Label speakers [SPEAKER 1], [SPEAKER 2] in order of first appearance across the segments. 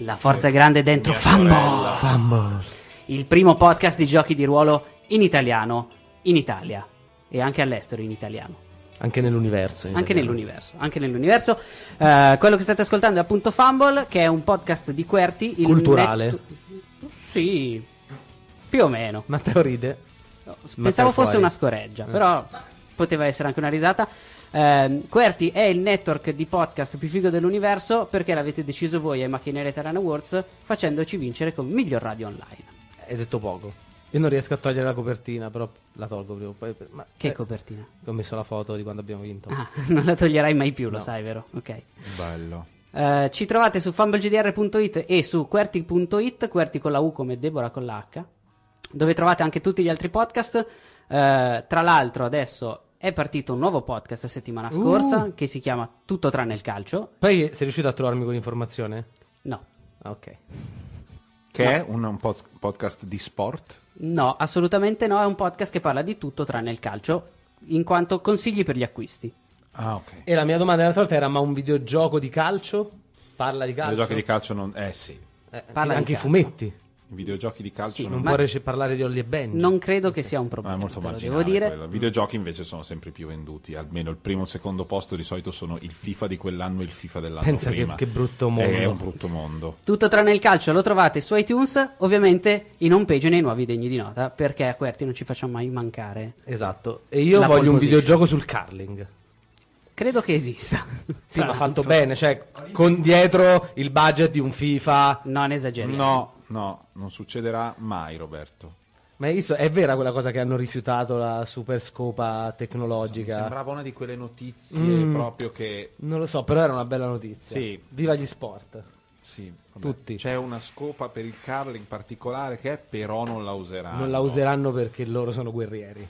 [SPEAKER 1] La forza è grande dentro Fumble. Il primo podcast di giochi di ruolo in italiano, in Italia e anche all'estero in italiano.
[SPEAKER 2] Anche nell'universo. in
[SPEAKER 1] Anche
[SPEAKER 2] realtà.
[SPEAKER 1] nell'universo, anche nell'universo. Eh, quello che state ascoltando è appunto Fumble, che è un podcast di Querti. il
[SPEAKER 2] Culturale.
[SPEAKER 1] net- Sì, più o meno.
[SPEAKER 2] Matteo ride.
[SPEAKER 1] Pensavo
[SPEAKER 2] Matteo
[SPEAKER 1] fosse
[SPEAKER 2] fuori.
[SPEAKER 1] una scoreggia, però poteva essere anche una risata. Ehm, QWERTY è il network di podcast più figo dell'universo perché l'avete deciso voi ai Macchinere Terran Awards facendoci vincere con Miglior Radio Online.
[SPEAKER 2] Hai detto poco. Io non riesco a togliere la copertina, però la tolgo prima o poi. Ma,
[SPEAKER 1] Che
[SPEAKER 2] eh,
[SPEAKER 1] copertina?
[SPEAKER 2] Ho messo la foto di quando abbiamo vinto.
[SPEAKER 1] Ah, non la toglierai mai più, lo sai, vero? Ok.
[SPEAKER 3] Bello.
[SPEAKER 1] Eh, ci trovate su fumblegdr.it e su QWERTY.it, QWERTY con la U come Deborah con la H, dove trovate anche tutti gli altri podcast. Eh, tra l'altro, adesso è partito un nuovo podcast la
[SPEAKER 3] Uh.
[SPEAKER 1] settimana scorsa che si chiama Tutto tranne il calcio.
[SPEAKER 2] Poi sei riuscito a trovarmi quell'informazione?
[SPEAKER 1] No,
[SPEAKER 2] Ah, ok.
[SPEAKER 3] Che è un, un pod- podcast di sport?
[SPEAKER 1] no, assolutamente no. È un podcast che parla di tutto tranne il calcio, in quanto consigli per gli acquisti.
[SPEAKER 3] Ah, ok.
[SPEAKER 2] E la mia domanda l'altra volta era: ma un videogioco di calcio? Parla di calcio?
[SPEAKER 3] I videogiochi di calcio non... Eh sì, i
[SPEAKER 2] Eh,
[SPEAKER 1] Parla di
[SPEAKER 2] anche i
[SPEAKER 1] calcio.
[SPEAKER 2] fumetti.
[SPEAKER 3] videogiochi di calcio
[SPEAKER 1] Sì,
[SPEAKER 3] non...
[SPEAKER 2] Non
[SPEAKER 1] Ma-
[SPEAKER 2] può rece- parlare di Ollie e Benji.
[SPEAKER 1] Non credo che sia un
[SPEAKER 3] Mm. Ma
[SPEAKER 1] problema.
[SPEAKER 3] è molto
[SPEAKER 1] te lo
[SPEAKER 3] marginale
[SPEAKER 1] devo dire.
[SPEAKER 3] quello. I videogiochi invece sono sempre più venduti, almeno il primo e il secondo posto di solito sono il FIFA di quell'anno e il FIFA dell'anno
[SPEAKER 2] Pensa che-
[SPEAKER 3] prima.
[SPEAKER 2] che brutto mondo.
[SPEAKER 3] È un brutto mondo.
[SPEAKER 1] Tutto tranne il calcio lo trovate su iTunes, ovviamente in homepage e nei nuovi degni di nota, perché a Querti non ci facciamo mai mancare.
[SPEAKER 2] Esatto. E io
[SPEAKER 1] La
[SPEAKER 2] voglio
[SPEAKER 1] pole
[SPEAKER 2] un
[SPEAKER 1] position.
[SPEAKER 2] videogioco sul curling.
[SPEAKER 1] Credo che esista.
[SPEAKER 2] Sì,
[SPEAKER 1] Tra
[SPEAKER 2] ma
[SPEAKER 1] l'altro.
[SPEAKER 2] fatto bene, cioè con dietro il budget di un FIFA.
[SPEAKER 1] Non eh. esageriamo.
[SPEAKER 3] No, no, non succederà mai Roberto.
[SPEAKER 2] Ma hai visto, è vera quella cosa che hanno rifiutato la super scopa
[SPEAKER 3] Mi
[SPEAKER 2] tecnologica?
[SPEAKER 3] sembrava una di quelle notizie
[SPEAKER 2] Mm.
[SPEAKER 3] proprio che...
[SPEAKER 2] Non lo so, però era una bella notizia.
[SPEAKER 3] Sì.
[SPEAKER 2] Viva gli sport.
[SPEAKER 3] Sì, vabbè.
[SPEAKER 2] Tutti.
[SPEAKER 3] C'è una scopa per il curling in particolare che è però non la useranno.
[SPEAKER 2] Non la useranno perché loro sono guerrieri.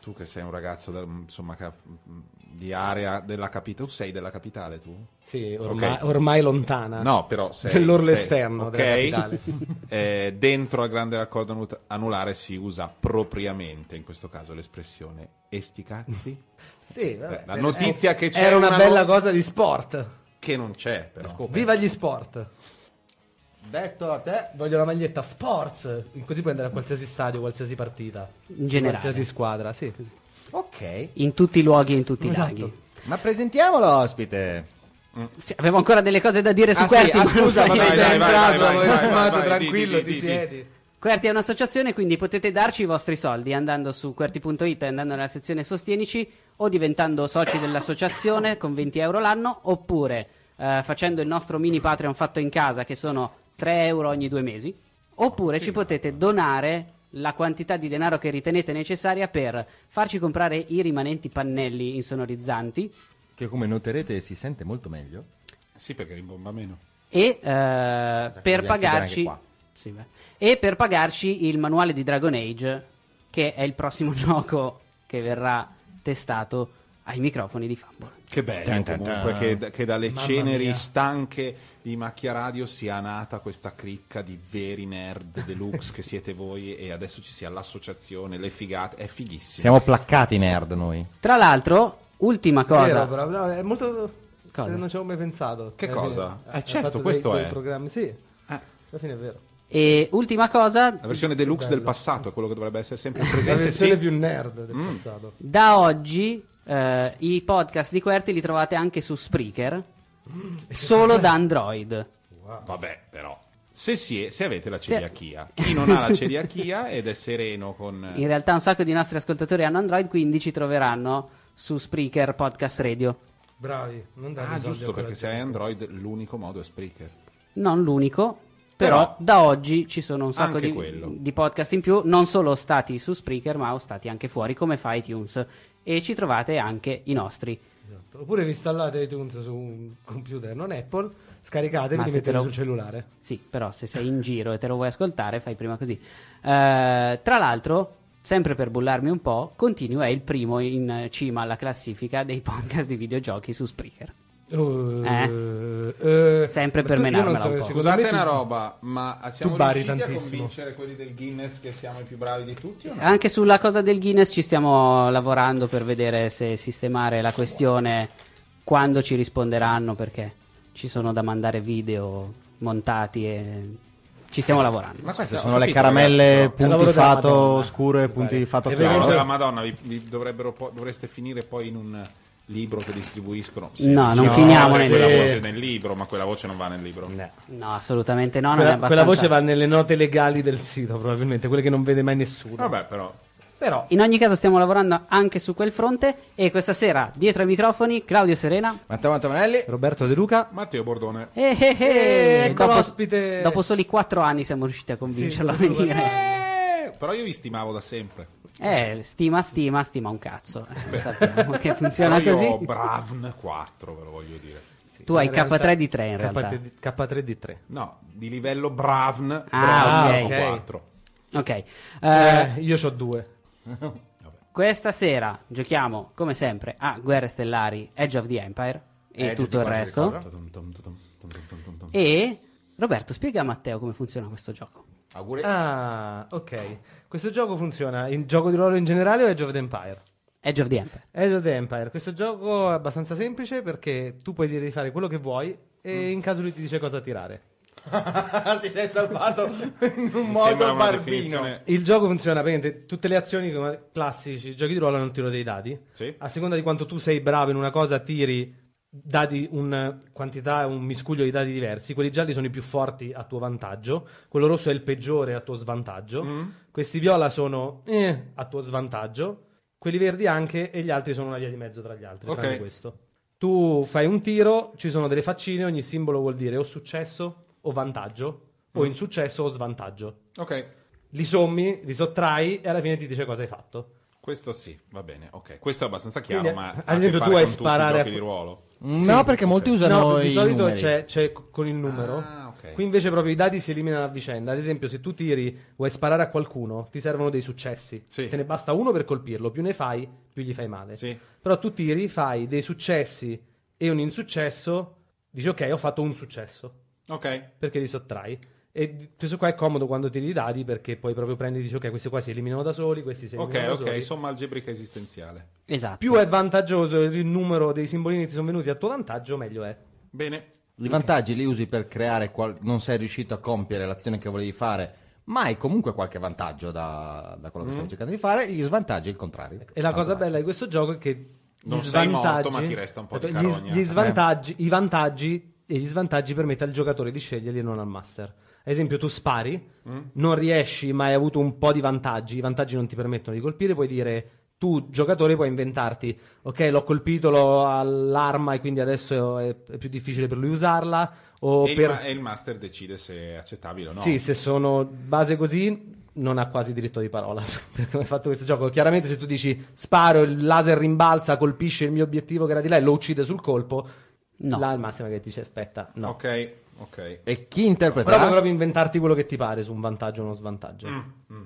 [SPEAKER 3] Tu che sei un ragazzo del- insomma, che ha- mm, di area della capitale, tu sei della capitale tu?
[SPEAKER 2] Sì, ormai,
[SPEAKER 3] Ok.
[SPEAKER 2] ormai lontana.
[SPEAKER 3] No, però sei,
[SPEAKER 2] Eh. Dell'orlo
[SPEAKER 3] sei-
[SPEAKER 2] esterno
[SPEAKER 3] ok?
[SPEAKER 2] della capitale.
[SPEAKER 3] Eh, dentro al grande raccordo anu- anulare si usa propriamente, in questo caso, l'espressione esti cazzi,
[SPEAKER 2] Sì,
[SPEAKER 3] Beh, la notizia
[SPEAKER 2] eh,
[SPEAKER 3] che c'è
[SPEAKER 2] era una,
[SPEAKER 3] una
[SPEAKER 2] bella
[SPEAKER 3] no-
[SPEAKER 2] cosa di sport.
[SPEAKER 3] che non c'è però.
[SPEAKER 2] Viva gli sport.
[SPEAKER 3] Detto a te...
[SPEAKER 2] Voglio la maglietta sports, così puoi andare a qualsiasi stadio, qualsiasi partita.
[SPEAKER 1] In generale.
[SPEAKER 2] Qualsiasi squadra, sì.
[SPEAKER 4] Ok,
[SPEAKER 1] In tutti i luoghi e in tutti
[SPEAKER 2] Esatto.
[SPEAKER 1] i laghi.
[SPEAKER 4] ma presentiamo l'ospite.
[SPEAKER 1] Sì, avevo ancora delle cose da dire su
[SPEAKER 4] Ah, sì,
[SPEAKER 1] Querti.
[SPEAKER 4] ah, scusa,
[SPEAKER 1] ma non
[SPEAKER 4] vabbè,
[SPEAKER 1] sai-
[SPEAKER 4] dai.
[SPEAKER 3] tranquillo, ti siedi.
[SPEAKER 1] Querti è un'associazione, quindi potete darci i vostri soldi andando su querti.it, andando nella sezione Sostienici o diventando soci dell'associazione con 20 euro l'anno oppure eh, facendo il nostro mini Patreon fatto in casa che sono 3 euro ogni due mesi oppure ci potete donare la quantità di denaro che ritenete necessaria per farci comprare i rimanenti pannelli insonorizzanti
[SPEAKER 4] Che come noterete si sente molto meglio.
[SPEAKER 3] Sì, perché rimbomba meno.
[SPEAKER 1] e eh, per
[SPEAKER 4] anche
[SPEAKER 1] pagarci
[SPEAKER 4] qua.
[SPEAKER 1] sì, Sì, beh. E per pagarci il manuale di Dragon Age, che è il prossimo gioco che verrà testato ai microfoni di Fumble.
[SPEAKER 3] Che bello
[SPEAKER 4] Tan, tan, tan.
[SPEAKER 3] comunque che, che dalle
[SPEAKER 2] Mamma
[SPEAKER 3] ceneri
[SPEAKER 2] mia.
[SPEAKER 3] stanche di macchia radio sia nata questa cricca di veri nerd deluxe che siete voi e adesso ci sia l'associazione, le figate, è fighissimo.
[SPEAKER 4] Siamo placcati nerd noi.
[SPEAKER 1] Tra l'altro, ultima cosa.
[SPEAKER 2] Vero, però, no, è molto. cioè,
[SPEAKER 1] Cosa?
[SPEAKER 2] Non ci avevo mai pensato.
[SPEAKER 3] Che
[SPEAKER 2] Alla fine,
[SPEAKER 3] cosa?
[SPEAKER 2] eh,
[SPEAKER 3] Eh,
[SPEAKER 2] il
[SPEAKER 3] certo,
[SPEAKER 2] fatto
[SPEAKER 3] questo
[SPEAKER 2] dei-
[SPEAKER 3] è.
[SPEAKER 2] Dei programmi, sì.
[SPEAKER 3] Ah.
[SPEAKER 2] Alla fine è vero.
[SPEAKER 1] E ultima cosa,
[SPEAKER 3] La versione deluxe del passato è quello che dovrebbe essere sempre il
[SPEAKER 2] La
[SPEAKER 3] presente.
[SPEAKER 2] versione
[SPEAKER 3] sì. Mm.
[SPEAKER 2] più nerd del passato.
[SPEAKER 1] da oggi eh, i podcast di Querti li trovate anche su Spreaker, solo da Android.
[SPEAKER 3] Vabbè, però. Se, si è- se avete la
[SPEAKER 1] Se-
[SPEAKER 3] celiachia, chi non ha la celiachia ed è sereno con...
[SPEAKER 1] In realtà un sacco di nostri ascoltatori hanno Android, quindi ci troveranno su Spreaker Podcast Radio.
[SPEAKER 2] Bravi, non date
[SPEAKER 3] Ah,
[SPEAKER 2] soldi a
[SPEAKER 3] giusto,
[SPEAKER 2] quella
[SPEAKER 3] perché se hai
[SPEAKER 2] gente.
[SPEAKER 3] Android l'unico modo è Spreaker.
[SPEAKER 1] Non l'unico, però,
[SPEAKER 3] Però-
[SPEAKER 1] da oggi ci sono un sacco
[SPEAKER 3] Anche
[SPEAKER 1] di,
[SPEAKER 3] quello.
[SPEAKER 1] di podcast in più, non solo stati su Spreaker, ma stati anche fuori come fa iTunes. E ci trovate anche i nostri.
[SPEAKER 2] Esatto. Oppure vi installate iTunes su un computer non Apple, scaricatevi
[SPEAKER 1] Ma
[SPEAKER 2] e li
[SPEAKER 1] se te
[SPEAKER 2] mettete
[SPEAKER 1] lo-
[SPEAKER 2] sul cellulare.
[SPEAKER 1] Sì, però se sei in giro e te lo vuoi ascoltare, fai prima così. Eh, tra l'altro, sempre per bullarmi un po', Continuo è il primo in eh, cima alla classifica dei podcast di videogiochi su Spreaker.
[SPEAKER 2] Eh, eh,
[SPEAKER 1] Sempre per
[SPEAKER 2] tu- io non
[SPEAKER 1] menarmela un po'.
[SPEAKER 2] secondo
[SPEAKER 3] Scusate
[SPEAKER 2] me tu-
[SPEAKER 3] una roba, ma siamo
[SPEAKER 2] tu bari
[SPEAKER 3] riusciti a
[SPEAKER 2] tantissimo.
[SPEAKER 3] convincere quelli del Guinness che siamo i più bravi di tutti o no?
[SPEAKER 1] Anche sulla cosa del Guinness ci stiamo lavorando per vedere se sistemare la questione quando ci risponderanno perché ci sono da mandare video montati e ci stiamo lavorando.
[SPEAKER 4] Ma queste
[SPEAKER 3] No,
[SPEAKER 4] sono
[SPEAKER 3] ho
[SPEAKER 4] le
[SPEAKER 3] capito,
[SPEAKER 4] caramelle
[SPEAKER 3] ragazzi,
[SPEAKER 2] però. È
[SPEAKER 4] punti
[SPEAKER 2] il lavoro della
[SPEAKER 4] fato
[SPEAKER 2] Madonna.
[SPEAKER 4] oscuro e
[SPEAKER 2] Mi
[SPEAKER 4] punti
[SPEAKER 2] pare.
[SPEAKER 4] fato
[SPEAKER 2] E
[SPEAKER 3] No,
[SPEAKER 4] chiaro.
[SPEAKER 3] della Madonna, vi, vi dovrebbero po- dovreste finire poi in un libro che distribuiscono.
[SPEAKER 1] No, non
[SPEAKER 3] diciamo,
[SPEAKER 1] finiamo
[SPEAKER 3] vabbè,
[SPEAKER 1] nel-
[SPEAKER 3] quella
[SPEAKER 2] Sì.
[SPEAKER 3] voce nel libro, ma quella voce non va nel libro.
[SPEAKER 1] No, assolutamente no, non è
[SPEAKER 2] Quella,
[SPEAKER 1] abbastanza.
[SPEAKER 2] quella voce va nelle note legali del sito, probabilmente, quelle che non vede mai nessuno.
[SPEAKER 3] Vabbè, però.
[SPEAKER 2] Però
[SPEAKER 1] In ogni caso stiamo lavorando anche su quel fronte e questa sera dietro ai microfoni Claudio Serena
[SPEAKER 4] Matteo Antonelli,
[SPEAKER 2] Roberto De Luca
[SPEAKER 3] Matteo Bordone.
[SPEAKER 1] e eh, eh,
[SPEAKER 2] Eh,
[SPEAKER 1] dopo,
[SPEAKER 2] ospite.
[SPEAKER 1] dopo soli quattro anni siamo riusciti a convincerlo a
[SPEAKER 2] Sì, dopo
[SPEAKER 1] venire.
[SPEAKER 3] Eh, però io vi stimavo da sempre.
[SPEAKER 1] Eh, stima, stima, stima un cazzo. Eh, lo sappiamo che funziona
[SPEAKER 3] Però io ho
[SPEAKER 1] così.
[SPEAKER 3] Bravn 4, ve lo voglio dire.
[SPEAKER 1] Tu hai
[SPEAKER 2] In realtà-
[SPEAKER 1] K3 di 3 in realtà.
[SPEAKER 2] K3 di- K3 di 3.
[SPEAKER 3] No, di livello Bravn,
[SPEAKER 1] Ah,
[SPEAKER 3] Bravn
[SPEAKER 1] ok.
[SPEAKER 3] 4.
[SPEAKER 1] Ok, eh,
[SPEAKER 2] Eh, io ho due.
[SPEAKER 1] questa sera giochiamo come sempre a Guerre Stellari, Edge of the Empire e
[SPEAKER 4] Edge
[SPEAKER 1] tutto il
[SPEAKER 4] di qualsiasi
[SPEAKER 1] resto.
[SPEAKER 4] cosa.
[SPEAKER 1] Eh. E Roberto, spiega a Matteo come funziona questo gioco.
[SPEAKER 3] Auguri.
[SPEAKER 2] Ah, ok. Questo gioco funziona in gioco di ruolo in generale o è Giovedì Empire?
[SPEAKER 1] Edge of the Empire.
[SPEAKER 2] Age of the Empire, questo gioco è abbastanza semplice perché tu puoi dire di fare quello che vuoi e in caso lui ti dice cosa tirare.
[SPEAKER 4] ti sei salvato
[SPEAKER 3] Mi
[SPEAKER 4] in un
[SPEAKER 3] sembra
[SPEAKER 4] modo
[SPEAKER 3] una
[SPEAKER 4] barbino.
[SPEAKER 3] definizione-
[SPEAKER 2] Il gioco funziona praticamente tutte le azioni come classici, giochi di ruolo hanno il tiro dei dadi.
[SPEAKER 3] Sì.
[SPEAKER 2] A seconda di quanto tu sei bravo in una cosa tiri dadi un quantità, un miscuglio di dadi diversi. Quelli gialli sono i più forti a tuo vantaggio, quello rosso è il peggiore a tuo svantaggio.
[SPEAKER 3] Mm.
[SPEAKER 2] Questi viola sono eh, a tuo svantaggio, quelli verdi anche e gli altri sono una via di mezzo tra gli altri,
[SPEAKER 3] Ok.
[SPEAKER 2] tranne questo. Tu fai un tiro, ci sono delle faccine, ogni simbolo vuol dire o successo o vantaggio,
[SPEAKER 3] Mm.
[SPEAKER 2] o insuccesso o svantaggio.
[SPEAKER 3] Ok,
[SPEAKER 2] Li sommi, li sottrai e alla fine ti dice cosa hai fatto.
[SPEAKER 3] questo sì, va bene. Ok, questo è abbastanza chiaro,
[SPEAKER 2] Quindi,
[SPEAKER 3] ma
[SPEAKER 2] ad
[SPEAKER 3] ha a che
[SPEAKER 2] esempio,
[SPEAKER 3] fare
[SPEAKER 2] tu hai
[SPEAKER 3] con tutti i
[SPEAKER 2] sparare a-
[SPEAKER 3] giochi di ruolo.
[SPEAKER 4] No, perché molti usano
[SPEAKER 2] No, di
[SPEAKER 4] i
[SPEAKER 2] solito
[SPEAKER 4] numeri.
[SPEAKER 2] c'è, c'è co- con il numero.
[SPEAKER 3] Ah, ok.
[SPEAKER 2] Qui invece proprio i dati si eliminano a vicenda. Ad esempio, se tu tiri, vuoi sparare a qualcuno, ti servono dei successi.
[SPEAKER 3] Sì.
[SPEAKER 2] Te ne basta uno per colpirlo, più ne fai, più gli fai male.
[SPEAKER 3] Sì.
[SPEAKER 2] Però tu tiri, fai dei successi e un insuccesso, dici ok, ho fatto un successo,
[SPEAKER 3] Ok,
[SPEAKER 2] perché li sottrai. E di- questo qua è comomodo quando tiri i dadi perché poi proprio prendi e dici ok, questi qua si eliminano da soli, questi si eliminano
[SPEAKER 3] ok,
[SPEAKER 2] da
[SPEAKER 3] ok,
[SPEAKER 2] soli.
[SPEAKER 3] somma algebrica esistenziale.
[SPEAKER 1] Esatto.
[SPEAKER 2] Più è vantaggioso il numero dei simbolini che ti sono venuti a tuo vantaggio, meglio è.
[SPEAKER 3] Bene,
[SPEAKER 4] I vantaggi li usi per creare, qual- non sei riuscito a compiere l'azione che volevi fare, ma hai comunque qualche vantaggio da, da
[SPEAKER 3] Mm.
[SPEAKER 4] quello che stavi cercando di fare, gli svantaggi il contrario.
[SPEAKER 2] E la cosa
[SPEAKER 4] Vantaggio.
[SPEAKER 2] bella di questo gioco è che gli
[SPEAKER 3] Non sei morto,
[SPEAKER 2] svantaggi,
[SPEAKER 3] ma ti resta un po' di
[SPEAKER 2] gli-
[SPEAKER 3] carogna.
[SPEAKER 2] gli svantaggi- i vantaggi e gli svantaggi permette al giocatore di sceglierli e non al master. Ad esempio, tu spari,
[SPEAKER 3] Mm?
[SPEAKER 2] non riesci, ma hai avuto un po' di vantaggi. I vantaggi non ti permettono di colpire, puoi dire. Tu, giocatore, puoi inventarti, ok, l'ho colpito l'ho all'arma e quindi adesso è, è più difficile per lui usarla. O
[SPEAKER 3] e, il
[SPEAKER 2] per...
[SPEAKER 3] ma- e il master decide se è accettabile o no.
[SPEAKER 2] Sì, se sono base così non ha quasi diritto di parola per come è fatto questo gioco. Chiaramente se tu dici sparo, il laser rimbalza, colpisce il mio obiettivo che era di là e lo uccide sul colpo,
[SPEAKER 1] No.
[SPEAKER 2] là al massimo che dice aspetta, no.
[SPEAKER 3] Ok, ok.
[SPEAKER 2] Però
[SPEAKER 4] E chi
[SPEAKER 2] puoi
[SPEAKER 4] interpreterà?
[SPEAKER 2] proprio inventarti quello che ti pare su un vantaggio o uno svantaggio.
[SPEAKER 3] Mm.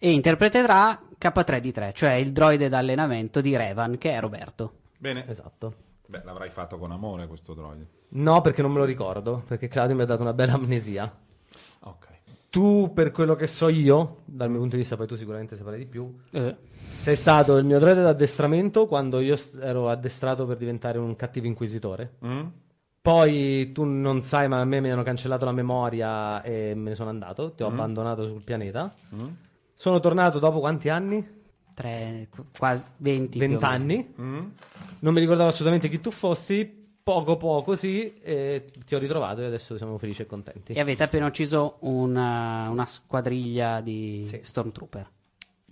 [SPEAKER 1] E interpreterà K3D3, cioè il droide d'allenamento di Revan, che è Roberto.
[SPEAKER 3] Bene.
[SPEAKER 2] Esatto.
[SPEAKER 3] Beh, l'avrai fatto con amore questo droide.
[SPEAKER 2] No, perché non me lo ricordo, perché Claudio mi ha dato una bella amnesia.
[SPEAKER 3] Ok.
[SPEAKER 2] Tu, per quello che so io, dal mio punto di vista, poi tu sicuramente saprai di più,
[SPEAKER 1] Eh,
[SPEAKER 2] sei stato il mio droide d'addestramento quando io st- ero addestrato per diventare un cattivo inquisitore.
[SPEAKER 3] Mm?
[SPEAKER 2] Poi tu non sai, ma a me mi hanno cancellato la memoria e me ne sono andato,
[SPEAKER 1] Mm.
[SPEAKER 2] ti ho abbandonato sul pianeta.
[SPEAKER 3] mm,
[SPEAKER 2] Sono tornato dopo quanti anni?
[SPEAKER 1] tre, qu- quasi 20. più o meno.
[SPEAKER 2] Vent'anni.
[SPEAKER 3] Mm?
[SPEAKER 2] Non mi ricordavo assolutamente chi tu fossi. Poco poco sì, e ti ho ritrovato e adesso siamo felici e contenti.
[SPEAKER 1] E avete appena ucciso eh, una, una squadriglia di Stormtrooper.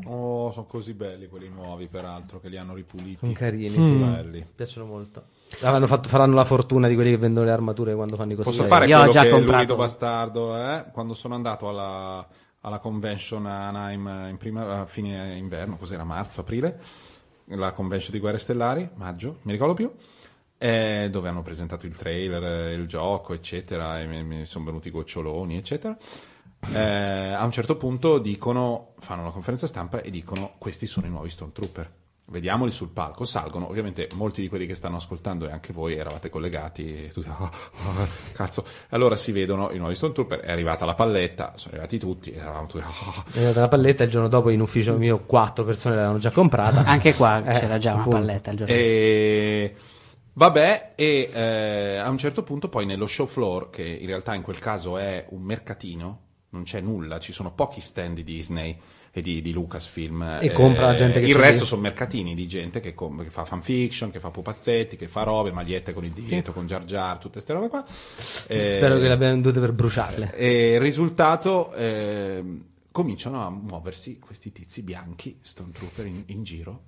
[SPEAKER 3] Oh, sono così belli quelli nuovi, peraltro, che li hanno ripuliti.
[SPEAKER 2] Sono carini, sì.
[SPEAKER 3] Sono Mm. belli.
[SPEAKER 2] Mi piacciono molto. Avranno fatto- faranno la fortuna di quelli che vendono le armature quando fanno i cosplay.
[SPEAKER 3] Posso fare
[SPEAKER 1] Io ho
[SPEAKER 3] quello
[SPEAKER 1] già
[SPEAKER 3] che
[SPEAKER 1] comprato.
[SPEAKER 3] Luido Bastardo eh? quando sono andato alla, alla convention a Anaheim eh, in prima- a fine inverno, cos'era marzo, aprile, la convention di Guerre Stellari, maggio, mi ricordo più, eh, dove hanno presentato il trailer, eh, il gioco, eccetera, e mi, mi sono venuti i goccioloni, eccetera. Eh, a un certo punto dicono, fanno una conferenza stampa e dicono questi sono i nuovi Stormtrooper. Vediamoli sul palco, salgono. Ovviamente molti di quelli che stanno ascoltando e anche voi eravate collegati. E tutti, "Ah, ah, cazzo. Allora si vedono i nuovi Stormtrooper, è arrivata la palletta, sono arrivati tutti, e eravamo tutti... "Ah".
[SPEAKER 2] Mi è andata la palletta il giorno dopo in ufficio mio quattro persone l'avevano già comprata.
[SPEAKER 1] Anche qua
[SPEAKER 2] Eh,
[SPEAKER 1] c'era già una
[SPEAKER 2] appunto.
[SPEAKER 1] palletta il giorno.
[SPEAKER 3] Eh. E... Vabbè, e eh, a un certo punto poi nello show floor, che in realtà in quel caso è un mercatino, non c'è nulla, ci sono pochi stand di Disney e di, di Lucasfilm. eh,
[SPEAKER 2] E compra la gente che
[SPEAKER 3] Il
[SPEAKER 2] c'è
[SPEAKER 3] resto
[SPEAKER 2] lì.
[SPEAKER 3] sono mercatini di gente che, com- che fa fanfiction, che fa pupazzetti, che fa robe, magliette con il divieto, con Jar Jar, tutte queste robe qua. Eh,
[SPEAKER 2] Spero che le abbiano vendute per bruciarle.
[SPEAKER 3] e il risultato ehm, cominciano a muoversi questi tizi bianchi, Stone Trooper in, in giro.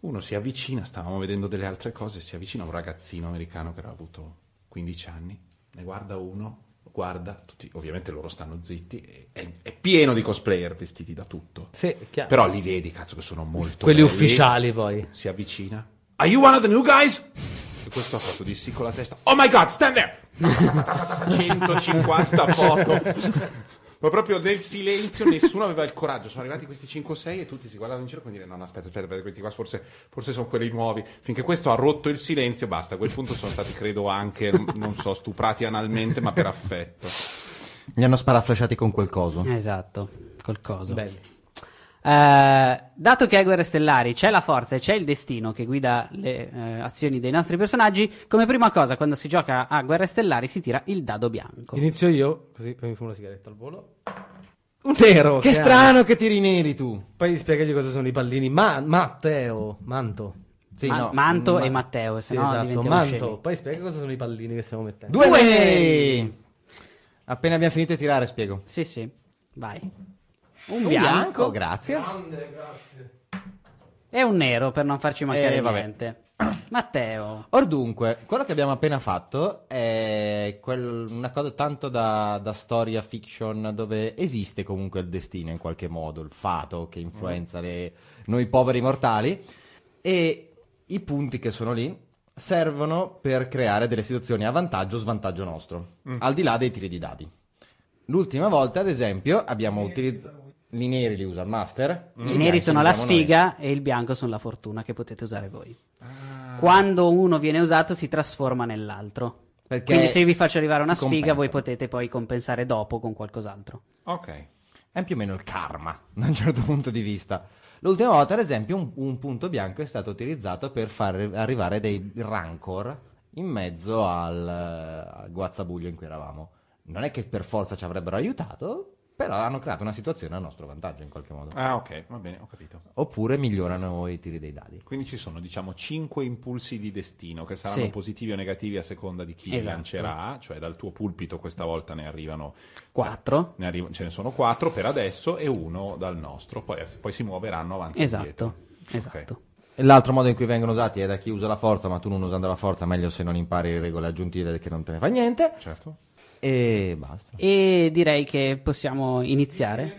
[SPEAKER 3] Uno si avvicina, stavamo vedendo delle altre cose, si avvicina un ragazzino americano che aveva avuto 15 anni, ne guarda uno, lo guarda, tutti, ovviamente loro stanno zitti, e- è, è pieno di cosplayer vestiti da tutto.
[SPEAKER 2] Sì, è chiaro.
[SPEAKER 3] Però li vedi, cazzo, che sono molto...
[SPEAKER 2] Quelli
[SPEAKER 3] belli.
[SPEAKER 2] ufficiali poi.
[SPEAKER 3] Si avvicina. Are you one of the new guys? E questo ha fatto di sì con la testa. Oh my god, stand there! 150 foto. Ma proprio nel silenzio nessuno aveva il coraggio. Sono arrivati questi 5 o 6 e tutti si guardavano in giro come dire: No, no, aspetta, aspetta, aspetta, questi qua forse, forse sono quelli nuovi. Finché questo ha rotto il silenzio, basta. A quel punto sono stati, credo, anche, non- non so, stuprati analmente, ma per affetto.
[SPEAKER 4] Mi hanno sparaflasciati con quel coso.
[SPEAKER 1] Esatto, col coso.
[SPEAKER 2] Belli.
[SPEAKER 1] Eh, dato che a Guerre Stellari c'è la forza e c'è il destino che guida le eh, azioni dei nostri personaggi, come prima cosa quando si gioca a Guerre Stellari si tira il dado bianco.
[SPEAKER 2] Inizio io, così poi mi fumo una sigaretta al volo. Un nero!
[SPEAKER 4] Che
[SPEAKER 2] chiaro.
[SPEAKER 4] strano che tiri neri tu.
[SPEAKER 2] Poi spiegagli cosa sono i pallini. Ma- Matteo, Manto.
[SPEAKER 4] Sì,
[SPEAKER 1] Ma-
[SPEAKER 4] no,
[SPEAKER 1] Manto
[SPEAKER 4] ma-
[SPEAKER 1] e Matteo, se
[SPEAKER 2] Sì,
[SPEAKER 1] no
[SPEAKER 2] esatto,
[SPEAKER 1] diventiamo
[SPEAKER 2] Manto.
[SPEAKER 1] scemi.
[SPEAKER 2] Poi spiega cosa sono i pallini che stiamo mettendo.
[SPEAKER 4] Due
[SPEAKER 1] Due
[SPEAKER 4] neri. Appena abbiamo finito di tirare, spiego.
[SPEAKER 1] Sì, sì, vai. Un,
[SPEAKER 4] Un
[SPEAKER 1] bianco,
[SPEAKER 4] grazie.
[SPEAKER 1] e un nero per non farci mancare
[SPEAKER 4] Eh, vabbè.
[SPEAKER 1] niente. Matteo,
[SPEAKER 4] Or dunque, quello che abbiamo appena fatto è quel- una cosa tanto da, da storia fiction dove esiste comunque il destino in qualche modo, il fato che influenza le- noi poveri mortali e i punti che sono lì servono per creare delle situazioni a vantaggio o svantaggio nostro, al di là dei tiri di dadi. L'ultima volta, ad esempio, abbiamo utilizzato... I neri li usa il master.
[SPEAKER 1] i neri
[SPEAKER 4] bianchi
[SPEAKER 1] sono
[SPEAKER 4] li
[SPEAKER 1] la
[SPEAKER 4] usiamo noi.
[SPEAKER 1] sfiga e il bianco sono la fortuna che potete usare voi.
[SPEAKER 4] Ah.
[SPEAKER 1] Quando uno viene usato si trasforma nell'altro.
[SPEAKER 4] Perché
[SPEAKER 1] Quindi se vi faccio arrivare una
[SPEAKER 4] si
[SPEAKER 1] sfiga, voi
[SPEAKER 4] compensa.
[SPEAKER 1] potete poi compensare dopo con qualcos'altro.
[SPEAKER 3] Ok.
[SPEAKER 4] è più o meno il karma da un certo punto di vista. L'ultima volta, ad esempio, un, un punto bianco è stato utilizzato per far arrivare dei rancor in mezzo al, eh, al guazzabuglio in cui eravamo. Non è che per forza ci avrebbero aiutato, però hanno creato una situazione a nostro vantaggio in qualche modo.
[SPEAKER 3] Ah, ok, va bene, ho capito.
[SPEAKER 4] Oppure migliorano i tiri dei dadi.
[SPEAKER 3] Quindi ci sono, diciamo, cinque impulsi di destino che saranno
[SPEAKER 1] Sì.
[SPEAKER 3] positivi o negativi a seconda di chi
[SPEAKER 1] Esatto.
[SPEAKER 3] li lancerà, cioè dal tuo pulpito questa volta ne arrivano,
[SPEAKER 1] 4.
[SPEAKER 3] ne arriva- ce ne sono quattro per adesso e uno dal nostro, poi, poi si muoveranno avanti. e
[SPEAKER 1] Esatto.
[SPEAKER 3] indietro.
[SPEAKER 1] Esatto.
[SPEAKER 3] Ok.
[SPEAKER 4] E L'altro modo in cui vengono usati è da chi usa la forza, ma tu non usando la forza, meglio se non impari regole aggiuntive che non te ne fa niente.
[SPEAKER 3] Certo.
[SPEAKER 4] E basta.
[SPEAKER 1] E direi che possiamo iniziare.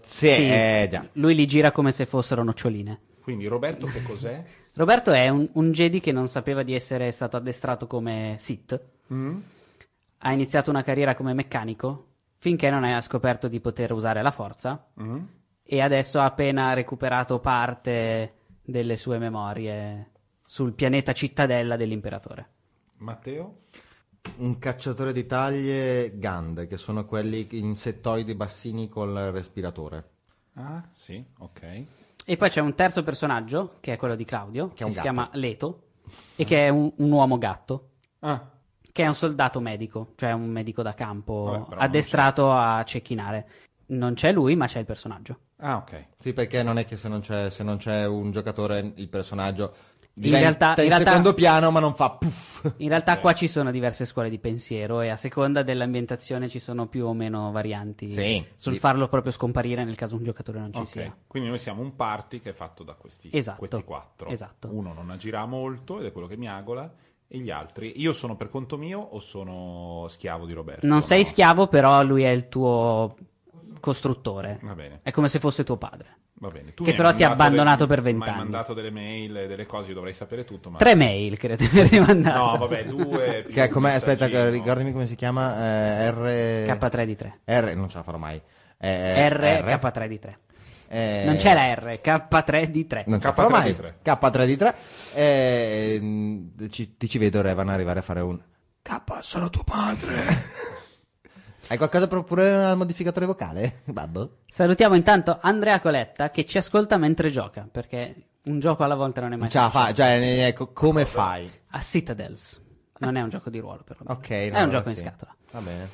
[SPEAKER 4] Sì,
[SPEAKER 1] Sì.
[SPEAKER 4] eh, già.
[SPEAKER 1] Lui li gira come se fossero noccioline.
[SPEAKER 3] Quindi Roberto che cos'è?
[SPEAKER 1] Roberto
[SPEAKER 4] Mm.
[SPEAKER 1] è un, un Jedi che non sapeva di essere stato addestrato come Sith. ha iniziato una carriera come meccanico finché non ha scoperto di poter usare la forza
[SPEAKER 3] Mm?
[SPEAKER 1] e adesso ha appena recuperato parte delle sue memorie sul pianeta cittadella dell'imperatore.
[SPEAKER 3] Matteo?
[SPEAKER 4] Un cacciatore di taglie Gand, che sono quelli insettoidi bassini col respiratore.
[SPEAKER 3] Ah, sì, ok.
[SPEAKER 1] E poi c'è un terzo personaggio, che è quello di Claudio,
[SPEAKER 4] Che è
[SPEAKER 1] che,
[SPEAKER 4] un
[SPEAKER 1] si
[SPEAKER 3] Esatto.
[SPEAKER 4] gatto.
[SPEAKER 1] chiama Leto, e che è un, un uomo gatto,
[SPEAKER 3] Ah,
[SPEAKER 1] che è un soldato medico, cioè un medico da campo
[SPEAKER 3] Vabbè, però non
[SPEAKER 1] addestrato a cecchinare. Non c'è lui, ma c'è il personaggio.
[SPEAKER 3] ah, ok.
[SPEAKER 4] Sì, perché non è che se non c'è, se non c'è un giocatore, il personaggio diventa
[SPEAKER 1] In
[SPEAKER 4] in,
[SPEAKER 1] realtà- in realtà-
[SPEAKER 4] secondo piano, ma non fa puff.
[SPEAKER 1] In realtà qua ci sono diverse scuole di pensiero e a seconda dell'ambientazione ci sono più o meno varianti
[SPEAKER 4] Sì,
[SPEAKER 1] sul
[SPEAKER 4] sì.
[SPEAKER 1] farlo proprio scomparire nel caso un giocatore non ci
[SPEAKER 3] Ok, Certo,
[SPEAKER 1] sia.
[SPEAKER 3] Quindi noi siamo un party che è fatto da questi,
[SPEAKER 1] Esatto.
[SPEAKER 3] questi quattro.
[SPEAKER 1] Esatto.
[SPEAKER 3] Uno non agirà molto ed è quello che mi agola. E gli altri? Io sono per conto mio o sono schiavo di Roberto?
[SPEAKER 1] Non sei
[SPEAKER 3] No.
[SPEAKER 1] schiavo, però lui è il tuo costruttore.
[SPEAKER 3] Va bene.
[SPEAKER 1] È come se fosse tuo padre.
[SPEAKER 3] Va bene. Tu
[SPEAKER 1] Che
[SPEAKER 3] mi
[SPEAKER 1] però
[SPEAKER 3] hai
[SPEAKER 1] ti ha
[SPEAKER 3] mandato
[SPEAKER 1] abbandonato
[SPEAKER 3] delle-
[SPEAKER 1] per
[SPEAKER 3] Mi
[SPEAKER 1] vent'anni.
[SPEAKER 3] hai mandato delle mail, e delle cose, io dovrei sapere tutto. Ma...
[SPEAKER 1] Tre mail, credo di aver rimandato.
[SPEAKER 3] No, vabbè, due. più
[SPEAKER 4] Che è come,
[SPEAKER 3] il
[SPEAKER 4] aspetta,
[SPEAKER 3] saggino.
[SPEAKER 4] che- ricordami come si chiama. eh, R.
[SPEAKER 1] K3 di 3.
[SPEAKER 4] R, non ce la farò mai. Eh,
[SPEAKER 1] R, K3 di 3.
[SPEAKER 4] eh,
[SPEAKER 1] Non c'è la R, K3 di 3.
[SPEAKER 4] Non ce la
[SPEAKER 3] K3
[SPEAKER 4] farò
[SPEAKER 3] di
[SPEAKER 4] mai.
[SPEAKER 3] tre.
[SPEAKER 4] K3 di 3. ti Eh, ci vedo, Revan, arrivare a fare un K, sono tuo padre. Hai qualcosa per pure al modificatore vocale, babbo?
[SPEAKER 1] Salutiamo intanto Andrea Coletta che ci ascolta mentre gioca, perché un gioco alla volta non è mai
[SPEAKER 4] Non ce la fa, cioè, eh, ecco, come fai?
[SPEAKER 1] A Citadels. Non è un gioco di ruolo, perlomeno.
[SPEAKER 4] Ok, no,
[SPEAKER 1] è un
[SPEAKER 4] allora
[SPEAKER 1] gioco in
[SPEAKER 4] sì.
[SPEAKER 1] scatola.
[SPEAKER 4] Va bene.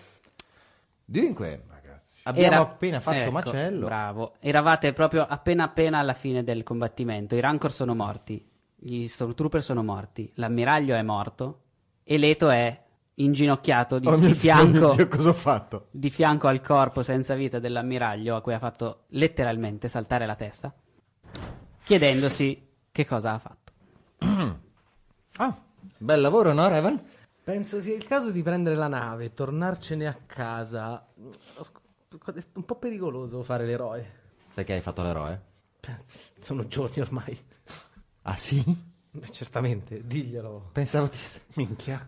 [SPEAKER 4] Dunque,
[SPEAKER 3] Ragazzi.
[SPEAKER 4] abbiamo
[SPEAKER 1] Era-
[SPEAKER 4] appena fatto
[SPEAKER 1] ecco,
[SPEAKER 4] macello.
[SPEAKER 1] Bravo. Eravate proprio appena appena alla fine del combattimento. I Rancor sono morti. Gli Stormtrooper sono morti. L'ammiraglio è morto. E Leto è inginocchiato di,
[SPEAKER 4] Oh
[SPEAKER 1] di
[SPEAKER 4] mio Dio, oh mio
[SPEAKER 1] fianco.
[SPEAKER 4] Dio, cosa ho fatto?
[SPEAKER 1] di fianco al corpo senza vita dell'ammiraglio a cui ha fatto letteralmente saltare la testa, chiedendosi che cosa ha fatto.
[SPEAKER 4] Ah, bel lavoro, no, Revan?
[SPEAKER 2] Penso sia il caso di prendere la nave, tornarcene a casa. È un po' pericoloso fare l'eroe.
[SPEAKER 4] Perché hai fatto l'eroe?
[SPEAKER 2] Sono giorni ormai.
[SPEAKER 4] Ah sì?
[SPEAKER 2] Beh, certamente, diglielo.
[SPEAKER 4] Pensavo ti...
[SPEAKER 3] Minchia.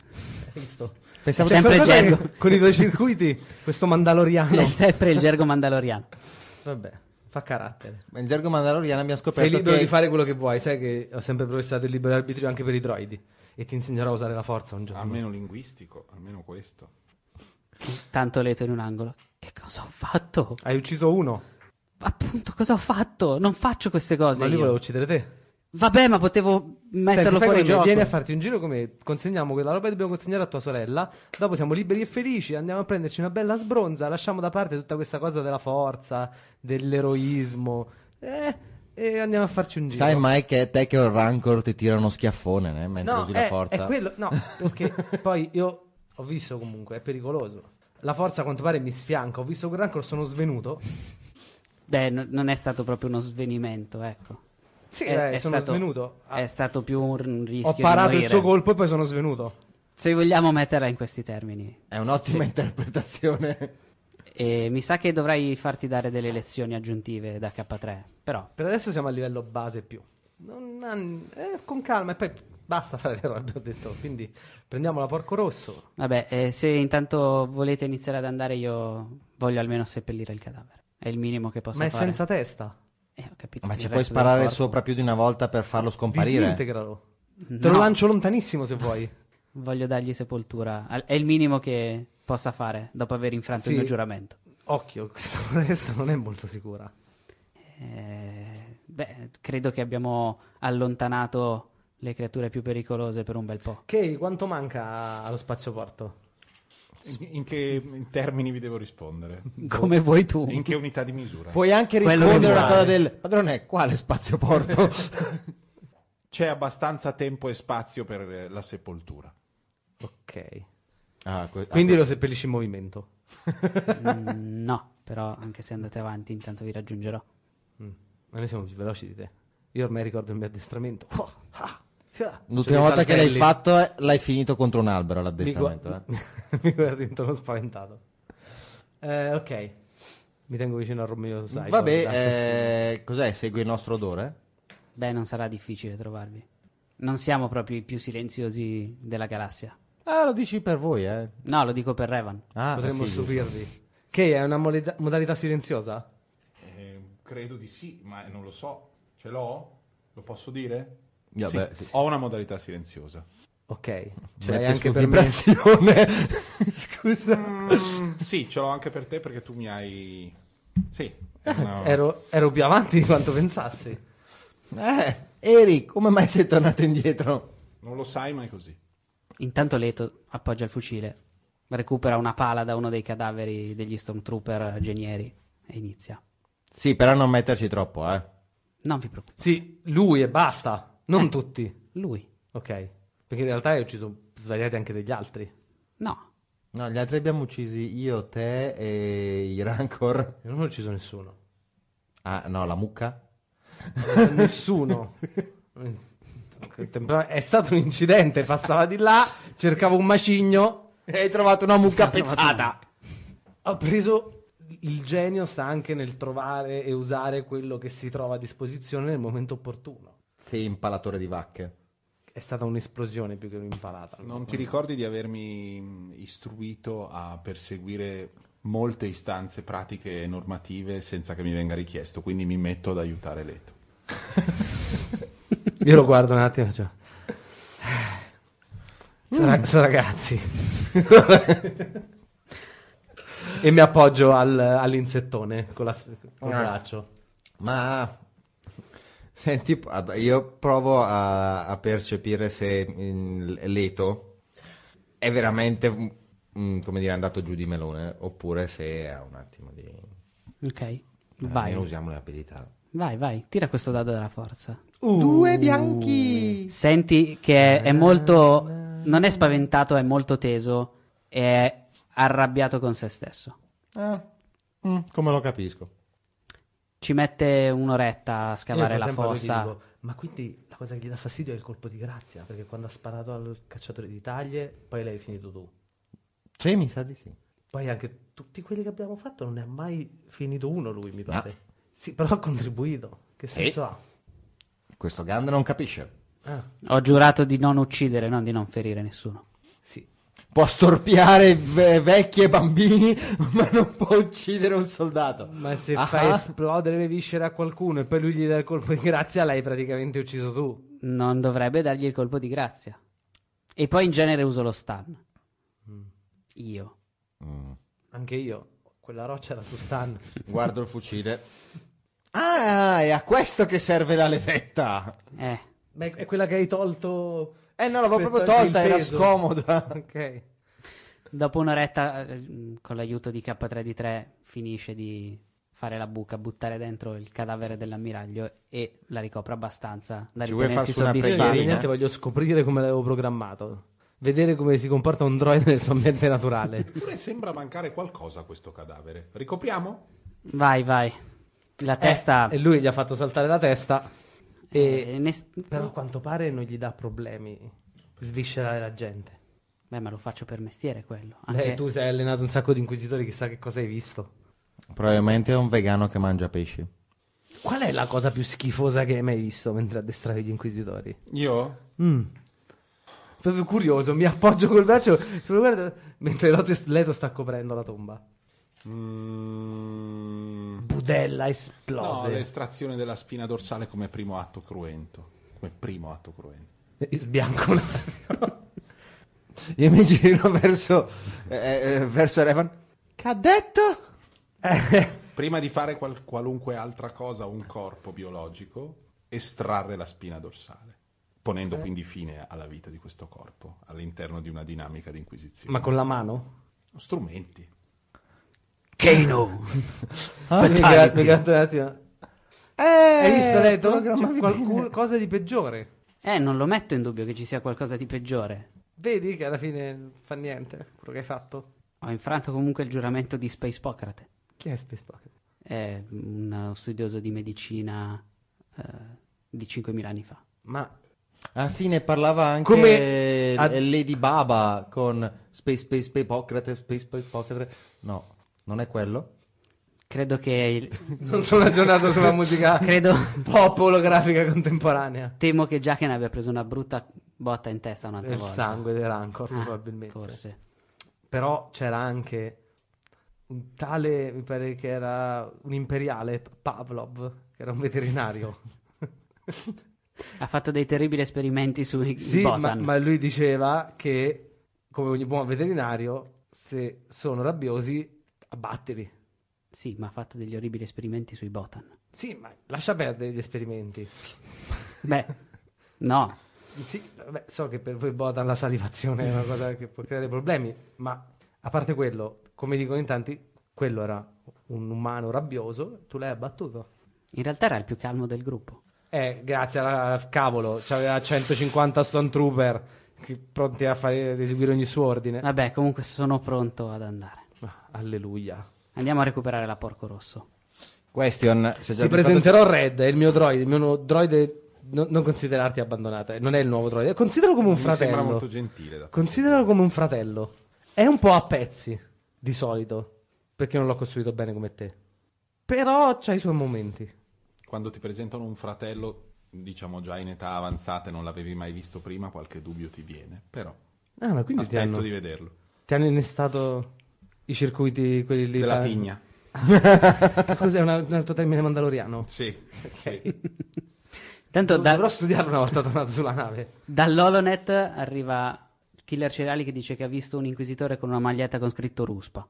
[SPEAKER 2] Hai visto?
[SPEAKER 4] Pensavo
[SPEAKER 2] Cioè,
[SPEAKER 1] Sempre
[SPEAKER 2] sai cosa
[SPEAKER 1] Gergo.
[SPEAKER 2] che- Con i tuoi circuiti, questo mandaloriano.
[SPEAKER 1] È sempre il gergo mandaloriano.
[SPEAKER 2] Vabbè, fa carattere.
[SPEAKER 4] Ma Il gergo mandaloriano abbiamo scoperto
[SPEAKER 2] Sei libero
[SPEAKER 4] che...
[SPEAKER 2] di fare quello che vuoi, sai che ho sempre professato il libero arbitrio anche per i droidi. E ti insegnerò a usare la forza un giorno.
[SPEAKER 3] Almeno linguistico, almeno questo.
[SPEAKER 1] Tanto leto in un angolo. Che cosa ho fatto?
[SPEAKER 2] Hai ucciso uno,
[SPEAKER 1] Appunto, cosa ho fatto? Non faccio queste cose.
[SPEAKER 2] ma lui
[SPEAKER 1] io.
[SPEAKER 2] voleva uccidere te.
[SPEAKER 1] Vabbè, ma potevo metterlo
[SPEAKER 2] Senti,
[SPEAKER 1] fuori
[SPEAKER 2] fai come me,
[SPEAKER 1] gioco.
[SPEAKER 2] Vieni a farti un giro come consegniamo quella roba che dobbiamo consegnare a tua sorella. Dopo siamo liberi e felici, andiamo a prenderci una bella sbronza, lasciamo da parte tutta questa cosa della forza, dell'eroismo. eh, e andiamo a farci un giro.
[SPEAKER 4] Sai mai che te che ho il rancor ti tira uno schiaffone né? mentre
[SPEAKER 2] no,
[SPEAKER 4] usi
[SPEAKER 2] è,
[SPEAKER 4] la forza?
[SPEAKER 2] è quello, no, perché poi io ho visto comunque, è pericoloso. La forza a quanto pare mi sfianca, ho visto quel rancor, sono svenuto.
[SPEAKER 1] Beh, no- non è stato proprio uno svenimento, ecco.
[SPEAKER 2] Sì,
[SPEAKER 1] È-
[SPEAKER 2] eh,
[SPEAKER 1] è
[SPEAKER 2] sono
[SPEAKER 1] stato-
[SPEAKER 2] svenuto. Ah,
[SPEAKER 1] È stato più un rischio.
[SPEAKER 2] ho parato
[SPEAKER 1] di
[SPEAKER 2] il
[SPEAKER 1] morire.
[SPEAKER 2] suo colpo e poi sono svenuto.
[SPEAKER 1] Se vogliamo metterla in questi termini.
[SPEAKER 4] È un'ottima interpretazione.
[SPEAKER 1] E mi sa che dovrai farti dare delle lezioni aggiuntive da K3. Però
[SPEAKER 2] Per adesso siamo a livello base più. Non han- eh, con calma e poi basta fare l'errore, abbiamo detto. Quindi prendiamo la porco rosso.
[SPEAKER 1] Vabbè, eh, se intanto volete iniziare ad andare, io voglio almeno seppellire il cadavere. È il minimo che posso
[SPEAKER 2] ma è
[SPEAKER 1] fare.
[SPEAKER 2] senza testa.
[SPEAKER 1] Eh, ho capito.
[SPEAKER 4] Ma
[SPEAKER 1] il
[SPEAKER 4] ci puoi
[SPEAKER 1] resto del
[SPEAKER 4] sparare
[SPEAKER 1] corpo.
[SPEAKER 4] sopra più di una volta per farlo scomparire?
[SPEAKER 2] Disintegralo. Te lo
[SPEAKER 1] No.
[SPEAKER 2] lancio lontanissimo se vuoi.
[SPEAKER 1] Voglio dargli sepoltura. Al- È il minimo che possa fare dopo aver infranto
[SPEAKER 2] Sì.
[SPEAKER 1] il mio giuramento.
[SPEAKER 2] Occhio, questa foresta non è molto sicura.
[SPEAKER 1] Eh, beh, credo che abbiamo allontanato le creature più pericolose per un bel po'.
[SPEAKER 2] Ok, quanto manca allo spazioporto?
[SPEAKER 3] In, in che in termini vi devo rispondere?
[SPEAKER 4] Boh.
[SPEAKER 1] Come vuoi tu.
[SPEAKER 3] In che unità di misura?
[SPEAKER 4] Puoi anche
[SPEAKER 1] Quello
[SPEAKER 4] rispondere
[SPEAKER 1] che
[SPEAKER 4] una
[SPEAKER 1] vuoi.
[SPEAKER 4] cosa del padrone, quale spazio porto?
[SPEAKER 3] C'è abbastanza tempo e spazio per eh, la sepoltura.
[SPEAKER 2] Ok.
[SPEAKER 4] Ah, que- ah,
[SPEAKER 2] Quindi lo seppellisci in movimento.
[SPEAKER 1] Mm, no, però anche se andate avanti, intanto vi raggiungerò.
[SPEAKER 2] Mm. Ma noi siamo più veloci di te. Io ormai ricordo il mio addestramento. Oh, ah, ah.
[SPEAKER 4] L'ultima
[SPEAKER 2] Cioè,
[SPEAKER 4] volta che l'hai
[SPEAKER 2] saltelli.
[SPEAKER 4] fatto eh, l'hai finito contro un albero
[SPEAKER 2] Mi,
[SPEAKER 4] l'addestramento.
[SPEAKER 2] guarda
[SPEAKER 4] eh.
[SPEAKER 2] mi guardi intorno spaventato. Eh, ok. Mi tengo vicino a Romeo Sai. assassino.
[SPEAKER 4] Vabbè, eh, cos'è? Segui il nostro odore?
[SPEAKER 1] Beh, non sarà difficile trovarvi. Non siamo proprio i più silenziosi della galassia.
[SPEAKER 4] Ah, lo dici per voi, eh.
[SPEAKER 1] No, lo dico per Revan.
[SPEAKER 4] Ah,
[SPEAKER 2] Potremmo
[SPEAKER 4] sì.
[SPEAKER 2] stupirvi. Che è una moleda- modalità silenziosa?
[SPEAKER 3] Eh, credo di sì, ma non lo so. Ce l'ho? Lo posso dire?
[SPEAKER 4] Yeah,
[SPEAKER 3] Sì,
[SPEAKER 4] beh, sì.
[SPEAKER 3] Ho una modalità silenziosa.
[SPEAKER 2] Ok, ce
[SPEAKER 4] Mette
[SPEAKER 2] l'hai
[SPEAKER 4] su
[SPEAKER 2] cioè, anche per me.
[SPEAKER 4] vibrazione. Scusa.
[SPEAKER 3] Mm, sì, ce l'ho anche per te perché tu mi hai... Sì. è una-
[SPEAKER 2] Ero, ero più avanti di quanto pensassi.
[SPEAKER 4] Eh, Eric, come mai sei tornato indietro?
[SPEAKER 3] Non lo sai, ma è così.
[SPEAKER 1] Intanto Leto appoggia il fucile, recupera una pala da uno dei cadaveri degli Stormtrooper genieri e inizia.
[SPEAKER 4] Sì, però non metterci troppo, eh.
[SPEAKER 1] Non vi preoccupate,
[SPEAKER 2] Sì, lui e basta, non tutti.
[SPEAKER 1] lui.
[SPEAKER 2] Ok, perché in realtà hai ucciso svariati anche degli altri.
[SPEAKER 1] No,
[SPEAKER 4] No, gli altri abbiamo uccisi io, te e i Rancor.
[SPEAKER 2] Io non ho ucciso nessuno.
[SPEAKER 4] Ah, no, la mucca?
[SPEAKER 2] nessuno. È stato un incidente, passava di là, cercavo un macigno,
[SPEAKER 4] E hai trovato una mucca pezzata.
[SPEAKER 2] ho preso... Il genio sta anche nel trovare e usare quello che si trova a disposizione nel momento opportuno.
[SPEAKER 4] Sei impalatore di vacche.
[SPEAKER 2] È stata un'esplosione più che un'impalata.
[SPEAKER 3] Non ti ricordi di avermi mh, istruito a perseguire molte istanze pratiche e normative senza che mi venga richiesto, quindi mi metto ad aiutare Leto.
[SPEAKER 2] Io lo guardo un attimo. Cioè... So, ra- so ragazzi. e mi appoggio al- all'insettone con, la, s- col
[SPEAKER 4] Ah.
[SPEAKER 2] braccio.
[SPEAKER 4] Ma senti, vabbè, io provo a, a percepire se mm, Leto è veramente, mm, come dire, andato giù di melone, oppure se ha un attimo di...
[SPEAKER 1] ok.
[SPEAKER 4] Almeno
[SPEAKER 1] Vai,
[SPEAKER 4] usiamo le abilità.
[SPEAKER 1] vai, vai. Tira questo dado della forza.
[SPEAKER 4] Due bianchi!
[SPEAKER 1] Senti che è molto. Non è spaventato, è molto teso. È arrabbiato con se stesso.
[SPEAKER 4] Ah, mm, come lo capisco?
[SPEAKER 1] Ci mette un'oretta a
[SPEAKER 2] Io nel
[SPEAKER 1] scavare la
[SPEAKER 2] frattempo a lui
[SPEAKER 1] fossa.
[SPEAKER 2] gli dico, ma quindi la cosa che gli dà fastidio è il colpo di grazia, perché quando ha sparato al cacciatore di taglie, poi l'hai finito tu.
[SPEAKER 4] Sì, mi sa di sì.
[SPEAKER 2] Poi anche tutti quelli che abbiamo fatto non ne ha mai finito uno lui, mi pare. Sì, però ha contribuito. Che senso ha?
[SPEAKER 4] Questo Gand non capisce.
[SPEAKER 2] Ah,
[SPEAKER 1] Ho giurato di non uccidere, non di non ferire nessuno.
[SPEAKER 2] sì.
[SPEAKER 4] Può storpiare ve- vecchi e bambini, ma non può uccidere un soldato.
[SPEAKER 2] Ma se
[SPEAKER 4] Ah,
[SPEAKER 2] fai esplodere le viscere a qualcuno e poi lui gli dà il colpo di grazia, l'hai praticamente ucciso tu.
[SPEAKER 1] Non dovrebbe dargli il colpo di grazia. E poi in genere uso lo stun. Io.
[SPEAKER 4] Mm.
[SPEAKER 2] Anche io. Quella roccia era su Stan.
[SPEAKER 4] Guardo il fucile. Ah, è a questo che serve la levetta.
[SPEAKER 1] Eh.
[SPEAKER 2] Ma è, è quella che hai tolto.
[SPEAKER 4] Eh no, l'avevo
[SPEAKER 2] per
[SPEAKER 4] proprio
[SPEAKER 2] togliere
[SPEAKER 4] tolta,
[SPEAKER 2] il
[SPEAKER 4] era
[SPEAKER 2] peso.
[SPEAKER 4] scomoda.
[SPEAKER 2] Ok.
[SPEAKER 1] Dopo un'oretta, eh, con l'aiuto di K3D3, finisce di fare la buca, buttare dentro il cadavere dell'ammiraglio e la ricopre abbastanza da
[SPEAKER 4] Ci vuoi
[SPEAKER 1] ritenersi
[SPEAKER 4] far su una
[SPEAKER 2] Io
[SPEAKER 4] Pregherina.
[SPEAKER 1] soddisfatto.
[SPEAKER 2] niente, voglio scoprire come l'avevo programmato. Vedere come si comporta un droide nel suo ambiente naturale.
[SPEAKER 3] Eppure sembra mancare qualcosa a questo cadavere. Ricopriamo?
[SPEAKER 1] Vai, vai. La testa...
[SPEAKER 2] Eh, e lui gli ha fatto saltare la testa.
[SPEAKER 1] eh,
[SPEAKER 2] E...
[SPEAKER 1] ne s-
[SPEAKER 2] Però a quanto pare non gli dà problemi sviscerare la gente.
[SPEAKER 1] Beh, ma lo faccio per mestiere quello.
[SPEAKER 2] Lei,
[SPEAKER 1] Anche...
[SPEAKER 2] tu sei allenato un sacco di inquisitori, chissà che cosa hai visto.
[SPEAKER 4] Probabilmente è un vegano che mangia pesci.
[SPEAKER 2] Qual è la cosa più schifosa che hai mai visto mentre addestravi gli inquisitori?
[SPEAKER 3] Io?
[SPEAKER 2] Mm. Proprio curioso, mi appoggio col braccio, lo guardo, mentre Lotus- Leto sta coprendo la tomba.
[SPEAKER 3] Mm,
[SPEAKER 2] Budella
[SPEAKER 3] no,
[SPEAKER 2] esplose.
[SPEAKER 3] l'estrazione della spina dorsale come primo atto cruento. Come primo atto cruento.
[SPEAKER 2] Eh, Sbianco.
[SPEAKER 4] Io mi giro verso, eh, eh, verso Revan. Che ha detto?
[SPEAKER 2] Eh.
[SPEAKER 3] Prima di fare qual- qualunque altra cosa a un corpo biologico, estrarre la spina dorsale,
[SPEAKER 2] Eh.
[SPEAKER 3] ponendo quindi fine alla vita di questo corpo all'interno di una dinamica di inquisizione.
[SPEAKER 2] Ma con la mano?
[SPEAKER 3] Strumenti.
[SPEAKER 1] Kano!
[SPEAKER 2] Ah, mi gra- mi gra- un attimo.
[SPEAKER 4] Eh,
[SPEAKER 2] Hai Cioè, visto Leto? C'è
[SPEAKER 4] programmavi bene.
[SPEAKER 2] qualcosa di peggiore.
[SPEAKER 1] Eh, non lo metto in dubbio che ci sia qualcosa di peggiore.
[SPEAKER 2] Vedi che alla fine fa niente quello che hai fatto.
[SPEAKER 1] Ho infranto comunque il giuramento di Space Pocrate.
[SPEAKER 2] Chi è Space Pocket?
[SPEAKER 1] È uno studioso di medicina eh, di 5.000 anni fa.
[SPEAKER 2] Ma
[SPEAKER 4] Ah sì, ne parlava anche
[SPEAKER 2] Come-
[SPEAKER 4] eh,
[SPEAKER 2] ad-
[SPEAKER 4] Lady Baba con Space Space Space Pocrate, Space Space Pocrate. No, non è quello.
[SPEAKER 1] Credo che il-
[SPEAKER 2] non sono aggiornato sulla musica
[SPEAKER 1] Credo-
[SPEAKER 2] pop olografica contemporanea.
[SPEAKER 1] temo che Jacken abbia preso una brutta Botta in testa un'altra
[SPEAKER 2] Il
[SPEAKER 1] volta.
[SPEAKER 2] sangue dei Rancor,
[SPEAKER 1] Ah,
[SPEAKER 2] Eh, probabilmente.
[SPEAKER 1] Forse.
[SPEAKER 2] Però c'era anche un tale, mi pare che era un imperiale, Pavlov, che era un veterinario.
[SPEAKER 1] Ha fatto dei terribili esperimenti sui
[SPEAKER 2] sì, ma,
[SPEAKER 1] Botan.
[SPEAKER 2] ma lui diceva che, come ogni buon veterinario, se sono rabbiosi, abbattili.
[SPEAKER 1] Sì, ma ha fatto degli orribili esperimenti sui Botan.
[SPEAKER 2] Sì, ma lascia perdere gli esperimenti.
[SPEAKER 1] Beh, no.
[SPEAKER 2] Sì, vabbè, so che per voi Botan la salivazione è una cosa che può creare problemi, ma a parte quello, come dicono in tanti, quello era un umano rabbioso, tu l'hai abbattuto.
[SPEAKER 1] In realtà era il più calmo del gruppo.
[SPEAKER 2] Eh, grazie alla- al cavolo, c'aveva 150 Stone Trooper che- pronti a fare, ad eseguire ogni suo ordine.
[SPEAKER 1] Vabbè, comunque sono pronto ad andare.
[SPEAKER 2] Ah, Alleluia.
[SPEAKER 1] Andiamo a recuperare la Porco Rosso.
[SPEAKER 4] Question, se già
[SPEAKER 2] Ti
[SPEAKER 4] abbiamo
[SPEAKER 2] presenterò Red, è il mio droide, il mio nu- droide no- non considerarti abbandonata, eh, non è il nuovo droide, consideralo come un
[SPEAKER 3] Mi
[SPEAKER 2] fratello.
[SPEAKER 3] sembra molto gentile da
[SPEAKER 2] Consideralo come un fratello. È un po' a pezzi, di solito, perché non l'ho costruito bene come te. Però c'ha i suoi momenti.
[SPEAKER 3] Quando ti presentano un fratello, diciamo già in età avanzata e non l'avevi mai visto prima, qualche dubbio ti viene, però
[SPEAKER 2] Ah, ma quindi ti
[SPEAKER 3] aspetto
[SPEAKER 2] hanno,
[SPEAKER 3] di vederlo.
[SPEAKER 2] ti hanno innestato i circuiti, quelli lì...
[SPEAKER 3] Della
[SPEAKER 2] fa-
[SPEAKER 3] tigna.
[SPEAKER 2] Cos'è una- un altro termine mandaloriano?
[SPEAKER 3] Sì.
[SPEAKER 1] Tanto da,
[SPEAKER 2] Dovrò studiarlo una volta tornato sulla nave.
[SPEAKER 1] dall'Holonet arriva Killer Cereali che dice che ha visto un inquisitore con una maglietta con scritto Ruspa.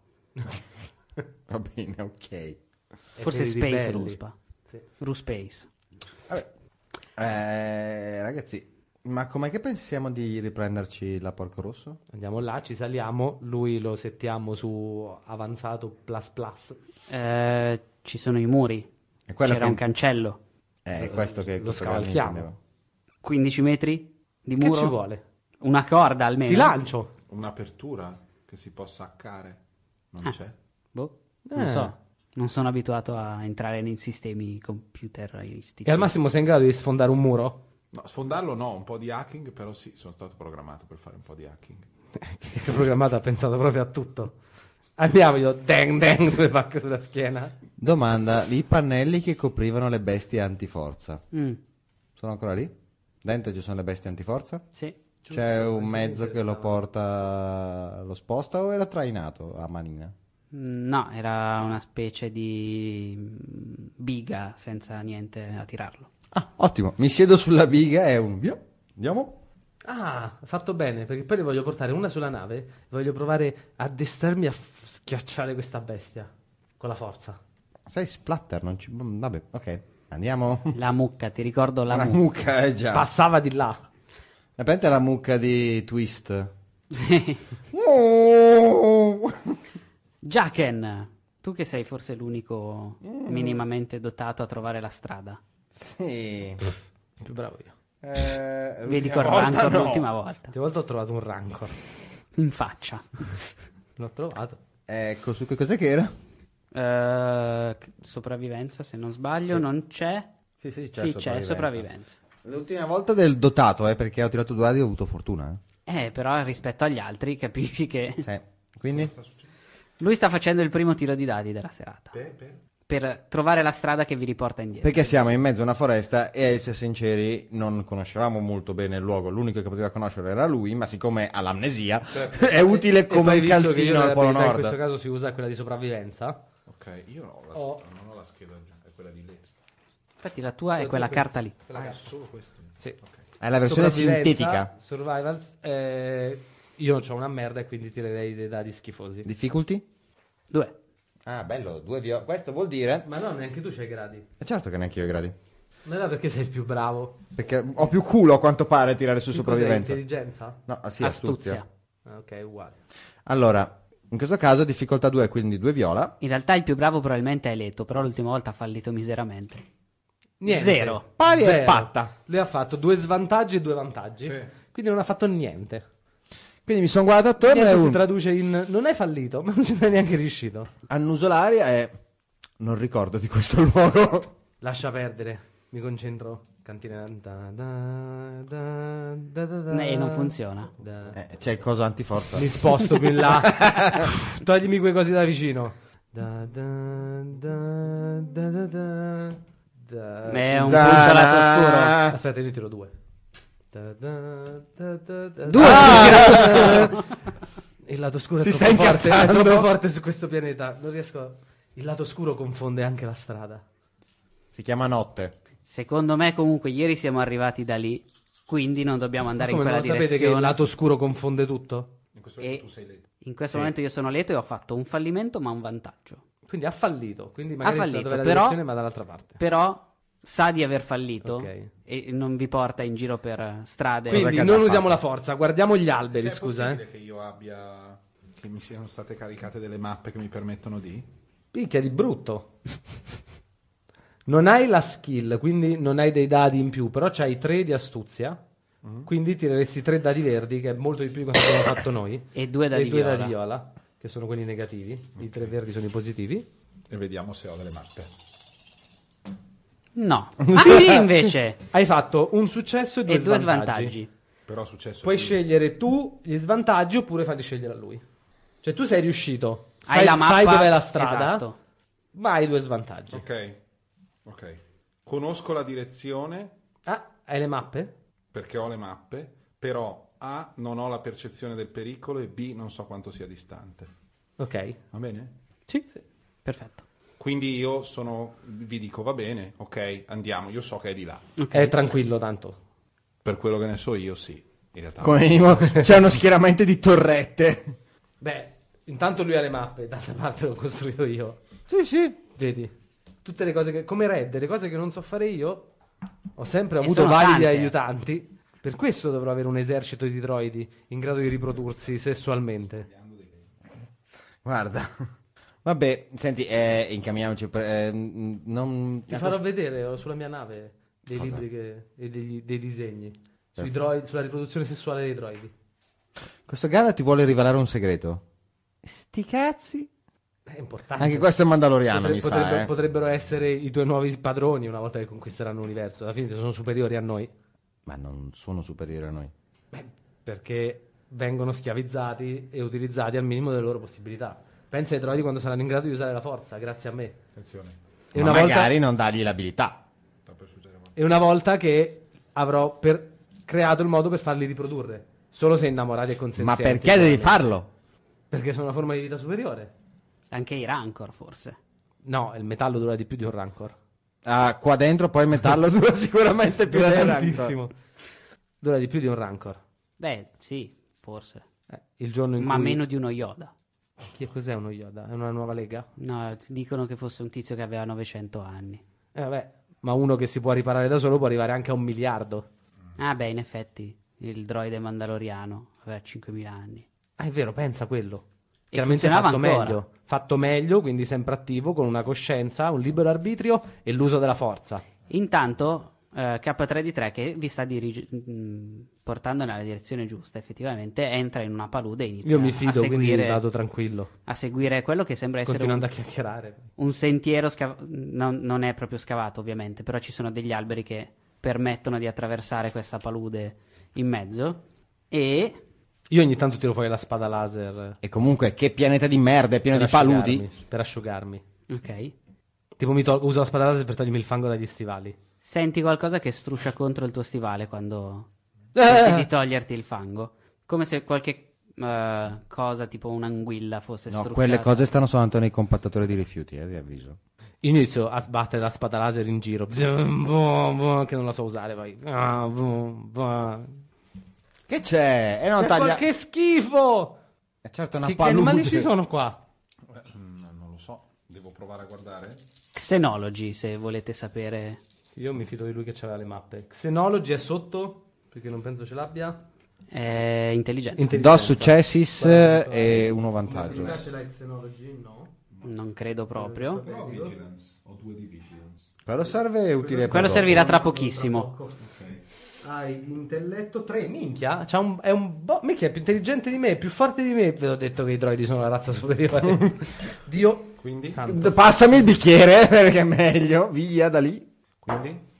[SPEAKER 4] Va bene, ok.
[SPEAKER 1] Forse
[SPEAKER 2] per i
[SPEAKER 1] Space
[SPEAKER 2] ribelli.
[SPEAKER 1] Ruspa.
[SPEAKER 2] Sì.
[SPEAKER 1] Ruspace.
[SPEAKER 4] Vabbè. Eh, ragazzi, ma com'è che pensiamo di riprenderci la Porco Rosso?
[SPEAKER 2] Andiamo là, ci saliamo, lui lo settiamo su avanzato plus plus.
[SPEAKER 1] Eh, ci sono i muri.
[SPEAKER 4] È quello
[SPEAKER 1] C'era
[SPEAKER 4] che-
[SPEAKER 1] un cancello.
[SPEAKER 4] Eh, questo che
[SPEAKER 2] lo
[SPEAKER 4] questo Galli
[SPEAKER 2] scavalchiamo.
[SPEAKER 4] intendeva.
[SPEAKER 1] 15 metri di
[SPEAKER 2] Che
[SPEAKER 1] muro.
[SPEAKER 2] ci vuole?
[SPEAKER 1] Una corda almeno.
[SPEAKER 2] Ti lancio!
[SPEAKER 3] Un'apertura che si possa accare. Non
[SPEAKER 1] Ah.
[SPEAKER 3] c'è.
[SPEAKER 1] Boh,
[SPEAKER 2] Eh.
[SPEAKER 1] non so. Non sono abituato a entrare nei sistemi computeristici.
[SPEAKER 2] E al massimo sei in grado di sfondare un muro?
[SPEAKER 3] No, sfondarlo no, un po' di hacking, però sì, sono stato programmato per fare un po' di hacking.
[SPEAKER 2] Il programmato ha pensato proprio a tutto. Andiamo io, dang dang, due pacche sulla schiena.
[SPEAKER 4] Domanda, i pannelli che coprivano le bestie antiforza,
[SPEAKER 1] Mm,
[SPEAKER 4] sono ancora lì? Dentro ci sono le bestie antiforza?
[SPEAKER 1] sì.
[SPEAKER 4] C'è un mezzo che lo porta, lo sposta o era trainato a manina?
[SPEAKER 1] Mm, No, era una specie di mm, biga senza niente a tirarlo.
[SPEAKER 4] Ah, ottimo, mi siedo sulla biga e un via, andiamo.
[SPEAKER 2] Ah, fatto bene, perché poi ne voglio portare una sulla nave e voglio provare a addestrarmi a f- schiacciare questa bestia con la forza.
[SPEAKER 4] Sei splatter, non ci... mm, vabbè, ok, andiamo.
[SPEAKER 1] La mucca, ti ricordo la
[SPEAKER 4] La
[SPEAKER 1] mucca.
[SPEAKER 4] mucca è già...
[SPEAKER 2] Passava di là.
[SPEAKER 4] La prendete la mucca di Twist.
[SPEAKER 1] Sì.
[SPEAKER 4] Oh!
[SPEAKER 1] Jaken, tu che sei forse l'unico
[SPEAKER 4] Mm.
[SPEAKER 1] minimamente dotato a trovare la strada.
[SPEAKER 4] Sì.
[SPEAKER 2] Più bravo io.
[SPEAKER 4] Eh,
[SPEAKER 1] Vedi
[SPEAKER 4] l'ultima
[SPEAKER 1] col
[SPEAKER 4] volta
[SPEAKER 1] rancor
[SPEAKER 4] no.
[SPEAKER 1] l'ultima volta.
[SPEAKER 2] L'ultima volta ho trovato un rancor.
[SPEAKER 1] In faccia.
[SPEAKER 2] L'ho trovato.
[SPEAKER 4] Ecco, su che cos'è che era?
[SPEAKER 1] Eh, sopravvivenza, se non sbaglio, non c'è.
[SPEAKER 4] Sì, sì,
[SPEAKER 1] Sì, c'è sopravvivenza.
[SPEAKER 4] L'ultima volta del dotato, eh, perché ho tirato due dadi e ho avuto fortuna.
[SPEAKER 1] Eh, però rispetto agli altri capisci che
[SPEAKER 4] eh. Sì. Quindi?
[SPEAKER 1] lui sta facendo il primo tiro di dadi della serata. Per trovare la strada che vi riporta indietro.
[SPEAKER 4] Perché siamo in mezzo a una foresta e a essere sinceri non conoscevamo molto bene il luogo, l'unico che poteva conoscerlo era lui, ma siccome ha l'amnesia è utile
[SPEAKER 2] Certo.
[SPEAKER 4] come
[SPEAKER 2] poi
[SPEAKER 4] un
[SPEAKER 2] visto che io
[SPEAKER 4] calzino al Polo
[SPEAKER 2] l'abilità In
[SPEAKER 4] Nord.
[SPEAKER 2] questo caso si usa quella di sopravvivenza.
[SPEAKER 3] Ok, io no, la-
[SPEAKER 2] Oh.
[SPEAKER 3] non ho la scheda già, è quella di lei.
[SPEAKER 1] Infatti la tua è quella carta lì.
[SPEAKER 3] Quella che ha solo questo.
[SPEAKER 2] Sì.
[SPEAKER 4] È la versione
[SPEAKER 2] Sopravvivenza,
[SPEAKER 4] sintetica.
[SPEAKER 2] Survivals. eh, io ho una merda e quindi tirerei dei dadi schifosi.
[SPEAKER 4] Difficulty?
[SPEAKER 1] Due.
[SPEAKER 4] Ah, bello, due vio- Questo vuol dire...
[SPEAKER 2] Ma no, neanche tu c'hai gradi.
[SPEAKER 4] Eh, Certo che neanche io i gradi.
[SPEAKER 2] Non era perché sei il più bravo.
[SPEAKER 4] Perché ho più culo a quanto pare a tirare su
[SPEAKER 2] Cos'è,
[SPEAKER 4] sopravvivenza.
[SPEAKER 2] intelligenza?
[SPEAKER 4] No, ah, sì,
[SPEAKER 1] astuzia.
[SPEAKER 4] astuzia.
[SPEAKER 2] Ah, ok, uguale.
[SPEAKER 4] Allora, in questo caso difficoltà 2, quindi 2 viola.
[SPEAKER 1] In realtà il più bravo probabilmente è Leto, però l'ultima volta ha fallito miseramente.
[SPEAKER 2] Niente.
[SPEAKER 1] Zero.
[SPEAKER 4] Pari e patta.
[SPEAKER 2] Lui ha fatto due svantaggi e due vantaggi.
[SPEAKER 3] Sì.
[SPEAKER 2] Quindi non ha fatto niente.
[SPEAKER 4] Quindi mi sono guardato attorno e
[SPEAKER 2] Niente si
[SPEAKER 4] un...
[SPEAKER 2] traduce in non hai fallito, ma non ci sei neanche riuscito.
[SPEAKER 4] annuso l'aria e non ricordo di questo luogo.
[SPEAKER 2] Lascia perdere. Mi concentro. Cantina. da, da, da, da, da, da.
[SPEAKER 1] E Eh, non funziona.
[SPEAKER 2] Da.
[SPEAKER 4] Eh, c'è cosa antiforza.
[SPEAKER 2] Mi sposto più in là. Toglimi quei cosi da vicino. Da, da, da, da, da, da, da.
[SPEAKER 1] È un
[SPEAKER 4] Da-
[SPEAKER 1] punto lato scuro.
[SPEAKER 2] Aspetta, io tiro due. Due! Ah! Il lato scuro è
[SPEAKER 4] Si
[SPEAKER 2] troppo
[SPEAKER 4] sta
[SPEAKER 2] forte, è
[SPEAKER 4] incazzando.
[SPEAKER 2] troppo forte su questo pianeta. Non riesco. a- Il lato scuro confonde anche la strada.
[SPEAKER 4] Si chiama Notte.
[SPEAKER 1] Secondo me, comunque, ieri siamo arrivati da lì. Quindi non dobbiamo
[SPEAKER 2] Ma
[SPEAKER 1] andare in
[SPEAKER 2] come
[SPEAKER 1] quella
[SPEAKER 2] non sapete che
[SPEAKER 1] direzione.
[SPEAKER 2] il lato scuro confonde tutto?
[SPEAKER 3] In questo
[SPEAKER 1] E
[SPEAKER 3] momento tu sei lì.
[SPEAKER 1] in questo momento io sono lieto e ho fatto un fallimento, ma un vantaggio.
[SPEAKER 2] Quindi ha fallito. Quindi magari
[SPEAKER 1] Ha
[SPEAKER 2] è stata
[SPEAKER 1] fallito,
[SPEAKER 2] dalla
[SPEAKER 1] però-
[SPEAKER 2] direzione, ma dall'altra parte.
[SPEAKER 1] Però sa di aver fallito
[SPEAKER 2] Ok.
[SPEAKER 1] e non vi porta in giro per eh, strade.
[SPEAKER 2] Quindi
[SPEAKER 4] che
[SPEAKER 2] non
[SPEAKER 4] ha
[SPEAKER 2] usiamo
[SPEAKER 4] fatto?
[SPEAKER 2] la forza, guardiamo gli alberi,
[SPEAKER 3] Cioè, è
[SPEAKER 2] scusa.
[SPEAKER 3] possibile
[SPEAKER 2] Eh.
[SPEAKER 3] che io abbia che mi siano state caricate delle mappe che mi permettono di
[SPEAKER 2] Picchia di brutto. non hai la skill, quindi non hai dei dadi in più, però c'hai tre di astuzia.
[SPEAKER 3] Mm-hmm.
[SPEAKER 2] Quindi tireresti tre dadi verdi, che è molto di più di quanto abbiamo fatto noi.
[SPEAKER 1] E due dadi
[SPEAKER 2] e due
[SPEAKER 1] viola.
[SPEAKER 2] dadi viola, che sono quelli negativi. I tre verdi sono i positivi.
[SPEAKER 3] e vediamo se ho delle mappe.
[SPEAKER 1] No. Ah, sì, invece.
[SPEAKER 2] Hai fatto un successo e due,
[SPEAKER 1] e due
[SPEAKER 2] svantaggi.
[SPEAKER 1] svantaggi.
[SPEAKER 3] Però è successo
[SPEAKER 2] Puoi
[SPEAKER 3] che-
[SPEAKER 2] scegliere tu gli svantaggi oppure farli scegliere a lui. Cioè, tu sei riuscito,
[SPEAKER 1] Hai
[SPEAKER 2] sai,
[SPEAKER 1] la mappa,
[SPEAKER 2] sai dov'è la strada,
[SPEAKER 1] esatto.
[SPEAKER 2] ma hai due svantaggi.
[SPEAKER 3] Ok. Ok. Conosco la direzione
[SPEAKER 2] Ah, hai le mappe?
[SPEAKER 3] perché ho le mappe, però A non ho la percezione del pericolo e B non so quanto sia distante.
[SPEAKER 2] Ok.
[SPEAKER 3] Va bene?
[SPEAKER 1] Sì. Perfetto.
[SPEAKER 3] Quindi io sono vi dico va bene, ok, andiamo, io so che è di là.
[SPEAKER 2] È tranquillo tanto.
[SPEAKER 3] Per quello che ne so io sì, in realtà.
[SPEAKER 4] Come minimo c'è uno schieramento di torrette.
[SPEAKER 2] Beh, intanto lui ha le mappe, d'altra parte l'ho costruito io.
[SPEAKER 4] Sì, sì.
[SPEAKER 2] Vedi? Tutte le cose che... Come Red, le cose che non so fare io, ho sempre
[SPEAKER 1] E
[SPEAKER 2] avuto
[SPEAKER 1] sono
[SPEAKER 2] validi
[SPEAKER 1] tante.
[SPEAKER 2] aiutanti. Per questo dovrò avere un esercito di droidi in grado di riprodursi sessualmente.
[SPEAKER 4] Guarda. Vabbè, senti, eh, incamminiamoci. per- eh, mm, non...
[SPEAKER 2] Ti farò vedere ho sulla mia nave dei libri che- e degli- dei disegni sui droidi, sulla riproduzione sessuale dei droidi.
[SPEAKER 4] Questo gara ti vuole rivelare un segreto. Sti cazzi.
[SPEAKER 2] È importante.
[SPEAKER 4] Anche questo è Mandaloriano,
[SPEAKER 2] Potre-
[SPEAKER 4] mi sa.
[SPEAKER 2] potrebbe-
[SPEAKER 4] eh.
[SPEAKER 2] Potrebbero essere i due nuovi padroni una volta che conquisteranno l'universo. Alla fine sono superiori a noi.
[SPEAKER 4] Ma non sono superiori a noi.
[SPEAKER 2] Beh, perché vengono schiavizzati e utilizzati al minimo delle loro possibilità. Pensa ai droidi quando saranno in grado di usare la forza, grazie a me.
[SPEAKER 3] Attenzione,
[SPEAKER 2] E
[SPEAKER 4] Ma
[SPEAKER 2] una,
[SPEAKER 4] magari
[SPEAKER 2] volta,
[SPEAKER 4] non dargli l'abilità.
[SPEAKER 3] sta per succedere qualcosa.
[SPEAKER 2] e una volta che avrò per- creato il modo per farli riprodurre, solo se innamorati e
[SPEAKER 4] Ma
[SPEAKER 2] consenzienti.
[SPEAKER 4] perché devi farlo?
[SPEAKER 2] Perché sono una forma di vita superiore.
[SPEAKER 1] Anche i Rancor, forse.
[SPEAKER 2] No, il metallo dura di più di un rancor.
[SPEAKER 4] Ah, qua dentro poi il metallo dura sicuramente più
[SPEAKER 2] Dura
[SPEAKER 4] del rancor.
[SPEAKER 2] tantissimo. Dura di più di un rancor.
[SPEAKER 1] Beh, sì, forse.
[SPEAKER 2] Eh, il giorno in
[SPEAKER 1] Ma
[SPEAKER 2] cui...
[SPEAKER 1] meno di uno Yoda.
[SPEAKER 2] Che cos'è uno Yoda? È una nuova lega?
[SPEAKER 1] No, dicono che fosse un tizio che aveva 900 anni.
[SPEAKER 2] Eh, vabbè, ma uno che si può riparare da solo può arrivare anche a un miliardo.
[SPEAKER 1] Ah, beh, in effetti, il droide mandaloriano aveva 5.000 anni.
[SPEAKER 2] Ah, è vero, pensa a quello.
[SPEAKER 1] E
[SPEAKER 2] Chiaramente
[SPEAKER 1] funzionava
[SPEAKER 2] fatto
[SPEAKER 1] ancora.
[SPEAKER 2] meglio. Fatto meglio, quindi sempre attivo, con una coscienza, un libero arbitrio e l'uso della forza.
[SPEAKER 1] Intanto, eh, K3D3, che vi sta dirige- mh, portando nella direzione giusta, effettivamente, entra in una palude e inizia
[SPEAKER 2] Io mi
[SPEAKER 1] a,
[SPEAKER 2] fido, quindi
[SPEAKER 1] seguire,
[SPEAKER 2] vado tranquillo.
[SPEAKER 1] a seguire quello che sembra essere un,
[SPEAKER 2] Continuando a chiacchierare.
[SPEAKER 1] un sentiero scavato. Non, non è proprio scavato, ovviamente, però ci sono degli alberi che permettono di attraversare questa palude in mezzo. E
[SPEAKER 2] Io ogni tanto tiro fuori la spada laser. eh,
[SPEAKER 4] E comunque, che pianeta di merda, è pieno
[SPEAKER 2] per
[SPEAKER 4] di paludi.
[SPEAKER 2] asciugarmi, Per asciugarmi.
[SPEAKER 1] Ok.
[SPEAKER 2] Tipo mi tolgo- uso la spada laser per togliermi il fango dagli stivali.
[SPEAKER 1] Senti qualcosa che struscia contro il tuo stivale quando
[SPEAKER 2] Eh!
[SPEAKER 1] cerchi di toglierti il fango. Come se qualche eh, cosa tipo un'anguilla fosse
[SPEAKER 4] No,
[SPEAKER 1] strucciata.
[SPEAKER 4] quelle cose stanno soltanto nei compattatori di rifiuti, eh, vi avviso.
[SPEAKER 2] Inizio a sbattere la spada laser in giro. Vzum, vum, vum, Che non la so usare poi. Ah, vum, vum.
[SPEAKER 4] Che c'è? È una
[SPEAKER 2] Ma
[SPEAKER 4] taglia.
[SPEAKER 2] Cioè, Che schifo!
[SPEAKER 4] È certo una
[SPEAKER 2] Che, che
[SPEAKER 4] palude.
[SPEAKER 2] animali ci sono qua?
[SPEAKER 3] Eh, mm, non lo so, devo provare a guardare.
[SPEAKER 1] Xenology, se volete sapere.
[SPEAKER 2] Io mi fido di lui che c'aveva le mappe. Xenology è sotto? Perché non penso ce l'abbia.
[SPEAKER 1] È intelligenza.
[SPEAKER 2] Intelligenza.
[SPEAKER 4] Dos successis eh, e uno vantaggio.
[SPEAKER 2] Prima ce l'hai Xenology? No.
[SPEAKER 1] non credo proprio.
[SPEAKER 3] Però ho vigilance, ho due di vigilance.
[SPEAKER 4] Quello serve è utile per
[SPEAKER 1] Quello
[SPEAKER 4] dopo.
[SPEAKER 1] servirà tra pochissimo.
[SPEAKER 2] Hai l'intelletto 3, minchia. C'ha un- è un bo- minchia, è più intelligente di me, è più forte di me. Ve l'ho detto che i droidi sono la razza superiore. Dio.
[SPEAKER 3] Quindi?
[SPEAKER 2] santo.
[SPEAKER 4] D- Passami il bicchiere eh, perché è meglio. Via da lì.
[SPEAKER 3] Quindi?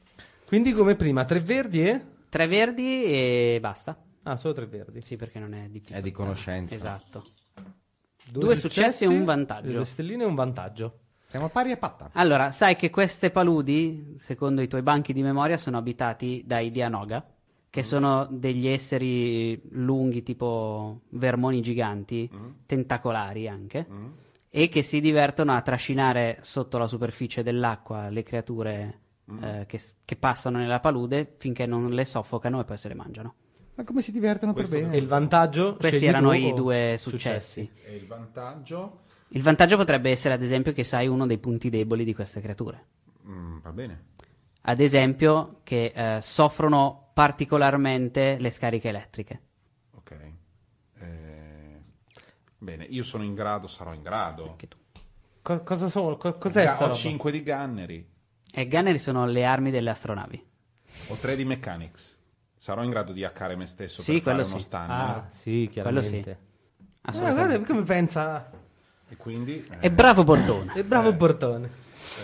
[SPEAKER 2] Quindi come prima, tre verdi e...
[SPEAKER 1] Tre verdi e basta.
[SPEAKER 2] Ah, solo tre verdi.
[SPEAKER 1] Sì, perché non è difficile.
[SPEAKER 4] È di conoscenza.
[SPEAKER 1] Esatto. Due successi e un vantaggio.
[SPEAKER 2] Due stelline e un vantaggio.
[SPEAKER 4] Siamo pari e patta.
[SPEAKER 1] Allora, sai che queste paludi, secondo i tuoi banchi di memoria, sono abitati dai Dianoga, che sono degli esseri lunghi tipo vermoni giganti, tentacolari anche, e che si divertono a trascinare sotto la superficie dell'acqua le creature eh, che, s- che passano nella palude finché non le soffocano e poi se le mangiano.
[SPEAKER 4] Ma come si divertono per
[SPEAKER 2] E
[SPEAKER 4] bene?
[SPEAKER 2] il vantaggio?
[SPEAKER 1] Questi
[SPEAKER 2] Scegli
[SPEAKER 1] erano
[SPEAKER 2] tu
[SPEAKER 1] i
[SPEAKER 2] o-
[SPEAKER 1] due successi.
[SPEAKER 3] E il vantaggio?
[SPEAKER 1] Il vantaggio potrebbe essere, ad esempio, che sai uno dei punti deboli di queste creature.
[SPEAKER 3] Mm, va bene.
[SPEAKER 1] Ad esempio, che eh, soffrono particolarmente le scariche elettriche.
[SPEAKER 3] Ok. Eh, bene, io sono in grado, sarò in grado.
[SPEAKER 1] Anche tu.
[SPEAKER 2] Co- cosa sono? Co- cos'è sta
[SPEAKER 3] Ho
[SPEAKER 2] roba?
[SPEAKER 3] 5 di Gunnery,
[SPEAKER 1] E Gunnery sono le armi delle astronavi.
[SPEAKER 3] ho 3 di Mechanics. Sarò in grado di hackare me stesso
[SPEAKER 1] Sì,
[SPEAKER 3] per fare
[SPEAKER 1] quello
[SPEAKER 3] uno
[SPEAKER 1] sì.
[SPEAKER 3] stunner.
[SPEAKER 2] Ah, sì,
[SPEAKER 1] Quello
[SPEAKER 2] chiaramente. Ah,
[SPEAKER 1] Assolutamente.
[SPEAKER 2] guarda come pensa.
[SPEAKER 3] E quindi... eh,
[SPEAKER 1] E bravo Bordone.
[SPEAKER 2] È bravo Bortone.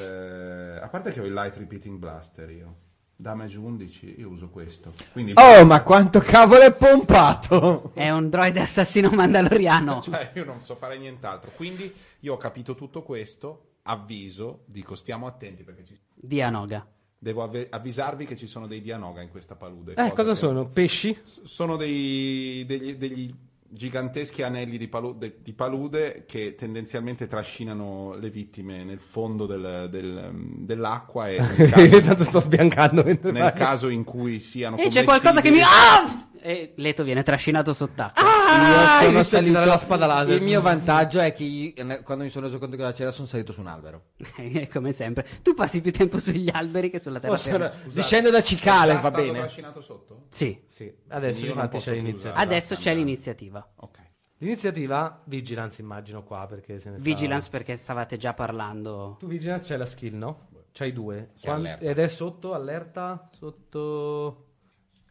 [SPEAKER 3] eh, a parte che ho il Light Repeating Blaster io. Damage 11, io uso questo. Quindi
[SPEAKER 4] Oh, ma quanto cavolo è pompato!
[SPEAKER 1] È un droide assassino mandaloriano.
[SPEAKER 3] Cioè, io non so fare nient'altro. Quindi io ho capito tutto questo, avviso, dico stiamo attenti perché ci...
[SPEAKER 1] Di Anoga.
[SPEAKER 3] devo avve- avvisarvi che ci sono dei Dianoga in questa palude.
[SPEAKER 2] Eh, cosa
[SPEAKER 3] che-
[SPEAKER 2] sono? Pesci?
[SPEAKER 3] S- Sono dei, degli, degli giganteschi anelli di palude, di palude che tendenzialmente trascinano le vittime nel fondo del- del- mm, dell'acqua e nel caso,
[SPEAKER 2] Tanto sto sbiancando mentre
[SPEAKER 3] nel
[SPEAKER 2] parli.
[SPEAKER 3] caso in cui siano
[SPEAKER 1] E Eh, c'è qualcosa che mi...
[SPEAKER 3] commestibili-
[SPEAKER 1] Ah! E Leto viene trascinato sott'acqua.
[SPEAKER 2] Ah,
[SPEAKER 4] Io sono
[SPEAKER 2] inizia a girare
[SPEAKER 4] salito
[SPEAKER 2] la spada laser.
[SPEAKER 4] Il mio vantaggio è che io- quando mi sono reso conto che la c'era sono salito su un albero.
[SPEAKER 1] Come sempre. Tu passi più tempo sugli alberi che sulla terra.
[SPEAKER 4] Oh, sono-
[SPEAKER 1] ferma.
[SPEAKER 4] Discendo da cicale,
[SPEAKER 3] Sarà
[SPEAKER 4] va
[SPEAKER 3] stato
[SPEAKER 4] bene.
[SPEAKER 3] trascinato sotto?
[SPEAKER 1] Sì.
[SPEAKER 2] Sì, adesso
[SPEAKER 3] Io non
[SPEAKER 2] infatti
[SPEAKER 3] posso
[SPEAKER 2] c'è
[SPEAKER 3] più
[SPEAKER 2] l'inizio.
[SPEAKER 3] usare.
[SPEAKER 1] Adesso c'è l'iniziativa.
[SPEAKER 2] Esatto.
[SPEAKER 3] Ok.
[SPEAKER 2] L'iniziativa vigilance immagino qua perché se ne sta-
[SPEAKER 1] Vigilance perché stavate già parlando.
[SPEAKER 2] Tu vigilance c'è la skill, no? C'hai due.
[SPEAKER 3] Sì,
[SPEAKER 2] Quan-
[SPEAKER 3] allerta.
[SPEAKER 2] Ed è sotto allerta, sotto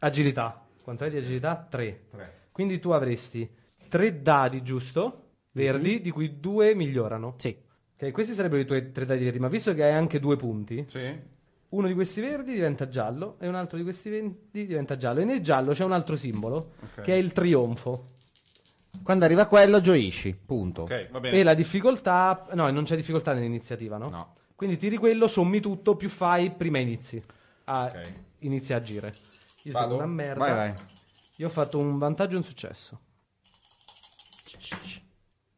[SPEAKER 2] agilità. Quanto è di agilità? 3.
[SPEAKER 3] Tre.
[SPEAKER 2] Quindi tu avresti tre dadi, giusto? Verdi, di cui due migliorano.
[SPEAKER 1] Sì.
[SPEAKER 2] Ok, questi sarebbero i tuoi tre dadi verdi, ma visto che hai anche due punti,
[SPEAKER 3] Sì.
[SPEAKER 2] uno di questi verdi diventa giallo e un altro di questi verdi diventa giallo. E nel giallo c'è un altro simbolo,
[SPEAKER 3] Ok.
[SPEAKER 2] che è il trionfo.
[SPEAKER 4] Quando arriva quello, gioisci. Punto.
[SPEAKER 3] Ok, va
[SPEAKER 2] E
[SPEAKER 3] bene.
[SPEAKER 2] la difficoltà... No, non c'è difficoltà nell'iniziativa, no?
[SPEAKER 3] No.
[SPEAKER 2] Quindi tiri quello, sommi tutto, più fai, prima inizi. Ah,
[SPEAKER 3] Ok.
[SPEAKER 2] Inizi a agire. Io
[SPEAKER 3] Vado?
[SPEAKER 2] sono una merda.
[SPEAKER 4] Vai, vai.
[SPEAKER 2] Io ho fatto un vantaggio e un successo.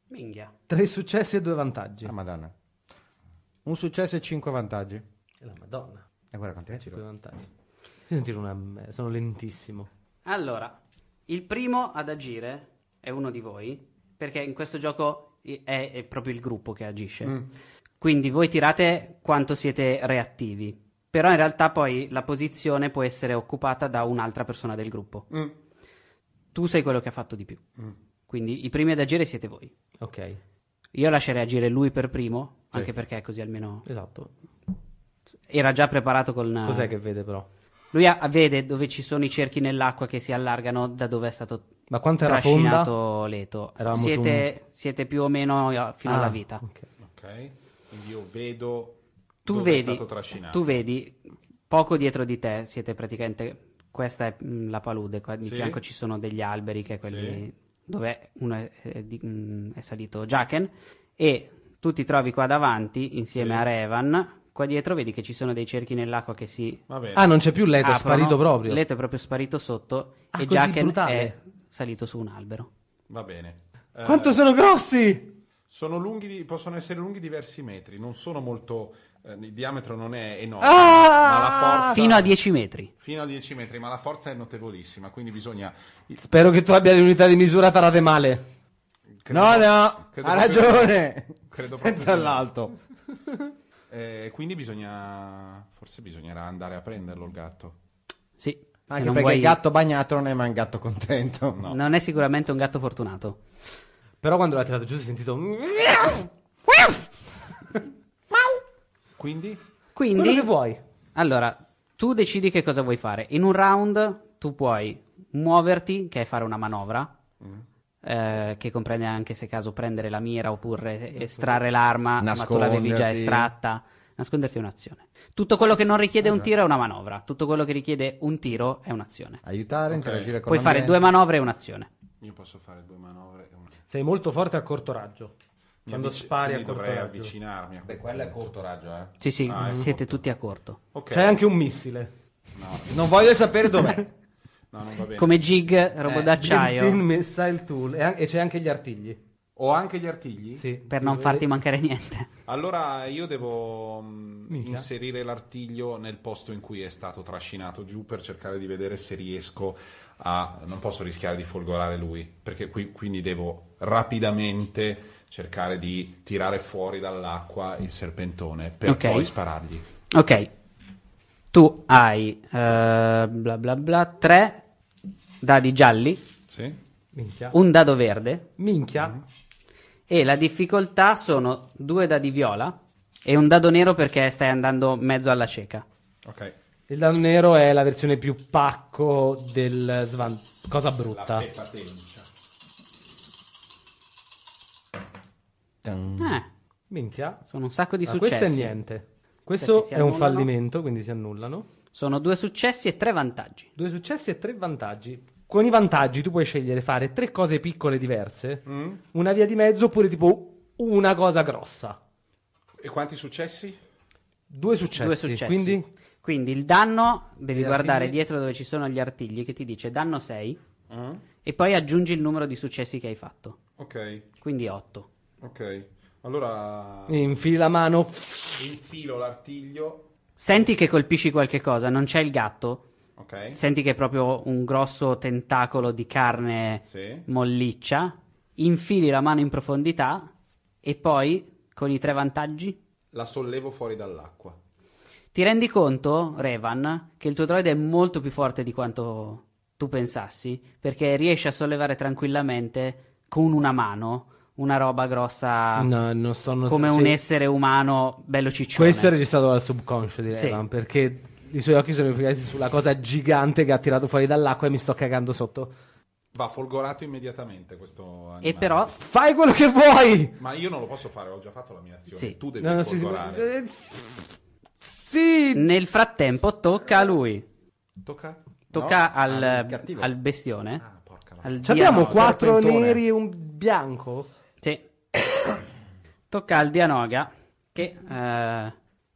[SPEAKER 1] Minghia.
[SPEAKER 2] Tre successi e due vantaggi.
[SPEAKER 4] Ah, madonna. Un successo e cinque vantaggi. E
[SPEAKER 2] E la madonna.
[SPEAKER 4] guarda quanti ne
[SPEAKER 2] Due
[SPEAKER 4] tiro.
[SPEAKER 2] vantaggi. Io non tiro una merda, sono lentissimo.
[SPEAKER 1] Allora, il primo ad agire è uno di voi, perché in questo gioco i- è, è proprio il gruppo che agisce.
[SPEAKER 2] Mm.
[SPEAKER 1] Quindi voi tirate quanto siete reattivi, però in realtà poi la posizione può essere occupata da un'altra persona del gruppo.
[SPEAKER 2] Mm.
[SPEAKER 1] Tu sei quello che ha fatto di più. Quindi i primi ad agire siete voi.
[SPEAKER 2] Ok,
[SPEAKER 1] Io lascerei agire lui per primo,
[SPEAKER 4] Sì.
[SPEAKER 1] anche perché così almeno
[SPEAKER 2] esatto.
[SPEAKER 1] era già preparato con...
[SPEAKER 2] Cos'è che vede però?
[SPEAKER 1] Lui ha- vede dove ci sono i cerchi nell'acqua che si allargano da dove è stato
[SPEAKER 2] Ma quanto era
[SPEAKER 1] trascinato
[SPEAKER 2] fonda?
[SPEAKER 1] Leto.
[SPEAKER 2] Eravamo
[SPEAKER 1] Siete, siete più o meno eh, fino
[SPEAKER 2] Ah,
[SPEAKER 1] alla vita.
[SPEAKER 2] ok.
[SPEAKER 3] Ok. Quindi io vedo
[SPEAKER 1] Tu
[SPEAKER 3] dove è
[SPEAKER 1] vedi,
[SPEAKER 3] stato trascinato.
[SPEAKER 1] tu vedi poco dietro di te, siete praticamente. Questa è mh, la palude, qua di
[SPEAKER 3] Sì.
[SPEAKER 1] fianco ci sono degli alberi che è quelli
[SPEAKER 3] Sì.
[SPEAKER 1] dove uno è, è di- mh, è salito Jaken. E tu ti trovi qua davanti insieme
[SPEAKER 3] Sì.
[SPEAKER 1] a Revan. Qua dietro vedi che ci sono dei cerchi nell'acqua che si
[SPEAKER 3] Va bene.
[SPEAKER 2] Ah, non c'è più Leto, è
[SPEAKER 1] aprono.
[SPEAKER 2] sparito proprio.
[SPEAKER 1] Leto è proprio sparito sotto
[SPEAKER 2] Ah,
[SPEAKER 1] e
[SPEAKER 2] così
[SPEAKER 1] Jaken
[SPEAKER 2] brutale.
[SPEAKER 1] è salito su un albero.
[SPEAKER 3] Va bene. Eh,
[SPEAKER 2] Quanto sono grossi!
[SPEAKER 3] Sono lunghi, di- possono essere lunghi diversi metri, non sono molto, eh, il diametro non è enorme,
[SPEAKER 2] Ah!
[SPEAKER 3] ma la forza,
[SPEAKER 1] Fino a 10 metri.
[SPEAKER 3] fino a 10 metri, ma la forza è notevolissima, quindi bisogna...
[SPEAKER 2] Spero che tu abbia le unità di misura tarate male.
[SPEAKER 3] credo-
[SPEAKER 4] no, no,
[SPEAKER 3] credo proprio-
[SPEAKER 4] ha ragione.
[SPEAKER 3] credo proprio
[SPEAKER 4] Senza l'alto.
[SPEAKER 3] Eh, quindi bisogna, forse bisognerà andare a prenderlo il gatto.
[SPEAKER 1] Sì, se
[SPEAKER 4] Anche
[SPEAKER 1] non
[SPEAKER 4] perché
[SPEAKER 1] vuoi-
[SPEAKER 4] il gatto bagnato non è mai un gatto contento.
[SPEAKER 3] No.
[SPEAKER 1] non è sicuramente un gatto fortunato.
[SPEAKER 2] Però quando l'ha tirato giù si è sentito...
[SPEAKER 3] Quindi?
[SPEAKER 2] Quello
[SPEAKER 1] Quindi,
[SPEAKER 2] che vuoi.
[SPEAKER 1] allora, tu decidi che cosa vuoi fare. In un round tu puoi muoverti, che è fare una manovra,
[SPEAKER 4] Mm.
[SPEAKER 1] eh, che comprende anche se caso prendere la mira oppure estrarre l'arma, ma tu l'avevi già
[SPEAKER 4] Nasconderti.
[SPEAKER 1] estratta. Nasconderti è un'azione. Tutto quello che non richiede
[SPEAKER 4] Ah,
[SPEAKER 1] un tiro è una manovra. Tutto quello che richiede un tiro è un'azione.
[SPEAKER 4] Aiutare, interagire con
[SPEAKER 1] Puoi fare due
[SPEAKER 4] l'ambiente.
[SPEAKER 1] manovre e un'azione.
[SPEAKER 3] Io posso fare due manovre e una... Mi
[SPEAKER 2] Sei molto forte a corto raggio. Quando
[SPEAKER 3] avvic-
[SPEAKER 2] spari a
[SPEAKER 3] quindi
[SPEAKER 2] corto
[SPEAKER 3] dovrei
[SPEAKER 2] raggio.
[SPEAKER 3] avvicinarmi. a-
[SPEAKER 4] Beh, quello è corto raggio, eh.
[SPEAKER 1] Sì, sì,
[SPEAKER 3] Ah, è
[SPEAKER 1] siete tutti a corto.
[SPEAKER 3] Ok.
[SPEAKER 2] C'è anche un missile.
[SPEAKER 4] Non voglio sapere dov'è.
[SPEAKER 3] No, non va bene.
[SPEAKER 1] Come jig, robot
[SPEAKER 4] Eh,
[SPEAKER 2] Built-in
[SPEAKER 1] d'acciaio,
[SPEAKER 2] missile tool e, an- e c'è anche gli artigli.
[SPEAKER 3] Ho anche gli artigli?
[SPEAKER 2] Sì,
[SPEAKER 1] per non
[SPEAKER 2] Sì.
[SPEAKER 1] farti mancare niente.
[SPEAKER 3] Allora io devo mh,
[SPEAKER 2] Minchia.
[SPEAKER 3] inserire l'artiglio nel posto in cui è stato trascinato giù per cercare di vedere se riesco a... Non posso rischiare di folgorare lui, perché qui- quindi devo rapidamente cercare di tirare fuori dall'acqua il serpentone per
[SPEAKER 1] Ok.
[SPEAKER 3] poi sparargli.
[SPEAKER 1] Ok, tu hai eh, bla bla bla, tre dadi gialli,
[SPEAKER 3] Sì?
[SPEAKER 2] Minchia.
[SPEAKER 1] un dado verde
[SPEAKER 2] Minchia.
[SPEAKER 1] e la difficoltà sono due dadi viola e un dado nero perché stai andando mezzo alla cieca.
[SPEAKER 3] Ok.
[SPEAKER 2] Il dado nero è la versione più pacco del svan... Cosa brutta.
[SPEAKER 1] Eh,
[SPEAKER 2] Minchia.
[SPEAKER 1] sono un sacco di
[SPEAKER 2] Mm. Ma
[SPEAKER 1] successi.
[SPEAKER 2] questo è niente.
[SPEAKER 1] Questi
[SPEAKER 2] Questo
[SPEAKER 1] si
[SPEAKER 2] è un
[SPEAKER 1] annullano.
[SPEAKER 2] fallimento, quindi si annullano.
[SPEAKER 1] Sono due successi e tre vantaggi.
[SPEAKER 2] Due successi e tre vantaggi. Con i vantaggi tu puoi scegliere fare tre cose piccole diverse,
[SPEAKER 1] Mm.
[SPEAKER 3] Mm?
[SPEAKER 2] una via di mezzo oppure tipo una cosa grossa.
[SPEAKER 3] E quanti successi?
[SPEAKER 2] Due successi.
[SPEAKER 1] Due successi.
[SPEAKER 2] Quindi
[SPEAKER 1] Quindi il danno devi
[SPEAKER 2] Gli
[SPEAKER 1] guardare
[SPEAKER 2] artigli.
[SPEAKER 1] dietro dove ci sono gli artigli che ti dice danno 6 e poi aggiungi il numero di successi che hai fatto.
[SPEAKER 3] Ok,
[SPEAKER 1] Quindi 8.
[SPEAKER 3] ok. Allora
[SPEAKER 2] infili la mano.
[SPEAKER 3] infilo l'artiglio.
[SPEAKER 1] Senti che colpisci qualche cosa, non c'è il gatto,
[SPEAKER 3] Ok.
[SPEAKER 1] senti che è proprio un grosso tentacolo di carne
[SPEAKER 3] Sì.
[SPEAKER 1] molliccia, infili la mano in profondità e poi con i tre vantaggi
[SPEAKER 3] La sollevo fuori dall'acqua.
[SPEAKER 1] ti rendi conto, Revan, che il tuo droide è molto più forte di quanto tu pensassi, perché riesce a sollevare tranquillamente con una mano una roba grossa
[SPEAKER 2] No, non sto not-
[SPEAKER 1] Ah. come
[SPEAKER 2] sì.
[SPEAKER 1] un essere umano bello ciccione.
[SPEAKER 2] Questo è registrato dal subconscio di
[SPEAKER 1] Sì.
[SPEAKER 2] Revan, perché i suoi occhi sono fissati sulla cosa gigante che ha tirato fuori dall'acqua e mi sto cagando sotto.
[SPEAKER 3] Va folgorato immediatamente questo animale.
[SPEAKER 1] E però
[SPEAKER 2] Fai quello che vuoi!
[SPEAKER 3] Ma io non lo posso fare, ho già fatto la mia azione.
[SPEAKER 1] Sì.
[SPEAKER 3] Tu devi
[SPEAKER 2] No, no, sì, sì,
[SPEAKER 3] folgorare.
[SPEAKER 2] eh, sì. Sì.
[SPEAKER 1] nel frattempo tocca a lui.
[SPEAKER 3] Tocca.
[SPEAKER 1] Tocca
[SPEAKER 4] No,
[SPEAKER 1] al,
[SPEAKER 4] al cattivo.
[SPEAKER 1] al
[SPEAKER 2] Eh.
[SPEAKER 1] bestione.
[SPEAKER 3] Ah, porca la-
[SPEAKER 1] al
[SPEAKER 2] Ci abbiamo
[SPEAKER 1] Dianoga.
[SPEAKER 2] quattro
[SPEAKER 4] serpentone.
[SPEAKER 2] neri e un bianco.
[SPEAKER 1] Sì. Tocca al Dianoga che eh,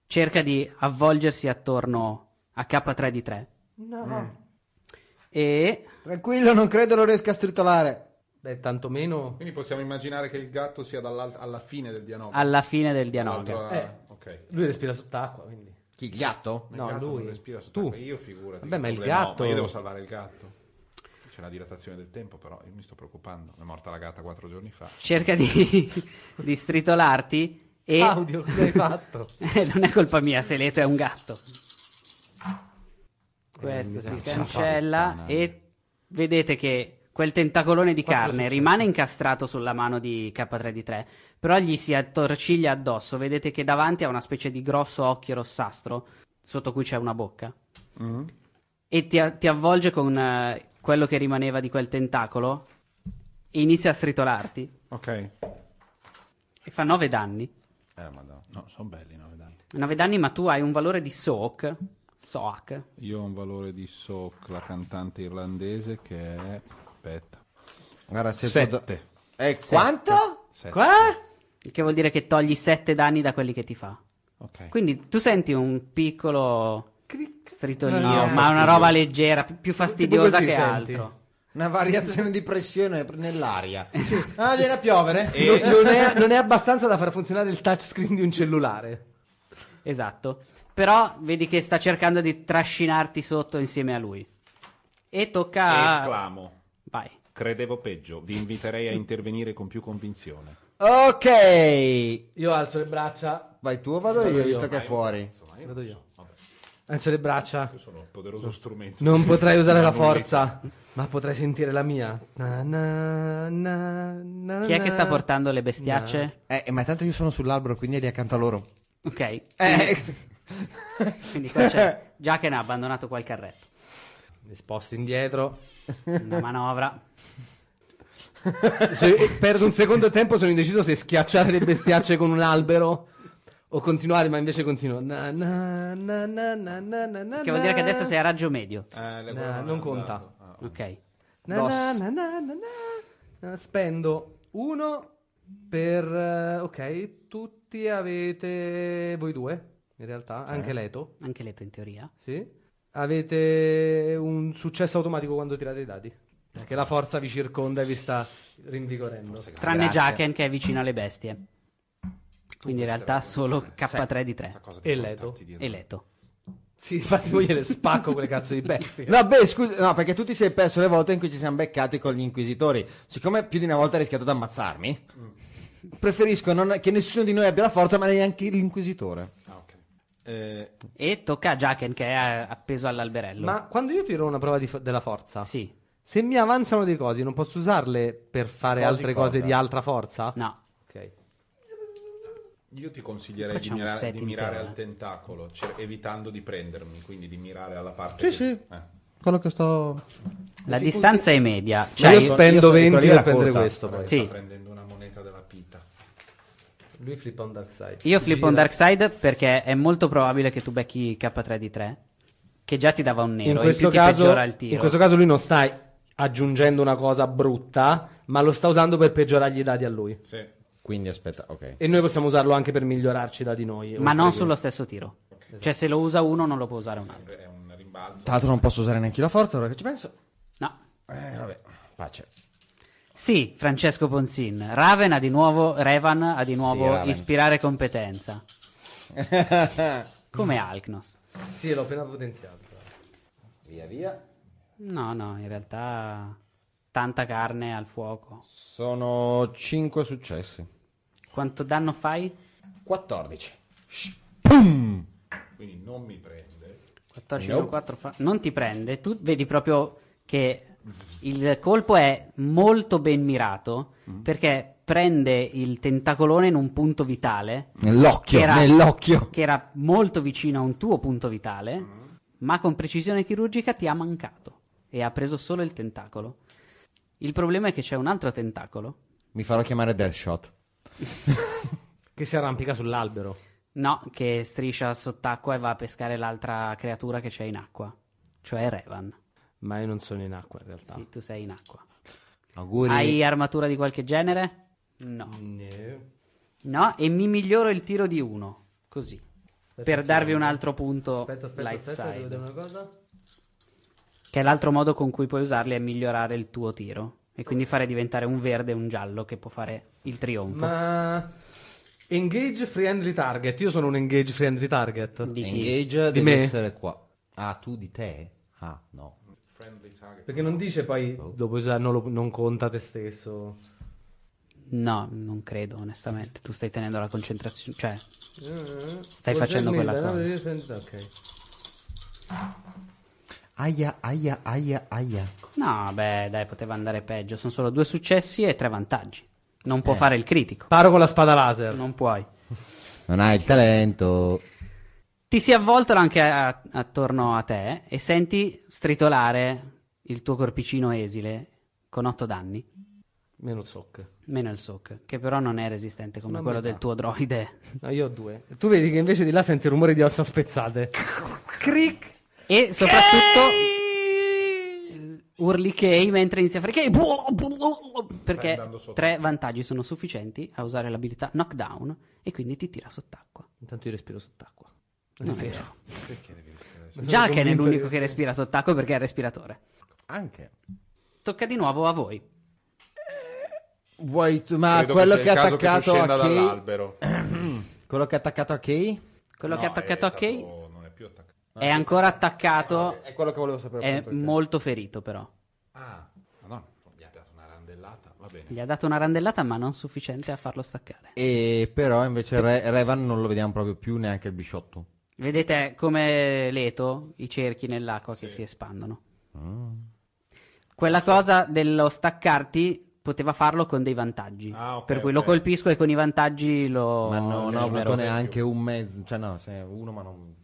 [SPEAKER 1] cerca di avvolgersi attorno a K3 di 3
[SPEAKER 2] No.
[SPEAKER 1] e
[SPEAKER 4] Tranquillo, non credo lo riesca a stritolare.
[SPEAKER 2] Beh, tantomeno
[SPEAKER 3] Quindi possiamo immaginare che il gatto sia dall'al- alla fine del dianoga.
[SPEAKER 1] alla fine del Dianoga.
[SPEAKER 3] Dall'altra-
[SPEAKER 2] Eh.
[SPEAKER 3] Ok.
[SPEAKER 2] lui respira sott'acqua, quindi.
[SPEAKER 4] Chi, il gatto?
[SPEAKER 3] Ma
[SPEAKER 2] No,
[SPEAKER 3] il gatto
[SPEAKER 2] lui.
[SPEAKER 3] non respira
[SPEAKER 2] Tu.
[SPEAKER 3] sott'acqua. Io figurati.
[SPEAKER 2] Vabbè, ma il
[SPEAKER 3] Oppure no,
[SPEAKER 2] gatto-
[SPEAKER 3] ma io devo salvare il gatto. C'è la dilatazione del tempo, però io mi sto preoccupando. Mi è morta la gatta quattro giorni fa.
[SPEAKER 1] Cerca di, di stritolarti e
[SPEAKER 2] Claudio, cosa hai fatto?
[SPEAKER 1] Eh, non è colpa mia se Leto è un gatto. Questo si cancella e vedete che quel tentacolone di
[SPEAKER 2] Quattro
[SPEAKER 1] carne
[SPEAKER 2] successi.
[SPEAKER 1] rimane incastrato sulla mano di K3D3, però gli si attorciglia addosso. Vedete che davanti ha una specie di grosso occhio rossastro sotto cui c'è una bocca
[SPEAKER 3] Mm,
[SPEAKER 1] e ti, a- ti avvolge con eh, quello che rimaneva di quel tentacolo e inizia a stritolarti
[SPEAKER 3] Ok.
[SPEAKER 1] e fa 9 danni.
[SPEAKER 3] Eh, madonna. No, sono belli, no, vedai.
[SPEAKER 1] 9 danni, ma tu hai un valore di soak. Soak.
[SPEAKER 3] Io ho un valore di Sok, la cantante irlandese, che è... Aspetta.
[SPEAKER 4] Guarda, se
[SPEAKER 3] Sette.
[SPEAKER 4] Eh, quanto?
[SPEAKER 3] Sette.
[SPEAKER 2] Qua?
[SPEAKER 1] Il che vuol dire che togli 7 danni da quelli che ti fa.
[SPEAKER 3] Ok.
[SPEAKER 1] Quindi tu senti un piccolo
[SPEAKER 2] Cric.
[SPEAKER 1] stritolio,
[SPEAKER 2] No, no,
[SPEAKER 1] ma una
[SPEAKER 2] fastidio.
[SPEAKER 1] roba leggera, pi- più fastidiosa
[SPEAKER 2] così
[SPEAKER 1] che
[SPEAKER 2] senti.
[SPEAKER 1] altro.
[SPEAKER 4] Una variazione di pressione nell'aria. Ah, viene a piovere.
[SPEAKER 2] Non, non è, non è abbastanza da far funzionare il touchscreen di un cellulare.
[SPEAKER 1] Esatto. Però vedi che sta cercando di trascinarti sotto insieme a lui. E tocca
[SPEAKER 2] Ah.
[SPEAKER 1] a...
[SPEAKER 3] Esclamo.
[SPEAKER 1] Vai.
[SPEAKER 3] Credevo peggio, vi inviterei a intervenire con più convinzione.
[SPEAKER 4] Ok.
[SPEAKER 2] Io alzo le braccia.
[SPEAKER 4] Vai tu o vado
[SPEAKER 2] Vado
[SPEAKER 4] io,
[SPEAKER 2] io.
[SPEAKER 4] visto che è fuori.
[SPEAKER 3] Insomma, io
[SPEAKER 2] Eh, Vado
[SPEAKER 3] non
[SPEAKER 2] io.
[SPEAKER 3] so, vabbè,
[SPEAKER 2] Alzo le braccia.
[SPEAKER 3] io sono un poderoso strumento.
[SPEAKER 2] Non potrai usare la
[SPEAKER 3] Non lo
[SPEAKER 2] forza, ma potrai sentire la mia. Na, na, na, na,
[SPEAKER 1] Chi è che sta
[SPEAKER 2] na.
[SPEAKER 1] portando le bestiacce?
[SPEAKER 4] Eh, ma tanto io sono sull'albero, quindi è lì accanto a loro.
[SPEAKER 1] Ok.
[SPEAKER 4] Eh.
[SPEAKER 1] Quindi qua c'è Jacken ha abbandonato quel carretto.
[SPEAKER 2] Mi sposto indietro.
[SPEAKER 1] Una manovra.
[SPEAKER 2] Se- perdo un secondo tempo, sono indeciso se schiacciare le bestiacce con un albero o continuare, ma invece continuo. Na, na, na, na, na, na, na, na,
[SPEAKER 1] Che vuol dire che adesso sei a raggio medio.
[SPEAKER 3] Eh, le
[SPEAKER 2] No,
[SPEAKER 3] guardate.
[SPEAKER 2] non conta.
[SPEAKER 3] Ah,
[SPEAKER 1] Ok.
[SPEAKER 2] Na,
[SPEAKER 4] Dos.
[SPEAKER 2] na, na, na, na, na. Eh, Spendo uno per... eh, Ok, tutti avete... Voi due, in realtà, anche Leto.
[SPEAKER 1] Anche Leto in teoria.
[SPEAKER 2] Sì. avete un successo automatico quando tirate i dadi. Perché la forza vi circonda e vi sta rinvigorendo.
[SPEAKER 1] Tranne
[SPEAKER 4] Grazie.
[SPEAKER 1] Jaken che è vicino alle bestie. Quindi in realtà solo K3 di 3.
[SPEAKER 2] E Leto.
[SPEAKER 1] E Leto.
[SPEAKER 2] Sì, infatti poi gliele spacco quelle cazzo di bestie.
[SPEAKER 4] No, beh, scusa, no, perché tu ti sei perso le volte in cui ci siamo beccati con gli inquisitori. Siccome più di una volta hai rischiato di ammazzarmi, preferisco non- che nessuno di noi abbia la forza, ma neanche l'inquisitore.
[SPEAKER 3] Ah, ok. Eh,
[SPEAKER 1] E tocca a Jaken che è eh, appeso all'alberello.
[SPEAKER 2] Ma quando io tiro una prova di fo- della forza,
[SPEAKER 1] Sì.
[SPEAKER 2] se mi avanzano dei cosi, non posso usarle per fare
[SPEAKER 4] Cosi
[SPEAKER 2] altre
[SPEAKER 4] cosa?
[SPEAKER 2] cose di altra forza?
[SPEAKER 1] No. Cioè,
[SPEAKER 2] Ok.
[SPEAKER 3] io ti consiglierei di
[SPEAKER 1] Facciamo un
[SPEAKER 3] mirare,
[SPEAKER 1] set
[SPEAKER 3] di mirare
[SPEAKER 1] intero. eh.
[SPEAKER 3] al tentacolo, cer- evitando di prendermi, quindi di mirare alla parte.
[SPEAKER 4] Sì,
[SPEAKER 3] che-
[SPEAKER 4] sì.
[SPEAKER 3] eh.
[SPEAKER 4] Quello che sto.
[SPEAKER 1] La distanza è media.
[SPEAKER 2] Cioè,
[SPEAKER 1] Cioè,
[SPEAKER 2] io
[SPEAKER 4] io so-
[SPEAKER 2] spendo
[SPEAKER 4] io so di
[SPEAKER 2] 20
[SPEAKER 4] quella lì
[SPEAKER 2] per
[SPEAKER 4] la
[SPEAKER 2] prendere
[SPEAKER 4] corta.
[SPEAKER 2] questo poi.
[SPEAKER 1] Sì.
[SPEAKER 3] Sta prendendo una moneta della pita.
[SPEAKER 2] Lui flippa un dark side.
[SPEAKER 1] io flippo un
[SPEAKER 2] Gira.
[SPEAKER 1] dark side perché è molto probabile che tu becchi K3 di 3. Che già ti dava un nero.
[SPEAKER 2] in
[SPEAKER 1] e
[SPEAKER 2] questo,
[SPEAKER 1] più ti
[SPEAKER 2] caso,
[SPEAKER 1] peggiora il tiro.
[SPEAKER 2] in questo caso lui non sta aggiungendo una cosa brutta, ma lo sta usando per peggiorargli i dadi a lui.
[SPEAKER 3] Sì.
[SPEAKER 4] Quindi aspetta, ok.
[SPEAKER 2] E noi possiamo usarlo anche per migliorarci i dadi noi.
[SPEAKER 1] Ma
[SPEAKER 2] oltre
[SPEAKER 1] non
[SPEAKER 2] che-
[SPEAKER 1] sullo stesso tiro. Cioè, se lo usa uno, non lo può usare un altro.
[SPEAKER 3] È un rimbalzo.
[SPEAKER 4] Tra l'altro, non posso usare neanche io la forza, ora che ci penso.
[SPEAKER 1] No.
[SPEAKER 4] Eh, vabbè, pace.
[SPEAKER 1] Sì, Francesco Ponsin. Raven ha di nuovo. Revan ha di
[SPEAKER 4] Sì,
[SPEAKER 1] nuovo
[SPEAKER 4] Raven.
[SPEAKER 1] ispirare competenza. Come Alknos.
[SPEAKER 2] Sì, l'ho appena potenziato.
[SPEAKER 4] Via, via.
[SPEAKER 1] No, no, in realtà. Tanta carne al fuoco.
[SPEAKER 4] Sono 5 successi.
[SPEAKER 1] Quanto danno fai?
[SPEAKER 4] 14.
[SPEAKER 3] Quindi non mi prende.
[SPEAKER 1] 14
[SPEAKER 4] Nope.
[SPEAKER 1] 4 fa- non ti prende, tu vedi proprio che il colpo è molto ben mirato
[SPEAKER 4] Mm.
[SPEAKER 1] perché prende il tentacolone in un punto vitale
[SPEAKER 4] Nell'occhio,
[SPEAKER 1] che era,
[SPEAKER 4] nell'occhio.
[SPEAKER 1] che era molto vicino a un tuo punto vitale,
[SPEAKER 2] Mm-hmm.
[SPEAKER 1] ma con precisione chirurgica ti ha mancato e ha preso solo il tentacolo. Il problema è che c'è un altro tentacolo.
[SPEAKER 4] Mi farò chiamare Deathshot.
[SPEAKER 2] Che si arrampica sull'albero.
[SPEAKER 1] No, che striscia sott'acqua e va a pescare l'altra creatura che c'è in acqua, cioè Revan.
[SPEAKER 2] Ma io non sono in acqua in realtà.
[SPEAKER 1] Sì, tu sei in acqua.
[SPEAKER 4] Auguri.
[SPEAKER 1] Hai armatura di qualche genere? No. No, e mi miglioro il tiro di uno. Così. per darvi un altro punto
[SPEAKER 2] Aspetta, aspetta,
[SPEAKER 1] light
[SPEAKER 2] aspetta, devo
[SPEAKER 1] side.
[SPEAKER 2] vedere una cosa.
[SPEAKER 1] Che è l'altro modo con cui puoi usarli è migliorare il tuo tiro. E quindi fare diventare un verde e un giallo che può fare il trionfo.
[SPEAKER 2] Ma engage friendly target. Io sono un engage friendly target.
[SPEAKER 1] Di chi?
[SPEAKER 4] Engage
[SPEAKER 2] Di
[SPEAKER 4] deve
[SPEAKER 2] me?
[SPEAKER 4] essere qua. Ah, tu di te? Ah, no.
[SPEAKER 3] Friendly target.
[SPEAKER 2] Perché non dice poi dopo usare non, lo- non conta te stesso.
[SPEAKER 1] No, non credo, onestamente. Tu stai tenendo la concentrazione. Cioè,
[SPEAKER 2] Stai
[SPEAKER 1] facendo quella
[SPEAKER 2] Ok.
[SPEAKER 4] Aia, aia, aia, aia.
[SPEAKER 1] no, beh, dai, poteva andare peggio. Sono solo due successi e tre vantaggi. Non
[SPEAKER 2] Eh.
[SPEAKER 1] può fare il critico.
[SPEAKER 2] Paro con la spada laser.
[SPEAKER 1] Non puoi.
[SPEAKER 4] Non hai il talento.
[SPEAKER 1] Ti si avvoltano anche a- attorno a te e senti stritolare il tuo corpicino esile con 8 danni,
[SPEAKER 2] Meno zoc.
[SPEAKER 1] meno il soc, che però non è resistente come
[SPEAKER 2] Una
[SPEAKER 1] quello
[SPEAKER 2] metà.
[SPEAKER 1] del tuo droide.
[SPEAKER 2] No, io ho due. Tu vedi che invece di là senti il rumore di ossa spezzate. Cric.
[SPEAKER 1] E soprattutto urli Kei mentre inizia a fare Kei buo, buo, perché
[SPEAKER 3] Andando sotto.
[SPEAKER 1] tre vantaggi sono sufficienti a usare l'abilità knockdown e quindi ti tira sott'acqua.
[SPEAKER 2] Intanto io respiro sott'acqua.
[SPEAKER 1] Non è vero.
[SPEAKER 2] sono
[SPEAKER 1] Jaken è
[SPEAKER 2] convinto
[SPEAKER 1] l'unico
[SPEAKER 2] di-
[SPEAKER 1] che respira sott'acqua perché è il respiratore.
[SPEAKER 4] Anche.
[SPEAKER 1] Tocca di nuovo a voi.
[SPEAKER 4] Vuoi tu, ma
[SPEAKER 3] Credo
[SPEAKER 4] quello che,
[SPEAKER 3] sia
[SPEAKER 4] ha
[SPEAKER 3] il caso tu
[SPEAKER 4] attaccato a
[SPEAKER 3] scenda
[SPEAKER 4] Kay.
[SPEAKER 3] dall'albero.
[SPEAKER 4] Quello che ha attaccato a Kay.
[SPEAKER 1] Quello
[SPEAKER 3] No, eh,
[SPEAKER 1] che ha attaccato
[SPEAKER 3] è
[SPEAKER 1] a Kei
[SPEAKER 3] stato- Eh, Non è più attaccato.
[SPEAKER 1] è ancora attaccato.
[SPEAKER 4] È quello che volevo sapere.
[SPEAKER 1] È
[SPEAKER 4] appunto, ok.
[SPEAKER 1] molto ferito, però.
[SPEAKER 3] Ah, madonna, gli ha dato una randellata, va bene.
[SPEAKER 1] Gli ha dato una randellata, ma non sufficiente a farlo staccare.
[SPEAKER 4] E però invece Re- Revan non lo vediamo proprio più neanche il bisciotto.
[SPEAKER 1] Vedete come leto i cerchi nell'acqua che si espandono.
[SPEAKER 4] Mm.
[SPEAKER 1] Quella cosa dello staccarti poteva farlo con dei vantaggi.
[SPEAKER 3] Ah, ok,
[SPEAKER 1] per cui
[SPEAKER 3] ok.
[SPEAKER 1] lo colpisco e con i vantaggi lo.
[SPEAKER 4] ma no,
[SPEAKER 1] lo
[SPEAKER 4] non ho
[SPEAKER 1] libero.
[SPEAKER 4] avuto neanche un mezzo. Cioè, no, se uno, ma non.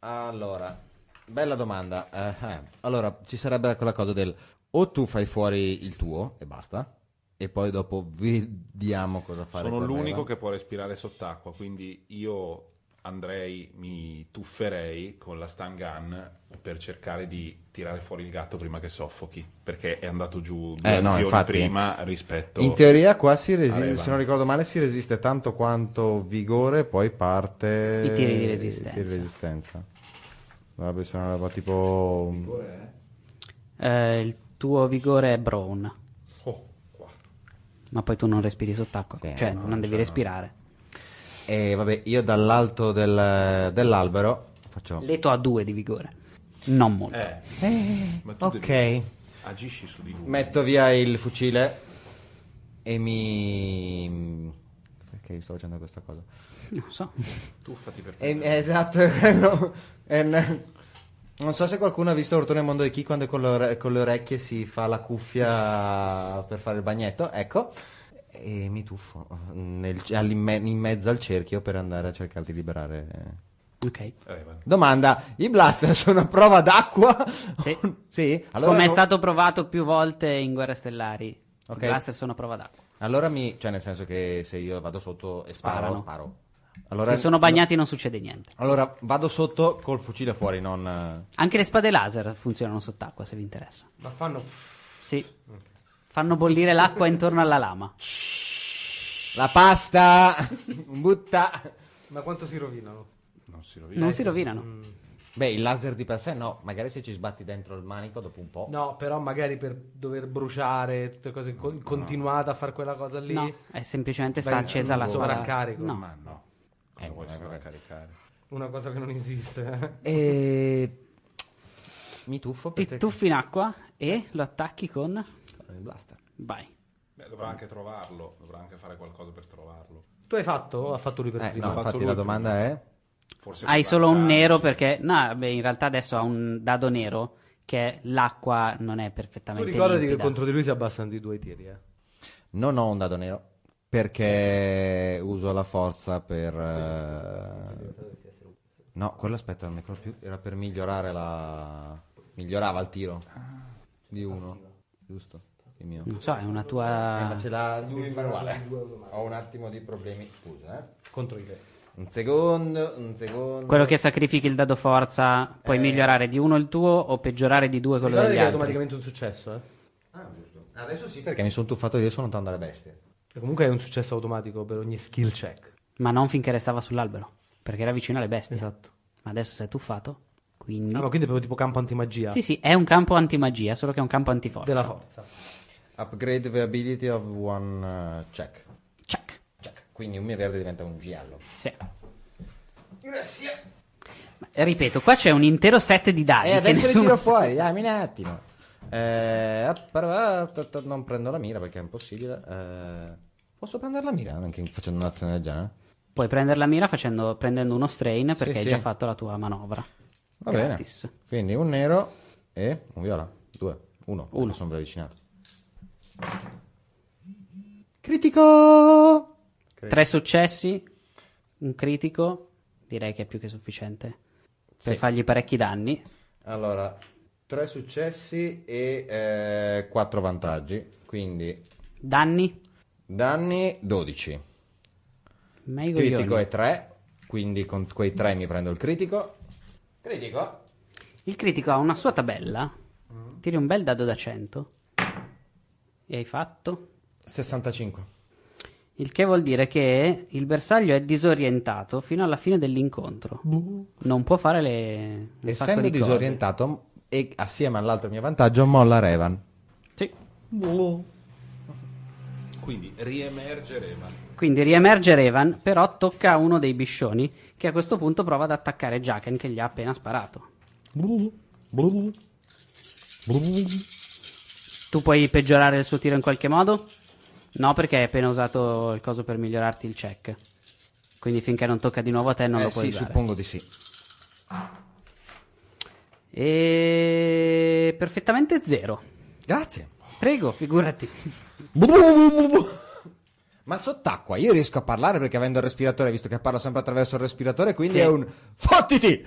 [SPEAKER 4] Allora, bella domanda. Eh, eh. Allora, ci sarebbe quella cosa del o tu fai fuori il tuo e basta, e poi dopo vediamo cosa fare.
[SPEAKER 3] Sono
[SPEAKER 4] con
[SPEAKER 3] l'unico
[SPEAKER 4] Revan.
[SPEAKER 3] che può respirare sott'acqua, quindi io andrei, mi tufferei con la stun gun per cercare di tirare fuori il gatto prima che soffochi, perché è andato giù due
[SPEAKER 4] Eh, no,
[SPEAKER 3] azioni
[SPEAKER 4] infatti.
[SPEAKER 3] prima rispetto
[SPEAKER 4] In teoria qua si resiste,
[SPEAKER 3] Aveva.
[SPEAKER 4] se non ricordo male, si resiste tanto quanto vigore, poi parte
[SPEAKER 1] I tiri di
[SPEAKER 4] i
[SPEAKER 1] resistenza.
[SPEAKER 4] tiri di resistenza.
[SPEAKER 5] Dalla persona roba tipo...
[SPEAKER 1] Eh, il tuo vigore è Brown.
[SPEAKER 3] Oh,
[SPEAKER 1] Ma poi tu non respiri sott'acqua,
[SPEAKER 4] Sì,
[SPEAKER 1] cioè
[SPEAKER 4] no,
[SPEAKER 1] non devi respirare.
[SPEAKER 4] E Eh, vabbè, io dall'alto del- dell'albero faccio...
[SPEAKER 1] Leto ha due di vigore. Non molto.
[SPEAKER 3] Eh, ma tu
[SPEAKER 4] ok.
[SPEAKER 3] devi- agisci su di lui.
[SPEAKER 4] Metto via il fucile e mi... Perché io sto facendo questa cosa?
[SPEAKER 1] Non so.
[SPEAKER 3] Tuffati per
[SPEAKER 4] E- eh, esatto, è quello. È n- non so se qualcuno ha visto Ortone Mondo di Chi quando con, le ore- con le orecchie si fa la cuffia per fare il bagnetto, ecco. E mi tuffo mm, nel- all'inme- in mezzo al cerchio per andare a cercare di liberare.
[SPEAKER 1] Ok.
[SPEAKER 3] Eh, va.
[SPEAKER 4] Domanda, i blaster sono a prova d'acqua?
[SPEAKER 1] Sì.
[SPEAKER 4] Sì? Allora
[SPEAKER 1] Come è
[SPEAKER 4] no-
[SPEAKER 1] stato provato più volte in Guerre Stellari.
[SPEAKER 4] Ok.
[SPEAKER 1] I blaster sono a prova d'acqua.
[SPEAKER 4] Allora mi... cioè nel senso che se io vado sotto e sparo,
[SPEAKER 1] Sparano.
[SPEAKER 4] sparo. Allora,
[SPEAKER 1] Se sono bagnati non succede niente.
[SPEAKER 4] Allora vado sotto col fucile fuori, non...
[SPEAKER 1] Anche le spade laser funzionano sott'acqua, se vi interessa.
[SPEAKER 6] Ma fanno.
[SPEAKER 1] Sì. Fanno bollire l'acqua intorno alla lama.
[SPEAKER 4] La pasta! Butta!
[SPEAKER 6] Ma quanto si rovinano?
[SPEAKER 3] Non si rovina.
[SPEAKER 1] Non si rovinano.
[SPEAKER 4] Beh, il laser di per sé no, magari se ci sbatti dentro il manico dopo un po'.
[SPEAKER 6] No, però magari per dover bruciare tutte cose, co- continuate a fare quella cosa lì.
[SPEAKER 1] No, è semplicemente sta
[SPEAKER 6] Vai,
[SPEAKER 1] accesa la
[SPEAKER 6] sovraccarico.
[SPEAKER 1] No.
[SPEAKER 3] Ma no.
[SPEAKER 4] Eh,
[SPEAKER 3] Cosa vuoi sovraccaricare?
[SPEAKER 6] Una cosa che non esiste. eh.
[SPEAKER 4] E... Mi tuffo per
[SPEAKER 1] Ti tuffi in acqua e lo attacchi con...
[SPEAKER 4] cercare il blaster.
[SPEAKER 1] Vai.
[SPEAKER 3] Beh, dovrà anche trovarlo, dovrà anche fare qualcosa per trovarlo.
[SPEAKER 6] Tu hai fatto o ha fatto lui per
[SPEAKER 4] Eh,
[SPEAKER 6] prima?
[SPEAKER 4] no,
[SPEAKER 3] fatto
[SPEAKER 4] infatti
[SPEAKER 3] lui
[SPEAKER 4] la domanda è...
[SPEAKER 3] Forse
[SPEAKER 1] Hai
[SPEAKER 3] potrà
[SPEAKER 1] solo un
[SPEAKER 3] andarci.
[SPEAKER 1] nero perché... No, beh, in realtà adesso ha un dado nero che l'acqua non è
[SPEAKER 6] Tu
[SPEAKER 1] perfettamente
[SPEAKER 6] ricordati che
[SPEAKER 1] limpida.
[SPEAKER 6] contro di lui si abbassano di due tiri, eh.
[SPEAKER 4] Non ho un dado nero perché uso la forza per... eh, No, quello aspetta, non mi ricordo più. Era per migliorare la... Migliorava il tiro
[SPEAKER 1] Ah.
[SPEAKER 4] di uno. Giusto? Il mio.
[SPEAKER 1] Non so, è una
[SPEAKER 4] Eh, ma
[SPEAKER 1] tua...
[SPEAKER 4] ce l'ha lui il manuale. Ho un attimo di problemi. Scusa, eh.
[SPEAKER 6] Contro di te.
[SPEAKER 4] Un secondo, un secondo.
[SPEAKER 1] Quello che sacrifichi il dado forza puoi
[SPEAKER 4] Eh.
[SPEAKER 1] migliorare di uno il tuo o peggiorare di due quello
[SPEAKER 6] Ricordati
[SPEAKER 1] degli
[SPEAKER 6] che è
[SPEAKER 1] altri.
[SPEAKER 6] automaticamente un successo, eh.
[SPEAKER 4] Ah, giusto. Adesso sì, perché mi sono tuffato io, sono tanto alle bestie.
[SPEAKER 6] E comunque è un successo automatico per ogni skill check.
[SPEAKER 1] Ma non finché restava sull'albero, perché era vicino alle bestie.
[SPEAKER 6] Esatto.
[SPEAKER 1] Ma adesso sei tuffato, quindi...
[SPEAKER 6] Ah, ma quindi è proprio tipo campo antimagia
[SPEAKER 1] Sì, sì, è un campo antimagia, solo che è un campo antiforza.
[SPEAKER 6] della forza.
[SPEAKER 4] Upgrade the ability of one uh, check.
[SPEAKER 1] Check.
[SPEAKER 4] Check. Quindi un mio verde diventa un giallo.
[SPEAKER 1] Sì. Ma, Ripeto, qua c'è un intero set Ah, di dadi.
[SPEAKER 4] E
[SPEAKER 1] che
[SPEAKER 4] Eh, adesso li
[SPEAKER 1] nessuno-
[SPEAKER 4] tiro fuori, dammi un attimo. Eh, apparà- ta- ta- non prendo la mira perché è impossibile. Eh, posso prendere la mira anche facendo un'azione del genere?
[SPEAKER 1] Puoi prendere la mira facendo- prendendo uno strain perché hai
[SPEAKER 4] sì.
[SPEAKER 1] già fatto la tua manovra.
[SPEAKER 4] Va
[SPEAKER 1] Gratis.
[SPEAKER 4] bene. Quindi un nero e un viola. Due, uno.
[SPEAKER 1] Uno.
[SPEAKER 4] Uno. Sono preavvicinato. Critico!
[SPEAKER 1] Tre successi, un critico, direi che è più che sufficiente per
[SPEAKER 4] Sì.
[SPEAKER 1] fargli parecchi danni.
[SPEAKER 4] Allora, tre successi e eh, quattro vantaggi. Quindi
[SPEAKER 1] Danni?
[SPEAKER 4] danni 12.
[SPEAKER 1] Ma i
[SPEAKER 4] Critico
[SPEAKER 1] coglioni.
[SPEAKER 4] è 3. Quindi con quei 3 mi prendo il critico. Critico?
[SPEAKER 1] Il critico ha una sua tabella.
[SPEAKER 4] Mm.
[SPEAKER 1] Tiri un bel dado da 100. E hai fatto?
[SPEAKER 4] 65.
[SPEAKER 1] Il che vuol dire che il bersaglio è disorientato fino alla fine dell'incontro. Non può fare le. un sacco
[SPEAKER 4] Essendo
[SPEAKER 1] di cose.
[SPEAKER 4] disorientato e assieme all'altro mio vantaggio molla Revan.
[SPEAKER 1] Sì.
[SPEAKER 3] Quindi riemergereva.
[SPEAKER 1] Quindi riemerge Revan, però tocca a uno dei biscioni, che a questo punto prova ad attaccare Jaken che gli ha appena sparato. Tu puoi peggiorare il suo tiro in qualche modo? No, perché hai appena usato il coso per migliorarti il check. Quindi finché non tocca di nuovo a te non
[SPEAKER 4] Eh
[SPEAKER 1] lo puoi
[SPEAKER 4] sì,
[SPEAKER 1] usare.
[SPEAKER 4] suppongo di sì.
[SPEAKER 1] E perfettamente zero.
[SPEAKER 4] Grazie.
[SPEAKER 1] Prego, figurati.
[SPEAKER 4] Ma sott'acqua io riesco a parlare perché avendo il respiratore, visto che parlo sempre attraverso il respiratore, quindi
[SPEAKER 1] Sì.
[SPEAKER 4] è un fottiti!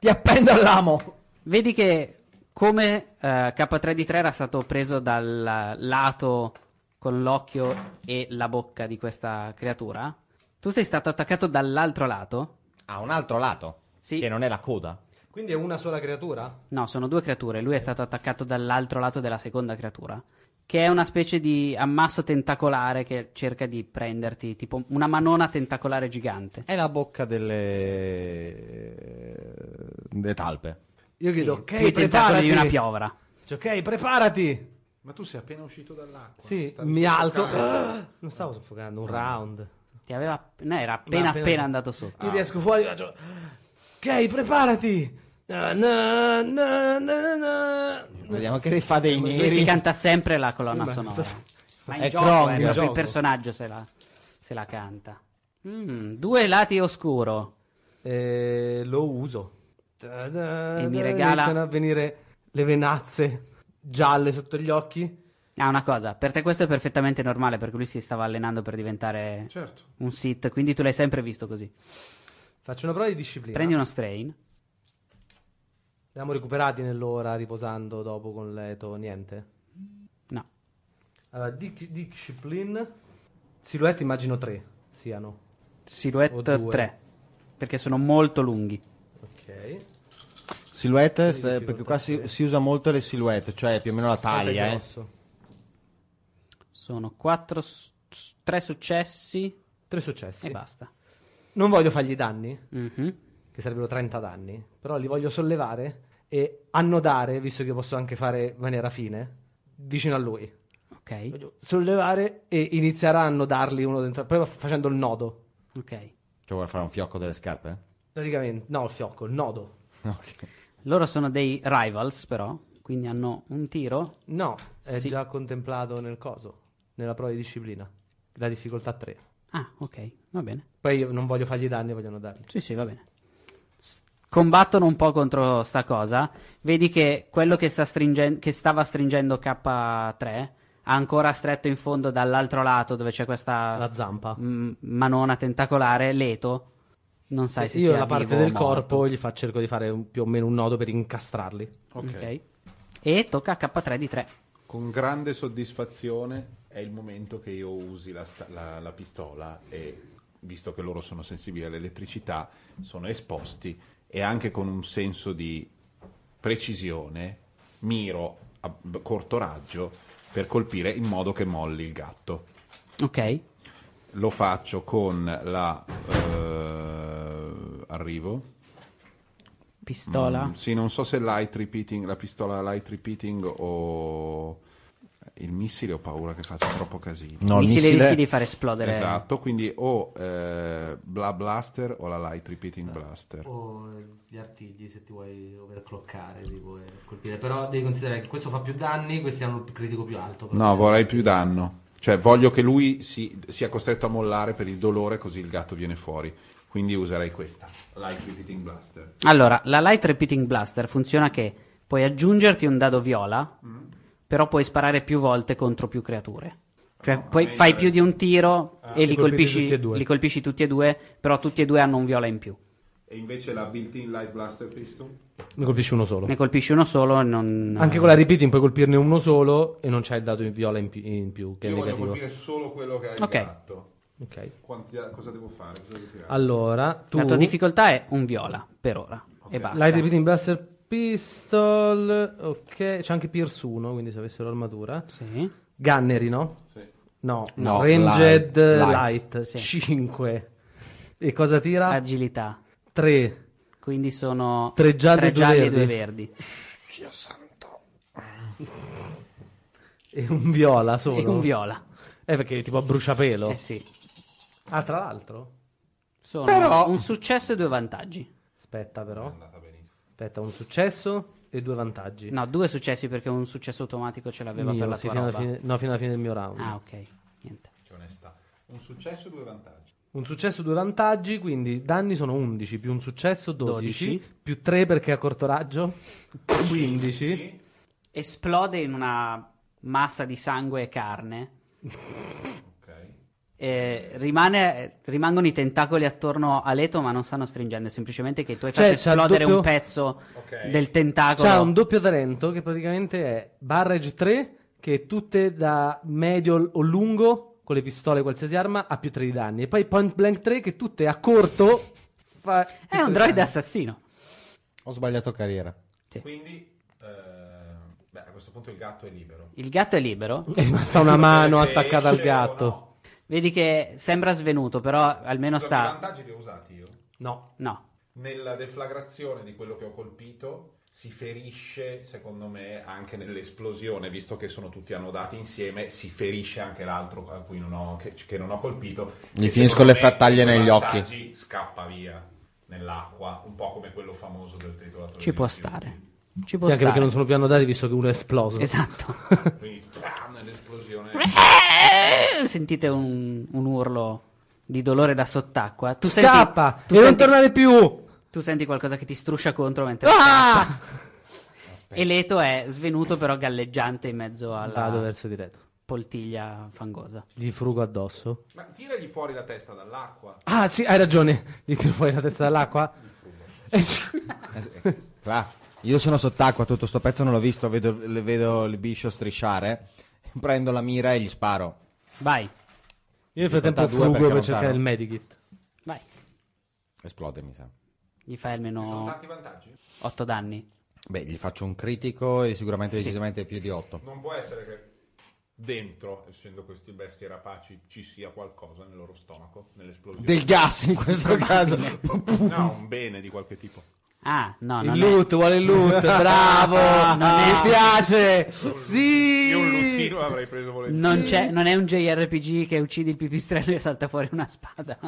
[SPEAKER 4] Ti appendo all'amo!
[SPEAKER 1] Vedi che come eh, K3 di 3 era stato preso dal lato con l'occhio e la bocca di questa creatura, tu sei stato attaccato dall'altro lato.
[SPEAKER 4] A un altro lato,
[SPEAKER 1] Sì.
[SPEAKER 4] che non è la coda.
[SPEAKER 6] Quindi è una sola creatura?
[SPEAKER 1] No, sono due creature. Lui è stato attaccato dall'altro lato della seconda creatura, che è una specie di ammasso tentacolare che cerca di prenderti, tipo una manona tentacolare gigante.
[SPEAKER 4] È la bocca delle... le talpe.
[SPEAKER 2] Io chiedo,
[SPEAKER 1] Sì, più tentacoli
[SPEAKER 2] ok, preparati.
[SPEAKER 1] di una piovra.
[SPEAKER 2] Cioè, ok, preparati.
[SPEAKER 3] Ma tu sei appena uscito dall'acqua.
[SPEAKER 2] Sì,
[SPEAKER 3] stavi
[SPEAKER 2] mi alzo.
[SPEAKER 3] soffocando.
[SPEAKER 2] non stavo soffocando, un round.
[SPEAKER 1] Ti aveva... No, era appena
[SPEAKER 2] Ma
[SPEAKER 1] appena, andato sotto.
[SPEAKER 2] Io riesco fuori, faccio. Ok, preparati. Na, na, na, na, na.
[SPEAKER 4] Vediamo che ne fa dei
[SPEAKER 1] Lui si
[SPEAKER 4] neri.
[SPEAKER 1] canta sempre la colonna
[SPEAKER 2] Ma-
[SPEAKER 1] sonora. Ma in
[SPEAKER 4] È
[SPEAKER 1] gioco,
[SPEAKER 4] Krong.
[SPEAKER 1] eh,
[SPEAKER 4] In
[SPEAKER 1] proprio
[SPEAKER 2] gioco.
[SPEAKER 1] il personaggio se la, se la canta. Mm, due lati oscuro.
[SPEAKER 2] E Eh, lo uso. Da, da,
[SPEAKER 1] E mi
[SPEAKER 2] da,
[SPEAKER 1] regala-
[SPEAKER 2] Iniziano a venire le venazze gialle sotto gli occhi.
[SPEAKER 1] Ah, una cosa, per te questo è perfettamente normale perché lui si stava allenando per diventare
[SPEAKER 3] Certo.
[SPEAKER 1] un sit, quindi tu l'hai sempre visto così.
[SPEAKER 2] Faccio una prova di disciplina.
[SPEAKER 1] Prendi uno strain.
[SPEAKER 2] Siamo recuperati nell'ora riposando dopo con l'eto, niente.
[SPEAKER 1] No.
[SPEAKER 2] Allora, dic- discipline. Silhouette immagino tre siano. O
[SPEAKER 1] Silhouette
[SPEAKER 2] due.
[SPEAKER 1] 3. Perché sono molto lunghi.
[SPEAKER 2] Ok.
[SPEAKER 4] Silhouette, eh, perché qua si, si usa molto le silhouette, cioè più o meno la taglia. Eh.
[SPEAKER 2] Grosso.
[SPEAKER 1] Sono 4 3 successi
[SPEAKER 2] Tre successi.
[SPEAKER 1] e basta.
[SPEAKER 2] Non voglio fargli danni,
[SPEAKER 1] Mhm.
[SPEAKER 2] che sarebbero 30 danni, però li voglio sollevare e annodare, visto che posso anche fare in maniera fine, vicino a lui.
[SPEAKER 1] Ok.
[SPEAKER 2] Voglio sollevare e iniziare a annodarli uno dentro, proprio facendo il nodo.
[SPEAKER 1] Ok.
[SPEAKER 4] Cioè vuole fare un fiocco delle scarpe?
[SPEAKER 2] Praticamente, no, il fiocco, il nodo.
[SPEAKER 4] Ok.
[SPEAKER 1] Loro sono dei rivals però, quindi hanno un tiro.
[SPEAKER 2] No, è
[SPEAKER 1] Sì.
[SPEAKER 2] già contemplato nel coso, nella prova di disciplina. La difficoltà 3.
[SPEAKER 1] Ah, ok, va bene.
[SPEAKER 2] Poi io non voglio fargli danni, voglio annodarli.
[SPEAKER 1] Sì, sì, va bene. S- Combattono un po' contro sta cosa. Vedi che quello che, sta stringen- che stava stringendo K3 ha ancora stretto in fondo dall'altro lato dove c'è questa
[SPEAKER 2] La zampa.
[SPEAKER 1] mm, manona tentacolare, Leto. Non sai se
[SPEAKER 2] io
[SPEAKER 1] sia
[SPEAKER 2] la parte
[SPEAKER 1] vivo o
[SPEAKER 2] del
[SPEAKER 1] morto.
[SPEAKER 2] corpo gli fa, cerco di fare un- più o meno un nodo per incastrarli.
[SPEAKER 3] Ok.
[SPEAKER 1] ok. E tocca a K3 di 3.
[SPEAKER 3] Con grande soddisfazione è il momento che io usi la, sta- la- la pistola e visto che loro sono sensibili all'elettricità, sono esposti e anche con un senso di precisione miro a b- corto raggio per colpire in modo che molli il gatto.
[SPEAKER 1] Ok.
[SPEAKER 3] Lo faccio con la... eh, arrivo.
[SPEAKER 1] Pistola.
[SPEAKER 3] Mm, sì, non so se light repeating, la pistola light repeating o il missile ho paura che faccia troppo casino.
[SPEAKER 4] No, il
[SPEAKER 1] Missile
[SPEAKER 4] missile-
[SPEAKER 1] rischi di far esplodere.
[SPEAKER 3] Esatto, quindi o eh, Bla Blaster o la Light Repeating
[SPEAKER 2] Mm.
[SPEAKER 3] Blaster.
[SPEAKER 7] o gli artigli se ti vuoi overclockare ti puoi colpire però devi considerare che questo fa più danni questi hanno il critico più alto
[SPEAKER 3] No, vorrei più danno. Cioè, voglio che lui si- sia costretto a mollare per il dolore, così il gatto viene fuori. Quindi userei questa, Light Repeating Blaster.
[SPEAKER 1] Allora, la Light Repeating Blaster funziona che puoi aggiungerti un dado viola, però puoi sparare più volte contro più creature.
[SPEAKER 2] Ah,
[SPEAKER 1] Cioè,
[SPEAKER 3] a
[SPEAKER 1] poi
[SPEAKER 3] me
[SPEAKER 1] fai
[SPEAKER 3] interessa.
[SPEAKER 1] più di un tiro e li
[SPEAKER 2] Li colpisci
[SPEAKER 1] colpisci,
[SPEAKER 2] tutti e due.
[SPEAKER 1] li colpisci tutti e due, però tutti e due hanno un viola in più.
[SPEAKER 3] E invece la built-in Light Blaster Pistol?
[SPEAKER 2] Ne colpisci uno solo.
[SPEAKER 1] Ne colpisci uno solo e non...
[SPEAKER 2] Anche con la repeating puoi colpirne uno solo e non c'è il dato in viola in più, in più, che è
[SPEAKER 3] Io voglio
[SPEAKER 2] negativo.
[SPEAKER 3] colpire solo quello che ha il
[SPEAKER 1] Ok.
[SPEAKER 3] gatto.
[SPEAKER 2] Ok.
[SPEAKER 3] Quanti- cosa devo fare? Cosa devo tirare?
[SPEAKER 2] Allora, tu
[SPEAKER 1] La tua difficoltà è un viola, per ora. E basta.
[SPEAKER 2] Light Repeating Blaster Pistol. Ok, c'è anche Pierce 1, quindi se avessero armatura.
[SPEAKER 1] Sì.
[SPEAKER 2] Gunnery, no?
[SPEAKER 3] Sì.
[SPEAKER 2] No,
[SPEAKER 4] No,
[SPEAKER 2] Ranged
[SPEAKER 4] light.
[SPEAKER 2] Light,
[SPEAKER 1] Sì. Eh.
[SPEAKER 2] 5. E cosa tira?
[SPEAKER 1] Agilità.
[SPEAKER 2] 3.
[SPEAKER 1] Quindi sono
[SPEAKER 2] Tre
[SPEAKER 1] tre
[SPEAKER 2] gialli e due
[SPEAKER 1] e
[SPEAKER 2] verdi.
[SPEAKER 1] due verdi.
[SPEAKER 2] E un viola solo.
[SPEAKER 1] E un viola.
[SPEAKER 2] Eh, perché è tipo a bruciapelo.
[SPEAKER 1] Eh sì.
[SPEAKER 2] Ah, tra l'altro.
[SPEAKER 1] Sono
[SPEAKER 4] Però-
[SPEAKER 1] un successo e due vantaggi.
[SPEAKER 2] Aspetta, però. Aspetta, un successo e due vantaggi.
[SPEAKER 1] No, due successi perché un successo automatico ce l'aveva
[SPEAKER 2] Mio,
[SPEAKER 1] per la
[SPEAKER 2] sì,
[SPEAKER 1] tua
[SPEAKER 2] fino alla
[SPEAKER 1] roba.
[SPEAKER 2] fine- no, fino alla fine del mio round.
[SPEAKER 1] Ah, ok. Niente.
[SPEAKER 3] Che onestà. Un successo e due vantaggi.
[SPEAKER 2] Un successo, due vantaggi, quindi danni sono 11, più un successo 12,
[SPEAKER 1] 12.
[SPEAKER 2] più 3 perché a corto raggio 15.
[SPEAKER 1] Esplode in una massa di sangue e carne.
[SPEAKER 3] Ok.
[SPEAKER 1] E rimane- rimangono i tentacoli attorno a Leto, ma non stanno stringendo. è Semplicemente che tu hai
[SPEAKER 2] Cioè,
[SPEAKER 1] fatto
[SPEAKER 2] c'ha il
[SPEAKER 1] esplodere
[SPEAKER 2] doppio-
[SPEAKER 1] un pezzo
[SPEAKER 3] Ok.
[SPEAKER 1] del tentacolo.
[SPEAKER 2] C'ha un doppio talento che praticamente è barrage 3, che è tutte da medio o lungo, con le pistole qualsiasi arma, a più 3 di danni. E poi point blank 3 che tutte a corto... Fa...
[SPEAKER 1] È un droide assassino.
[SPEAKER 4] Ho sbagliato carriera.
[SPEAKER 3] Quindi, ehm, beh, a questo punto il gatto è libero.
[SPEAKER 1] Il gatto è libero.
[SPEAKER 2] È rimasta una mano attaccata al gatto.
[SPEAKER 1] Vedi che sembra svenuto, però almeno
[SPEAKER 3] Non
[SPEAKER 1] sta.
[SPEAKER 3] vantaggi li ho usati io.
[SPEAKER 2] No.
[SPEAKER 1] No.
[SPEAKER 3] nella deflagrazione di quello che ho colpito si ferisce, secondo me, anche nell'esplosione, visto che sono tutti annodati insieme, si ferisce anche l'altro a cui non ho, che, che non ho colpito.
[SPEAKER 4] Gli
[SPEAKER 3] E
[SPEAKER 4] finiscono
[SPEAKER 3] secondo
[SPEAKER 4] le
[SPEAKER 3] me
[SPEAKER 4] frattaglie
[SPEAKER 3] il
[SPEAKER 4] negli occhi.
[SPEAKER 3] vantaggio Scappa via nell'acqua, un po' come quello famoso del tritolatore.
[SPEAKER 1] Ci
[SPEAKER 3] di
[SPEAKER 1] può
[SPEAKER 3] rifiuti.
[SPEAKER 1] stare. Ci può
[SPEAKER 2] Sì, anche
[SPEAKER 1] stare.
[SPEAKER 2] perché non sono più annodati visto che uno è esploso.
[SPEAKER 1] Esatto.
[SPEAKER 3] Quindi, pam, nell'esplosione.
[SPEAKER 1] Eh. Sentite un, un urlo di dolore da sott'acqua. Tu senti,
[SPEAKER 2] Scappa!
[SPEAKER 1] tu
[SPEAKER 2] e non
[SPEAKER 1] senti-
[SPEAKER 2] tornare più!
[SPEAKER 1] tu senti qualcosa che ti struscia contro mentre scappa.
[SPEAKER 2] Ah!
[SPEAKER 1] E Leto è svenuto però galleggiante in mezzo alla
[SPEAKER 2] Vado verso di Reto.
[SPEAKER 1] poltiglia fangosa.
[SPEAKER 2] Gli frugo addosso.
[SPEAKER 3] Ma tiragli fuori la testa dall'acqua.
[SPEAKER 2] Ah, sì, hai ragione. Gli tiro fuori la testa dall'acqua.
[SPEAKER 4] Cla- Io sono sott'acqua, tutto sto pezzo non l'ho visto, vedo, le- vedo il biscio strisciare, prendo la mira e gli sparo.
[SPEAKER 1] Vai,
[SPEAKER 2] Io nel frattempo
[SPEAKER 4] 82
[SPEAKER 2] frugo
[SPEAKER 4] perché
[SPEAKER 2] per
[SPEAKER 4] non
[SPEAKER 2] cercare
[SPEAKER 4] sanno.
[SPEAKER 2] il medikit.
[SPEAKER 1] vai.
[SPEAKER 4] Esplode, mi sa.
[SPEAKER 1] Gli fai
[SPEAKER 3] Ci sono
[SPEAKER 1] almeno
[SPEAKER 3] tanti vantaggi?
[SPEAKER 1] 8 danni.
[SPEAKER 4] Beh, gli faccio un critico e sicuramente decisamente più di 8.
[SPEAKER 3] Non può essere che dentro, essendo questi bestie rapaci, ci sia qualcosa nel loro stomaco, nell'esplosione.
[SPEAKER 4] Del gas in questo caso.
[SPEAKER 3] No, un bene di qualche tipo.
[SPEAKER 1] Ah, no,
[SPEAKER 2] Il
[SPEAKER 1] non è.
[SPEAKER 2] loot, vuole il loot, bravo!
[SPEAKER 1] Non è-
[SPEAKER 2] Mi piace!
[SPEAKER 3] Io un
[SPEAKER 2] Sì!
[SPEAKER 3] luttino l'avrei preso volentieri.
[SPEAKER 1] Non, c'è, non è un JRPG che uccidi il pipistrello e salta fuori una spada.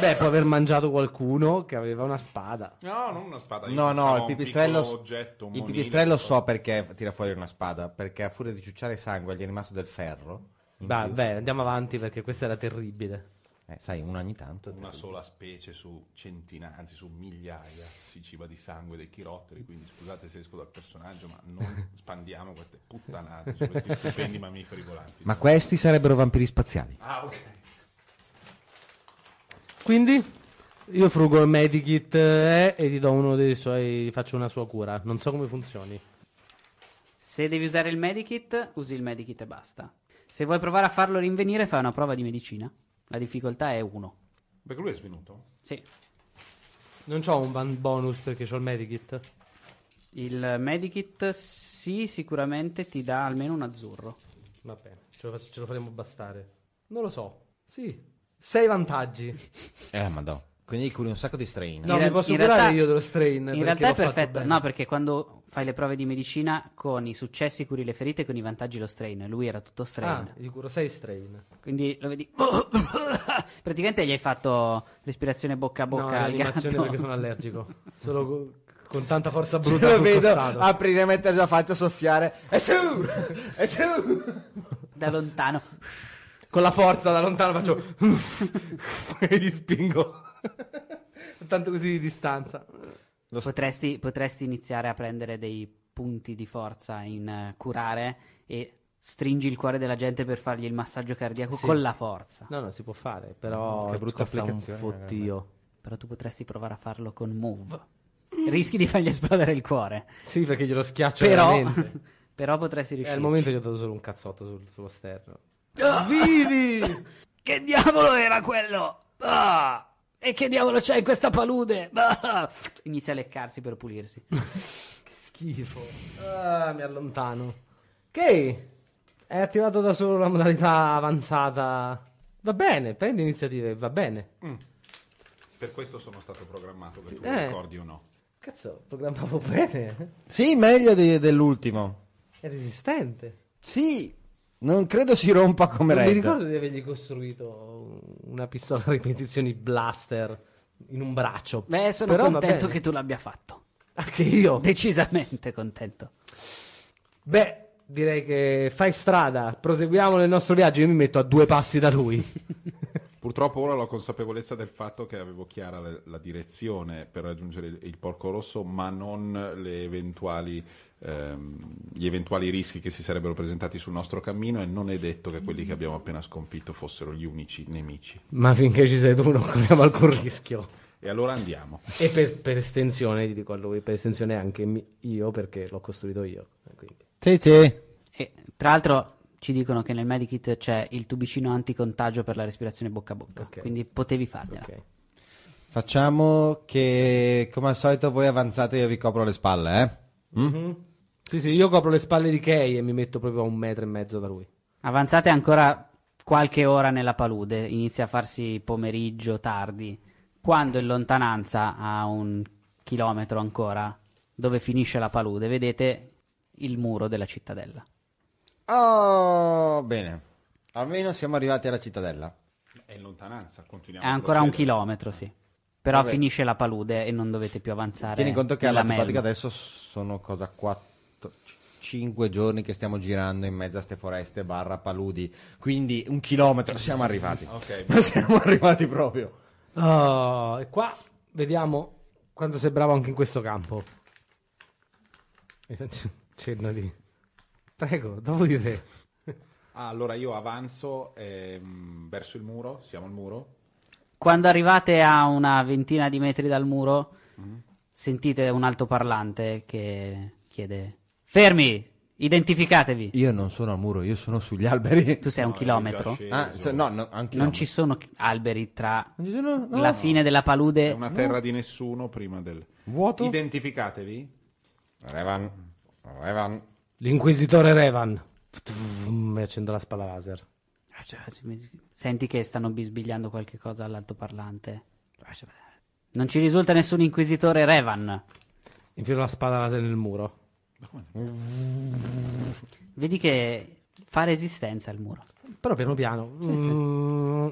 [SPEAKER 2] Beh, può aver mangiato qualcuno che aveva una spada.
[SPEAKER 3] No, non una spada. io
[SPEAKER 4] No,
[SPEAKER 3] pensavo
[SPEAKER 4] no,
[SPEAKER 3] a
[SPEAKER 4] il
[SPEAKER 3] un
[SPEAKER 4] pipistrello,
[SPEAKER 3] piccolo oggetto, un
[SPEAKER 4] il
[SPEAKER 3] monino,
[SPEAKER 4] pipistrello
[SPEAKER 3] non so.
[SPEAKER 4] so perché tira fuori una spada, perché a furia di ciucciare sangue gli è rimasto del ferro. in
[SPEAKER 2] Beh,
[SPEAKER 4] più.
[SPEAKER 2] beh, andiamo avanti perché questa era terribile.
[SPEAKER 4] Eh, sai, uno ogni tanto.
[SPEAKER 3] Una sola specie su centinaia, anzi su migliaia, si ciba di sangue dei chirotteri. Quindi scusate se esco dal personaggio, ma non spandiamo queste puttanate su questi stupendi mammiferi volanti.
[SPEAKER 4] Ma questi sarebbero vampiri spaziali.
[SPEAKER 3] Ah, ok.
[SPEAKER 2] Quindi io frugo il medikit eh, e gli do uno dei suoi, gli faccio una sua cura. Non so come funzioni.
[SPEAKER 1] Se devi usare il medikit, usi il medikit e basta. Se vuoi provare a farlo rinvenire, fai una prova di medicina. La difficoltà è 1.
[SPEAKER 3] Perché lui è svenuto?
[SPEAKER 1] Sì.
[SPEAKER 2] Non ho un ban- bonus perché ho il medikit.
[SPEAKER 1] Il medikit, sì, sicuramente ti dà almeno un azzurro.
[SPEAKER 2] Va bene, ce lo, fac- ce lo faremo bastare. Non lo so. Sì. Sei vantaggi.
[SPEAKER 4] Eh, madonna. Quindi curi un sacco di strain.
[SPEAKER 2] No,
[SPEAKER 1] In
[SPEAKER 2] mi
[SPEAKER 1] real-
[SPEAKER 2] posso
[SPEAKER 1] in
[SPEAKER 2] curare
[SPEAKER 1] realtà-
[SPEAKER 2] io dello strain.
[SPEAKER 1] In
[SPEAKER 2] perché
[SPEAKER 1] realtà è
[SPEAKER 2] l'ho fatto
[SPEAKER 1] perfetto,
[SPEAKER 2] bene.
[SPEAKER 1] no, perché quando fai le prove di medicina con i successi curi le ferite, con i vantaggi lo strain. Lui era tutto strain.
[SPEAKER 2] Ah, gli curo sei strain.
[SPEAKER 1] Quindi lo vedi. Praticamente gli hai fatto respirazione bocca a
[SPEAKER 2] no,
[SPEAKER 1] bocca al
[SPEAKER 2] l'animazione
[SPEAKER 1] gatto.
[SPEAKER 2] perché sono allergico. Solo co- con tanta forza
[SPEAKER 4] Lo
[SPEAKER 2] brutta sul
[SPEAKER 4] cioè, vedo
[SPEAKER 2] costato.
[SPEAKER 1] Ah.
[SPEAKER 4] aprire e mettere la faccia, soffiare. E tu! E tu!
[SPEAKER 1] Da lontano.
[SPEAKER 2] Con la forza da lontano faccio e gli spingo. Tanto così di distanza.
[SPEAKER 1] Potresti, potresti iniziare a prendere dei punti di forza in eh, curare e stringi il cuore della gente per fargli il massaggio cardiaco
[SPEAKER 2] Sì.
[SPEAKER 1] con la forza.
[SPEAKER 2] No, no, si può fare, però
[SPEAKER 4] Che brutta
[SPEAKER 2] costa
[SPEAKER 4] applicazione,
[SPEAKER 2] un fottio.
[SPEAKER 1] Però tu potresti provare a farlo con move. Rischi di fargli esplodere il cuore.
[SPEAKER 2] Sì, perché glielo schiaccio
[SPEAKER 1] Però,
[SPEAKER 2] Cioè, veramente.
[SPEAKER 1] però potresti
[SPEAKER 2] È
[SPEAKER 1] riuscire. Ah!
[SPEAKER 2] al momento che ho dato solo un cazzotto sul, sullo sterno. Vivi!
[SPEAKER 1] Che diavolo era quello? Ah! E che diavolo c'è in questa palude? Ah! Inizia a leccarsi per pulirsi.
[SPEAKER 2] Che schifo. Ah, mi allontano. Ok. È attivato da solo la modalità avanzata. Va bene, prendi iniziative, va bene.
[SPEAKER 3] Per questo sono stato programmato, che tu
[SPEAKER 2] Eh.
[SPEAKER 3] ricordi o no.
[SPEAKER 2] Cazzo, programmavo bene.
[SPEAKER 4] Sì, meglio di- dell'ultimo.
[SPEAKER 2] È resistente.
[SPEAKER 4] Sì, non credo si rompa come
[SPEAKER 2] Non mi
[SPEAKER 4] Red.
[SPEAKER 2] ricordo di avergli costruito una pistola a ripetizioni blaster in un braccio.
[SPEAKER 1] Beh, sono
[SPEAKER 2] Però va
[SPEAKER 1] contento
[SPEAKER 2] bene.
[SPEAKER 1] che tu l'abbia fatto.
[SPEAKER 2] Anche io.
[SPEAKER 1] Decisamente contento.
[SPEAKER 2] Beh, direi che fai strada. Proseguiamo nel nostro viaggio. Io mi metto a due passi da lui.
[SPEAKER 3] Purtroppo ora ho la consapevolezza del fatto che avevo chiara la, la direzione per raggiungere il, il Porco Rosso, ma non le eventuali, ehm, gli eventuali rischi che si sarebbero presentati sul nostro cammino e non è detto che quelli che abbiamo appena sconfitto fossero gli unici nemici.
[SPEAKER 2] Ma finché ci sei tu non corriamo alcun rischio.
[SPEAKER 3] E allora andiamo.
[SPEAKER 2] E per, per estensione, gli dico a lui, per estensione anche mi- io perché l'ho costruito io. Quindi.
[SPEAKER 4] Sì, sì.
[SPEAKER 1] E tra l'altro ci dicono che nel medikit c'è il tubicino anticontagio per la respirazione bocca a bocca.
[SPEAKER 2] Ok.
[SPEAKER 1] Quindi potevi fargliela.
[SPEAKER 2] Ok.
[SPEAKER 4] Facciamo che, come al solito, voi avanzate e io vi copro le spalle, eh?
[SPEAKER 2] Mhm. Sì, sì, io copro le spalle di Kay e mi metto proprio a un metro e mezzo da lui.
[SPEAKER 1] Avanzate ancora qualche ora nella palude. Inizia a farsi pomeriggio tardi. quando in lontananza a un chilometro ancora dove finisce la palude vedete il muro della cittadella.
[SPEAKER 4] Oh, bene. Almeno siamo arrivati alla cittadella.
[SPEAKER 3] È in lontananza, continuiamo.
[SPEAKER 1] È ancora
[SPEAKER 3] a
[SPEAKER 1] un
[SPEAKER 3] procedere.
[SPEAKER 1] chilometro, sì. Però
[SPEAKER 4] Vabbè.
[SPEAKER 1] finisce la palude e non dovete più avanzare.
[SPEAKER 4] Tieni conto che
[SPEAKER 1] nella
[SPEAKER 4] alla pratica
[SPEAKER 1] melma.
[SPEAKER 4] adesso sono cosa 4 5 giorni che stiamo girando in mezzo a ste foreste barra paludi, quindi un chilometro siamo arrivati.
[SPEAKER 3] Ok.
[SPEAKER 4] Ma siamo arrivati proprio.
[SPEAKER 2] Oh, e qua vediamo quanto sei bravo anche in questo campo. E faccio un Cenno di... Prego, dopo di te.
[SPEAKER 3] Ah, allora io avanzo ehm, verso il muro, siamo al muro.
[SPEAKER 1] Quando arrivate a una ventina di metri dal muro,
[SPEAKER 3] Mhm.
[SPEAKER 1] sentite un altoparlante che chiede: Fermi, identificatevi.
[SPEAKER 4] Io non sono al muro, io sono sugli alberi.
[SPEAKER 1] Tu sei a un
[SPEAKER 3] No,
[SPEAKER 1] chilometro.
[SPEAKER 3] è già sceso.
[SPEAKER 4] Ah, so- no, no, anche
[SPEAKER 1] Non ci sono chi- alberi tra
[SPEAKER 4] Non ci sono? No.
[SPEAKER 1] la fine della
[SPEAKER 3] È
[SPEAKER 1] palude.
[SPEAKER 3] una terra di nessuno prima del...
[SPEAKER 4] Vuoto?
[SPEAKER 3] Identificatevi.
[SPEAKER 4] Revan. Revan.
[SPEAKER 2] L'inquisitore Revan. Mi accendo la spada laser.
[SPEAKER 1] Ah, cioè, Senti che stanno bisbigliando qualche cosa all'altoparlante. Ah, cioè, Non ci risulta nessun inquisitore Revan.
[SPEAKER 2] Infilo la spada laser nel muro.
[SPEAKER 1] Vedi che fa resistenza al muro.
[SPEAKER 2] Però piano piano. Mm,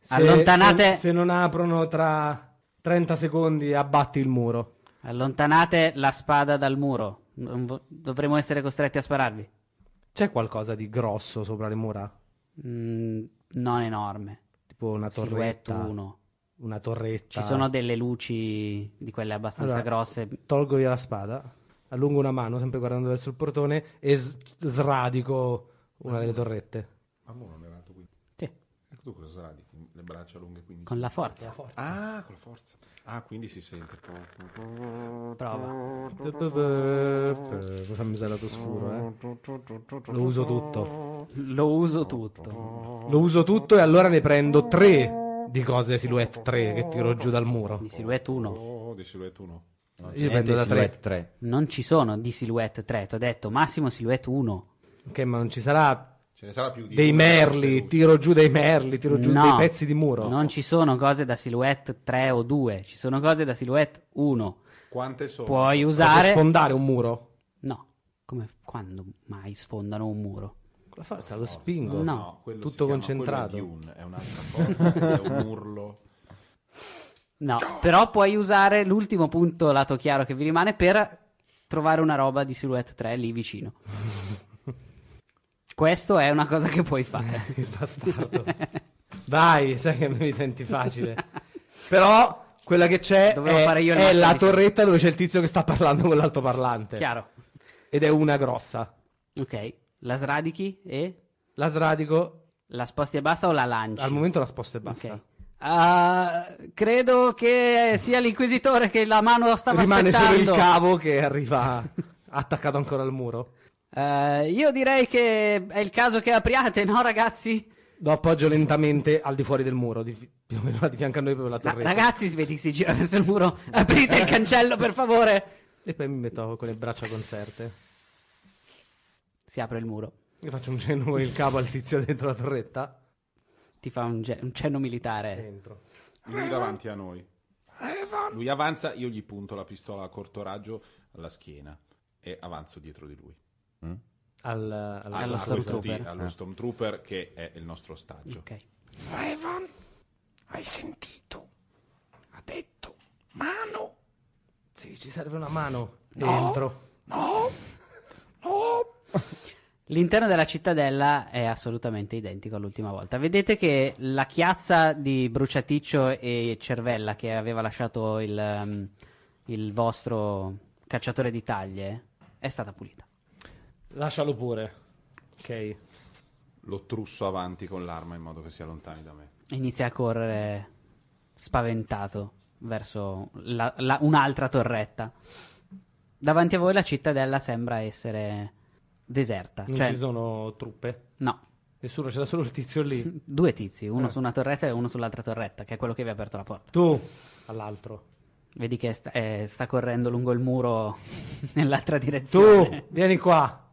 [SPEAKER 2] se-
[SPEAKER 1] Allontanate-
[SPEAKER 2] Se, se non aprono tra 30 secondi, abbatti il muro.
[SPEAKER 1] Allontanate la spada dal muro. Non vo- dovremo essere costretti a spararvi.
[SPEAKER 2] C'è qualcosa di grosso sopra le mura?
[SPEAKER 1] Mm, non enorme.
[SPEAKER 2] Tipo una
[SPEAKER 1] Silhouette
[SPEAKER 2] torretta.
[SPEAKER 1] 1.
[SPEAKER 2] Una torretta.
[SPEAKER 1] Ci sono delle luci di quelle abbastanza
[SPEAKER 2] Allora,
[SPEAKER 1] grosse.
[SPEAKER 2] Tolgo io la spada, allungo una mano, sempre guardando verso il portone, e s- sradico una delle torrette.
[SPEAKER 3] Ma mo non è nato qui.
[SPEAKER 1] Sì,
[SPEAKER 3] Ecco tu cosa sarà, dici, le braccia lunghe quindi.
[SPEAKER 1] con la forza.
[SPEAKER 3] Ah, con la forza. Ah, quindi si sente.
[SPEAKER 1] Prova.
[SPEAKER 2] Fammi usare lato scuro, eh. Lo uso tutto.
[SPEAKER 1] Lo uso tutto.
[SPEAKER 2] Lo uso tutto e allora ne prendo tre di cose silhouette 3 che tiro giù dal muro.
[SPEAKER 1] Di silhouette 1.
[SPEAKER 3] Oh, di silhouette 1.
[SPEAKER 2] Io prendo da tre.
[SPEAKER 4] 3.
[SPEAKER 1] Non ci sono di silhouette 3. Ti ho detto massimo silhouette 1.
[SPEAKER 2] Ok, ma non ci sarà
[SPEAKER 3] Ce ne sarà più di
[SPEAKER 2] dei
[SPEAKER 3] una,
[SPEAKER 2] merli,
[SPEAKER 3] queste luci.
[SPEAKER 2] tiro giù dei merli, tiro giù
[SPEAKER 1] No.
[SPEAKER 2] dei pezzi di muro.
[SPEAKER 1] Non ci sono cose da silhouette 3 o 2. Ci sono cose da silhouette 1.
[SPEAKER 3] Quante sono?
[SPEAKER 1] Puoi
[SPEAKER 2] Posso
[SPEAKER 1] usare.
[SPEAKER 2] sfondare un muro?
[SPEAKER 1] No. Come quando mai sfondano un muro?
[SPEAKER 2] Con la forza lo spingo.
[SPEAKER 1] No.
[SPEAKER 3] quello
[SPEAKER 2] tutto
[SPEAKER 3] si chiama-
[SPEAKER 2] concentrato.
[SPEAKER 3] quello È, Dune, è un'altra cosa, è un urlo.
[SPEAKER 1] No, però puoi usare l'ultimo punto lato chiaro che vi rimane per trovare una roba di Silhouette 3 lì vicino. Questo è una cosa che puoi fare.
[SPEAKER 2] Il bastardo. Dai, sai che mi senti facile. Però quella che c'è
[SPEAKER 1] Dovevo
[SPEAKER 2] è,
[SPEAKER 1] fare io il
[SPEAKER 2] è la
[SPEAKER 1] massonico.
[SPEAKER 2] torretta dove c'è il tizio che sta parlando con l'altoparlante.
[SPEAKER 1] Chiaro.
[SPEAKER 2] Ed è una grossa.
[SPEAKER 1] Ok, la sradichi e
[SPEAKER 2] La sradico,
[SPEAKER 1] la sposti e basta o la lanci?
[SPEAKER 2] al momento la sposto e basta.
[SPEAKER 1] Ok. Ah, credo che sia l'inquisitore che la mano stava
[SPEAKER 2] Rimane
[SPEAKER 1] aspettando.
[SPEAKER 2] solo il cavo che arriva attaccato ancora al muro.
[SPEAKER 1] Eh, io direi che è il caso che apriate, no ragazzi?
[SPEAKER 2] Lo appoggio lentamente al di fuori del muro, di, più o meno di fianco a noi per la
[SPEAKER 1] La-
[SPEAKER 2] torretta.
[SPEAKER 1] ragazzi, vedi che si gira verso il muro. Aprite il cancello, per favore.
[SPEAKER 2] E poi mi metto con le braccia concerte.
[SPEAKER 1] Si apre il muro.
[SPEAKER 2] Io faccio un cenno con il capo al tizio dentro la torretta.
[SPEAKER 1] Ti fa un, ge- un cenno militare.
[SPEAKER 2] Dentro.
[SPEAKER 3] Lui davanti a noi. Lui avanza, io gli punto la pistola a corto raggio alla schiena e avanzo dietro di lui.
[SPEAKER 2] Al, Ah,
[SPEAKER 3] A-
[SPEAKER 2] alla-
[SPEAKER 1] Allo
[SPEAKER 3] a questo
[SPEAKER 1] Stormtrooper.
[SPEAKER 3] ti- Allo Stormtrooper che è il nostro ostaggio.
[SPEAKER 1] Ok.
[SPEAKER 8] Evan, hai sentito? Ha detto, mano,
[SPEAKER 2] Sì, ci serve una mano dentro.
[SPEAKER 8] no, no.
[SPEAKER 1] L'interno della cittadella è assolutamente identico all'ultima volta. Vedete che la chiazza di Bruciaticcio e Cervella che aveva lasciato il, um, il vostro cacciatore di taglie è stata pulita.
[SPEAKER 2] Lascialo pure. Ok.
[SPEAKER 3] Lo trusso avanti con l'arma in modo che si allontani da me.
[SPEAKER 1] Inizia a correre spaventato verso la- la- un'altra torretta. Davanti a voi la cittadella sembra essere deserta.
[SPEAKER 2] Non
[SPEAKER 1] cioè,
[SPEAKER 2] ci sono truppe.
[SPEAKER 1] no,
[SPEAKER 2] Nessuno, c'era solo il tizio lì.
[SPEAKER 1] Due tizi, uno
[SPEAKER 2] Eh.
[SPEAKER 1] su una torretta e uno sull'altra torretta, che è quello che vi ha aperto la porta.
[SPEAKER 2] Tu, all'altro.
[SPEAKER 1] Vedi che sta, eh, sta correndo lungo il muro nell'altra
[SPEAKER 2] Tu,
[SPEAKER 1] direzione.
[SPEAKER 2] vieni qua.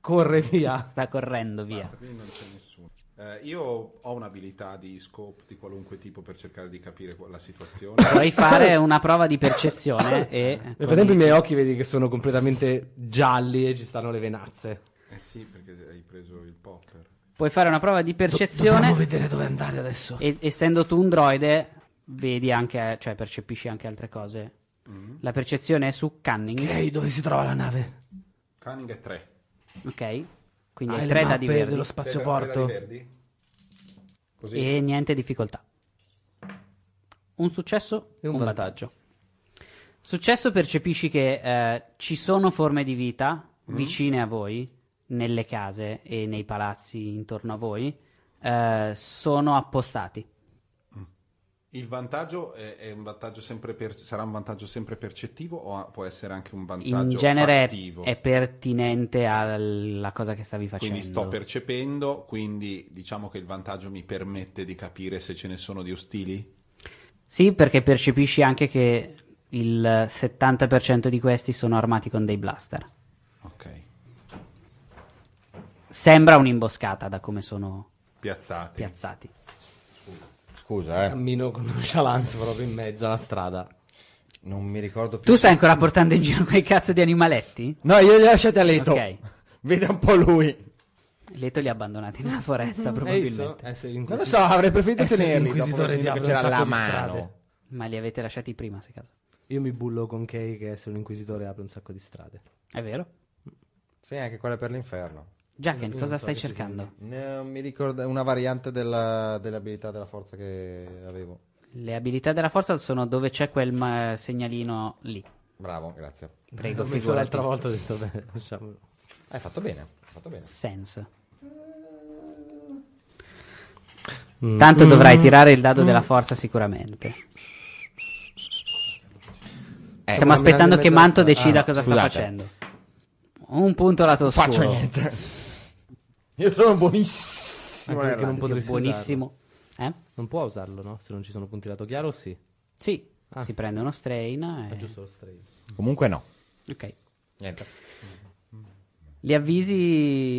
[SPEAKER 2] Corre via.
[SPEAKER 1] Sta correndo via.
[SPEAKER 3] Qui non c'è nessuno. Eh, io ho un'abilità di scope di qualunque tipo per cercare di capire qual- la situazione.
[SPEAKER 1] Vorrei fare una prova di percezione e...
[SPEAKER 6] Nel frattempo i miei occhi vedi che sono completamente gialli e ci stanno le venazze.
[SPEAKER 3] Eh sì, perché hai preso il popper.
[SPEAKER 1] Puoi fare una prova di percezione. Eh.
[SPEAKER 2] Dobbiamo vedere dove andare adesso.
[SPEAKER 1] E- essendo tu un droide, vedi anche, cioè percepisci anche altre cose. La percezione è su Canning.
[SPEAKER 2] Ok, dove si trova la nave?
[SPEAKER 3] Canning è 3.
[SPEAKER 1] Ok. Quindi
[SPEAKER 6] Ah,
[SPEAKER 1] è
[SPEAKER 2] Hai Ah, le
[SPEAKER 1] 3 da
[SPEAKER 2] mappe
[SPEAKER 1] di verdi.
[SPEAKER 2] dello spazioporto.
[SPEAKER 3] Così.
[SPEAKER 1] E niente difficoltà. Un successo e un, vantaggio. Successo percepisci che eh, ci sono forme di vita vicine a voi, nelle case e nei palazzi intorno a voi, eh, sono appostati.
[SPEAKER 3] Il vantaggio è, è un vantaggio sempre per- sarà un vantaggio sempre percettivo o a- può essere anche un vantaggio
[SPEAKER 1] in genere è-
[SPEAKER 3] fattivo?
[SPEAKER 1] è pertinente alla cosa che stavi facendo.
[SPEAKER 3] Quindi sto percependo, quindi diciamo che il vantaggio mi permette di capire se ce ne sono di ostili.
[SPEAKER 1] Sì, perché percepisci anche che il 70% di questi sono armati con dei blaster.
[SPEAKER 3] Ok.
[SPEAKER 1] Sembra un'imboscata da come sono
[SPEAKER 3] Piazzati.
[SPEAKER 1] piazzati.
[SPEAKER 4] Scusa, eh.
[SPEAKER 6] Cammino con nonchalance proprio in mezzo alla strada.
[SPEAKER 4] Non mi ricordo più.
[SPEAKER 1] Tu stai ancora portando in giro quei cazzo di animaletti?
[SPEAKER 4] No, io li ho lasciati a letto.
[SPEAKER 1] Ok.
[SPEAKER 4] Veda un po' lui.
[SPEAKER 1] Leto li ha abbandonati nella foresta
[SPEAKER 6] Ehi, so,
[SPEAKER 1] probabilmente.
[SPEAKER 6] essere
[SPEAKER 4] Non
[SPEAKER 6] Eh, inquisito.
[SPEAKER 4] lo so, avrei preferito
[SPEAKER 2] Essere
[SPEAKER 4] tenerli. Dopo
[SPEAKER 2] inquisitore
[SPEAKER 4] aver sentito
[SPEAKER 2] di
[SPEAKER 4] che
[SPEAKER 2] apre
[SPEAKER 4] c'era
[SPEAKER 2] un sacco
[SPEAKER 4] la
[SPEAKER 2] di strade.
[SPEAKER 4] mano.
[SPEAKER 1] Ma li avete lasciati prima, se caso.
[SPEAKER 6] Io mi bullo con Kay che essere un inquisitore apre un sacco di strade.
[SPEAKER 1] È vero?
[SPEAKER 4] Sì, anche quella per l'inferno.
[SPEAKER 1] Jacken,
[SPEAKER 6] non
[SPEAKER 1] cosa
[SPEAKER 6] so
[SPEAKER 1] stai
[SPEAKER 6] che ci sia
[SPEAKER 1] cercando?
[SPEAKER 4] No, mi ricorda una variante della- dell'abilità della forza che avevo.
[SPEAKER 1] Le abilità della forza sono dove c'è quel ma- segnalino lì.
[SPEAKER 4] Bravo, grazie.
[SPEAKER 1] Prego,
[SPEAKER 6] L'ho messo l'altra
[SPEAKER 1] figurati.
[SPEAKER 6] volta ho detto, beh, lasciamolo.
[SPEAKER 4] Hai fatto bene. Hai fatto bene.
[SPEAKER 1] Sense.
[SPEAKER 4] Mm.
[SPEAKER 1] Tanto dovrai tirare il dado della forza sicuramente.
[SPEAKER 4] Eh,
[SPEAKER 6] Sto
[SPEAKER 1] Stiamo
[SPEAKER 6] camminando
[SPEAKER 1] aspettando
[SPEAKER 6] in
[SPEAKER 1] che
[SPEAKER 6] mezzo alla
[SPEAKER 1] Manto decida
[SPEAKER 4] Ah,
[SPEAKER 1] cosa sta
[SPEAKER 4] scusate.
[SPEAKER 1] facendo. Un punto lato oscuro.
[SPEAKER 4] Faccio niente. Io sono buonissimo.
[SPEAKER 6] Anche perché
[SPEAKER 4] nella-
[SPEAKER 6] non
[SPEAKER 1] Oddio,
[SPEAKER 6] potresti
[SPEAKER 1] buonissimo. Eh?
[SPEAKER 6] Non può usarlo, no? Se non ci sono punti lato chiaro, sì.
[SPEAKER 1] Sì,
[SPEAKER 4] Ah.
[SPEAKER 1] si prende uno strain. e-
[SPEAKER 6] Faccio solo stray.
[SPEAKER 4] Comunque no.
[SPEAKER 1] Ok.
[SPEAKER 4] Niente.
[SPEAKER 1] Li avvisi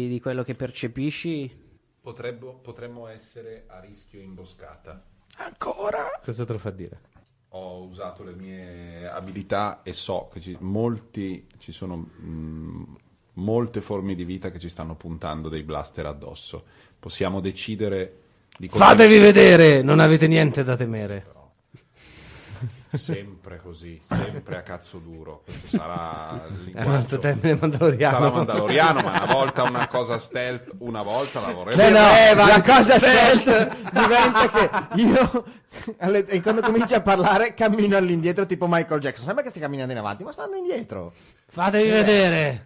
[SPEAKER 1] di quello che percepisci?
[SPEAKER 3] potremmo essere a rischio imboscata.
[SPEAKER 8] Ancora?
[SPEAKER 6] Cosa te lo fa dire?
[SPEAKER 3] Ho usato le mie abilità e so che ci, molti, ci sono mh, molte forme di vita che ci stanno puntando dei blaster addosso. Possiamo decidere di
[SPEAKER 2] Fatevi vedere, non avete niente da temere.
[SPEAKER 3] sempre così, sempre a cazzo duro. Questo sarà il
[SPEAKER 6] Eh,
[SPEAKER 2] È un altro
[SPEAKER 3] linguaggio-
[SPEAKER 2] termine mandaloriano.
[SPEAKER 3] Sarà mandaloriano, ma una volta una cosa stealth, una volta la vorrei
[SPEAKER 4] No, no, la cosa stealth diventa che io, alle- e quando comincio a parlare, cammino all'indietro tipo Michael Jackson. Sembra che stia camminando in avanti, ma stanno indietro.
[SPEAKER 2] Fatevi vedere.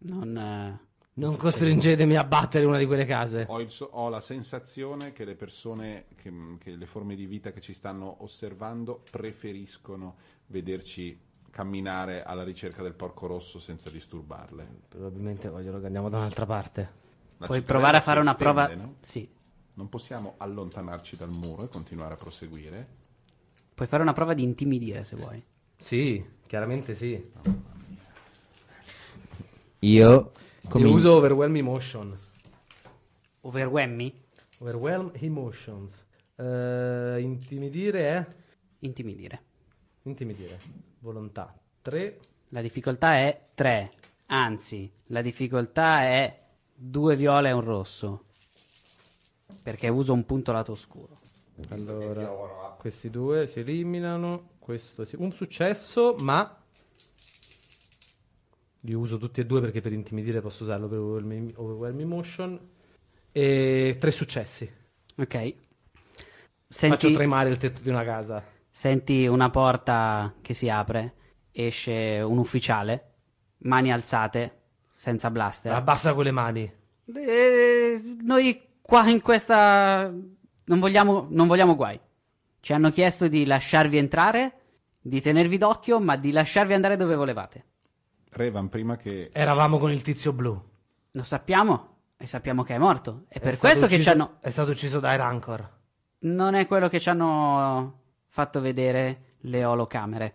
[SPEAKER 1] Non... eh,
[SPEAKER 2] Non costringetemi a battere una di quelle case.
[SPEAKER 3] Ho, il so- ho la sensazione che le persone, che, che le forme di vita che ci stanno osservando preferiscono vederci camminare alla ricerca del porco rosso senza disturbarle.
[SPEAKER 2] Probabilmente vogliono che andiamo da un'altra parte.
[SPEAKER 3] La
[SPEAKER 1] puoi
[SPEAKER 3] cittadella
[SPEAKER 1] provare a
[SPEAKER 3] si
[SPEAKER 1] fare una
[SPEAKER 3] estende,
[SPEAKER 1] prova...
[SPEAKER 3] no?
[SPEAKER 1] Sì.
[SPEAKER 3] Non possiamo allontanarci dal muro e continuare a proseguire.
[SPEAKER 1] Puoi fare una prova di intimidire se vuoi.
[SPEAKER 6] Sì, chiaramente sì.
[SPEAKER 4] Io
[SPEAKER 6] Io uso Overwhelm Emotion.
[SPEAKER 1] Overwhelmi?
[SPEAKER 6] Overwhelm Emotions. Eh, intimidire è...
[SPEAKER 1] Intimidire.
[SPEAKER 6] Intimidire. Volontà. 3.
[SPEAKER 1] La difficoltà è 3. Anzi, la difficoltà è 2 viola e un rosso. Perché uso un punto lato oscuro.
[SPEAKER 6] Allora, questi due si eliminano. Questo si- Un successo, ma... Li uso tutti e due perché per intimidire posso usarlo per Overwhelm, Overwhelm Emotion. E tre successi.
[SPEAKER 1] Ok.
[SPEAKER 6] Faccio
[SPEAKER 1] Senti,
[SPEAKER 6] tremare il tetto di una casa.
[SPEAKER 1] senti una porta che si apre, esce un ufficiale, mani alzate, senza blaster.
[SPEAKER 2] Abbassa quelle mani.
[SPEAKER 1] Eh, noi qua in questa non vogliamo, non vogliamo guai. Ci hanno chiesto di lasciarvi entrare, di tenervi d'occhio, ma di lasciarvi andare dove volevate.
[SPEAKER 3] Revan, prima che
[SPEAKER 2] Eravamo con il tizio blu.
[SPEAKER 1] Lo sappiamo e sappiamo che è morto. È,
[SPEAKER 2] È
[SPEAKER 1] per
[SPEAKER 2] stato
[SPEAKER 1] questo che ci
[SPEAKER 2] ucciso-
[SPEAKER 1] hanno.
[SPEAKER 2] È stato ucciso dai Rancor.
[SPEAKER 1] Non è quello che ci hanno fatto vedere le olocamere.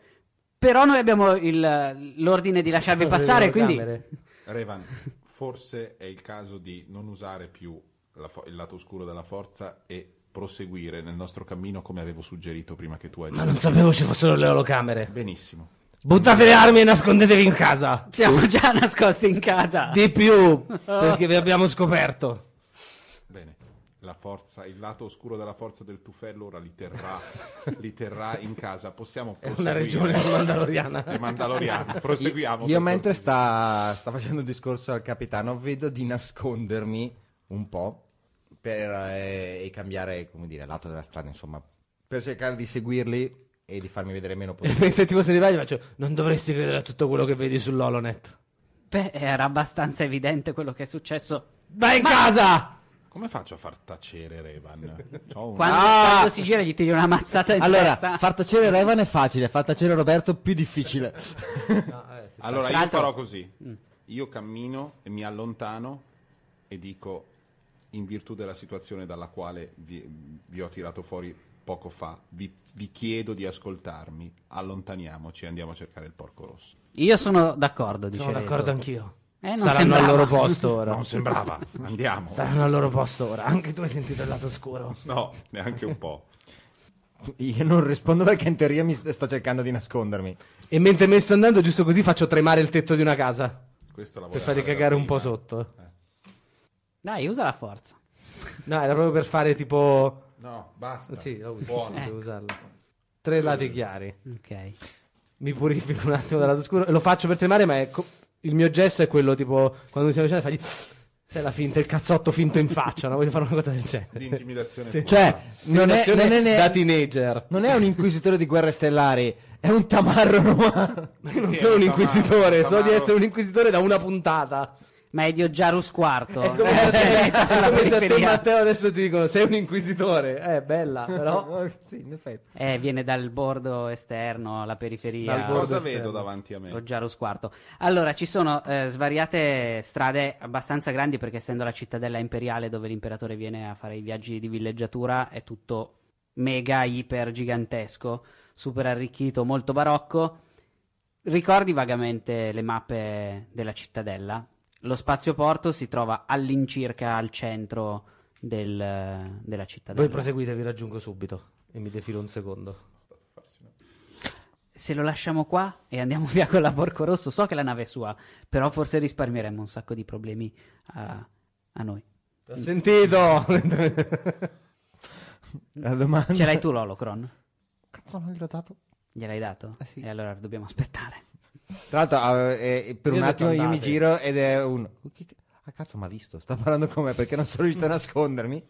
[SPEAKER 1] Però noi abbiamo il- l'ordine di
[SPEAKER 2] Eh,
[SPEAKER 1] lasciarvi passare, quindi.
[SPEAKER 6] Camere.
[SPEAKER 3] Revan, forse è il caso di non usare più la fo- il lato oscuro della forza e proseguire nel nostro cammino come avevo suggerito prima che tu hai
[SPEAKER 2] Ma non sapevo ci fossero le olocamere.
[SPEAKER 3] Benissimo.
[SPEAKER 2] Buttate le armi e nascondetevi in casa.
[SPEAKER 1] Siamo già nascosti in casa.
[SPEAKER 2] Di più, perché vi abbiamo scoperto.
[SPEAKER 3] Bene. La forza, il lato oscuro della forza del tufello ora li terrà, li terrà in casa. Possiamo
[SPEAKER 2] È una
[SPEAKER 3] proseguire.
[SPEAKER 2] regione mandaloriana.
[SPEAKER 3] E Mandaloriano. Proseguiamo.
[SPEAKER 4] Io
[SPEAKER 3] per
[SPEAKER 4] mentre
[SPEAKER 3] cortesia.
[SPEAKER 4] sta, sta facendo il discorso al capitano vedo di nascondermi un po' per, eh, e cambiare, come dire, lato della strada, insomma, per cercare di seguirli e di farmi vedere meno
[SPEAKER 2] E
[SPEAKER 4] possibile.
[SPEAKER 2] mentre tipo se ne va gli faccio, non dovresti credere a tutto quello che vedi sull'Holonet.
[SPEAKER 1] Beh, era abbastanza evidente quello che è successo.
[SPEAKER 2] Vai in casa!
[SPEAKER 3] Come faccio a far tacere Revan? C'ho un-
[SPEAKER 1] Quando,
[SPEAKER 2] Ah!
[SPEAKER 1] quando si gira gli tiri una mazzata in
[SPEAKER 4] Allora,
[SPEAKER 1] testa.
[SPEAKER 4] far tacere Revan è facile, far tacere Roberto più difficile.
[SPEAKER 3] Allora
[SPEAKER 1] Tra
[SPEAKER 3] io
[SPEAKER 1] l'altro-
[SPEAKER 3] farò così. Io cammino e mi allontano e dico, in virtù della situazione dalla quale vi, vi ho tirato fuori poco fa, vi, vi chiedo di ascoltarmi, allontaniamoci e andiamo a cercare il porco rosso.
[SPEAKER 1] Io sono d'accordo, dice
[SPEAKER 2] Sono
[SPEAKER 1] Reto.
[SPEAKER 2] d'accordo anch'io.
[SPEAKER 1] Eh, non
[SPEAKER 2] Saranno
[SPEAKER 1] sembrava.
[SPEAKER 2] al loro posto ora.
[SPEAKER 3] Non sembrava, andiamo.
[SPEAKER 2] Saranno al loro posto ora. Anche tu hai sentito il lato scuro.
[SPEAKER 3] No, neanche un po'.
[SPEAKER 4] Io non rispondo perché in teoria mi st- sto cercando di nascondermi.
[SPEAKER 2] E mentre me sto andando, giusto così faccio tremare il tetto di una casa.
[SPEAKER 3] Questo la
[SPEAKER 2] Per
[SPEAKER 3] volevo
[SPEAKER 2] farli
[SPEAKER 3] fare
[SPEAKER 2] cagare un
[SPEAKER 3] prima.
[SPEAKER 2] po' sotto.
[SPEAKER 1] Dai, usa la forza.
[SPEAKER 2] No, era proprio per fare tipo.
[SPEAKER 3] No, basta.
[SPEAKER 2] Sì, Eh. l'ho usato,
[SPEAKER 3] Buono.
[SPEAKER 1] Eh.
[SPEAKER 2] devo usarla. Tre lati chiari.
[SPEAKER 1] Ok.
[SPEAKER 2] Mi purifico un attimo dal lato scuro. Lo faccio per tremare, ma è co- il mio gesto è quello tipo. Quando siamo vicini, fagli. Sei la finta, il cazzotto finto in faccia. No, voglio fare una cosa del
[SPEAKER 3] Di
[SPEAKER 2] genere.
[SPEAKER 3] intimidazione.
[SPEAKER 2] Sì.
[SPEAKER 3] pura.
[SPEAKER 4] Cioè, non è, non è ne-
[SPEAKER 2] da teenager.
[SPEAKER 4] non è un inquisitore di guerre stellari, è un tamarro romano.
[SPEAKER 2] Non
[SPEAKER 3] sì,
[SPEAKER 2] sono
[SPEAKER 3] è
[SPEAKER 2] un
[SPEAKER 3] un
[SPEAKER 2] inquisitore,
[SPEAKER 3] tamaro,
[SPEAKER 2] so di
[SPEAKER 3] tamaro.
[SPEAKER 2] essere un inquisitore da una puntata.
[SPEAKER 1] Ma è di Oggiarus IV.
[SPEAKER 2] È come se a te- come se a te, Matteo, adesso ti dicono: Sei un inquisitore. Eh, bella, però.
[SPEAKER 4] Oh, sì, in effetti.
[SPEAKER 1] Eh, viene dal bordo esterno alla periferia.
[SPEAKER 2] Dal bordo
[SPEAKER 3] Eh, Cosa
[SPEAKER 2] esterno.
[SPEAKER 3] vedo davanti a me?
[SPEAKER 1] Oggiarus IV. Allora, ci sono eh, svariate strade abbastanza grandi perché essendo la cittadella imperiale dove l'imperatore viene a fare i viaggi di villeggiatura è tutto mega, iper gigantesco, super arricchito, molto barocco. Ricordi vagamente le mappe della cittadella? Lo spazio porto si trova all'incirca al centro del- della cittadella.
[SPEAKER 2] Voi proseguite, vi raggiungo subito. E mi defilo un secondo.
[SPEAKER 1] se lo lasciamo qua e andiamo via con la Porco Rosso, so che la nave è sua, però forse risparmieremmo un sacco di problemi a, a noi.
[SPEAKER 2] Ho sentito!
[SPEAKER 4] La domanda...
[SPEAKER 1] Ce l'hai tu l'Holocron?
[SPEAKER 4] Cazzo, non gliel'ho dato.
[SPEAKER 1] Gliel'hai dato?
[SPEAKER 4] Eh sì.
[SPEAKER 1] E allora dobbiamo aspettare.
[SPEAKER 4] Tra l'altro, eh, eh, per
[SPEAKER 2] Io
[SPEAKER 4] un
[SPEAKER 2] ho detto
[SPEAKER 4] attimo io mi
[SPEAKER 2] andate.
[SPEAKER 4] giro ed è un. Chi- chi- Ah, cazzo, mi ha visto. Sta parlando con me perché non sono riuscito a nascondermi.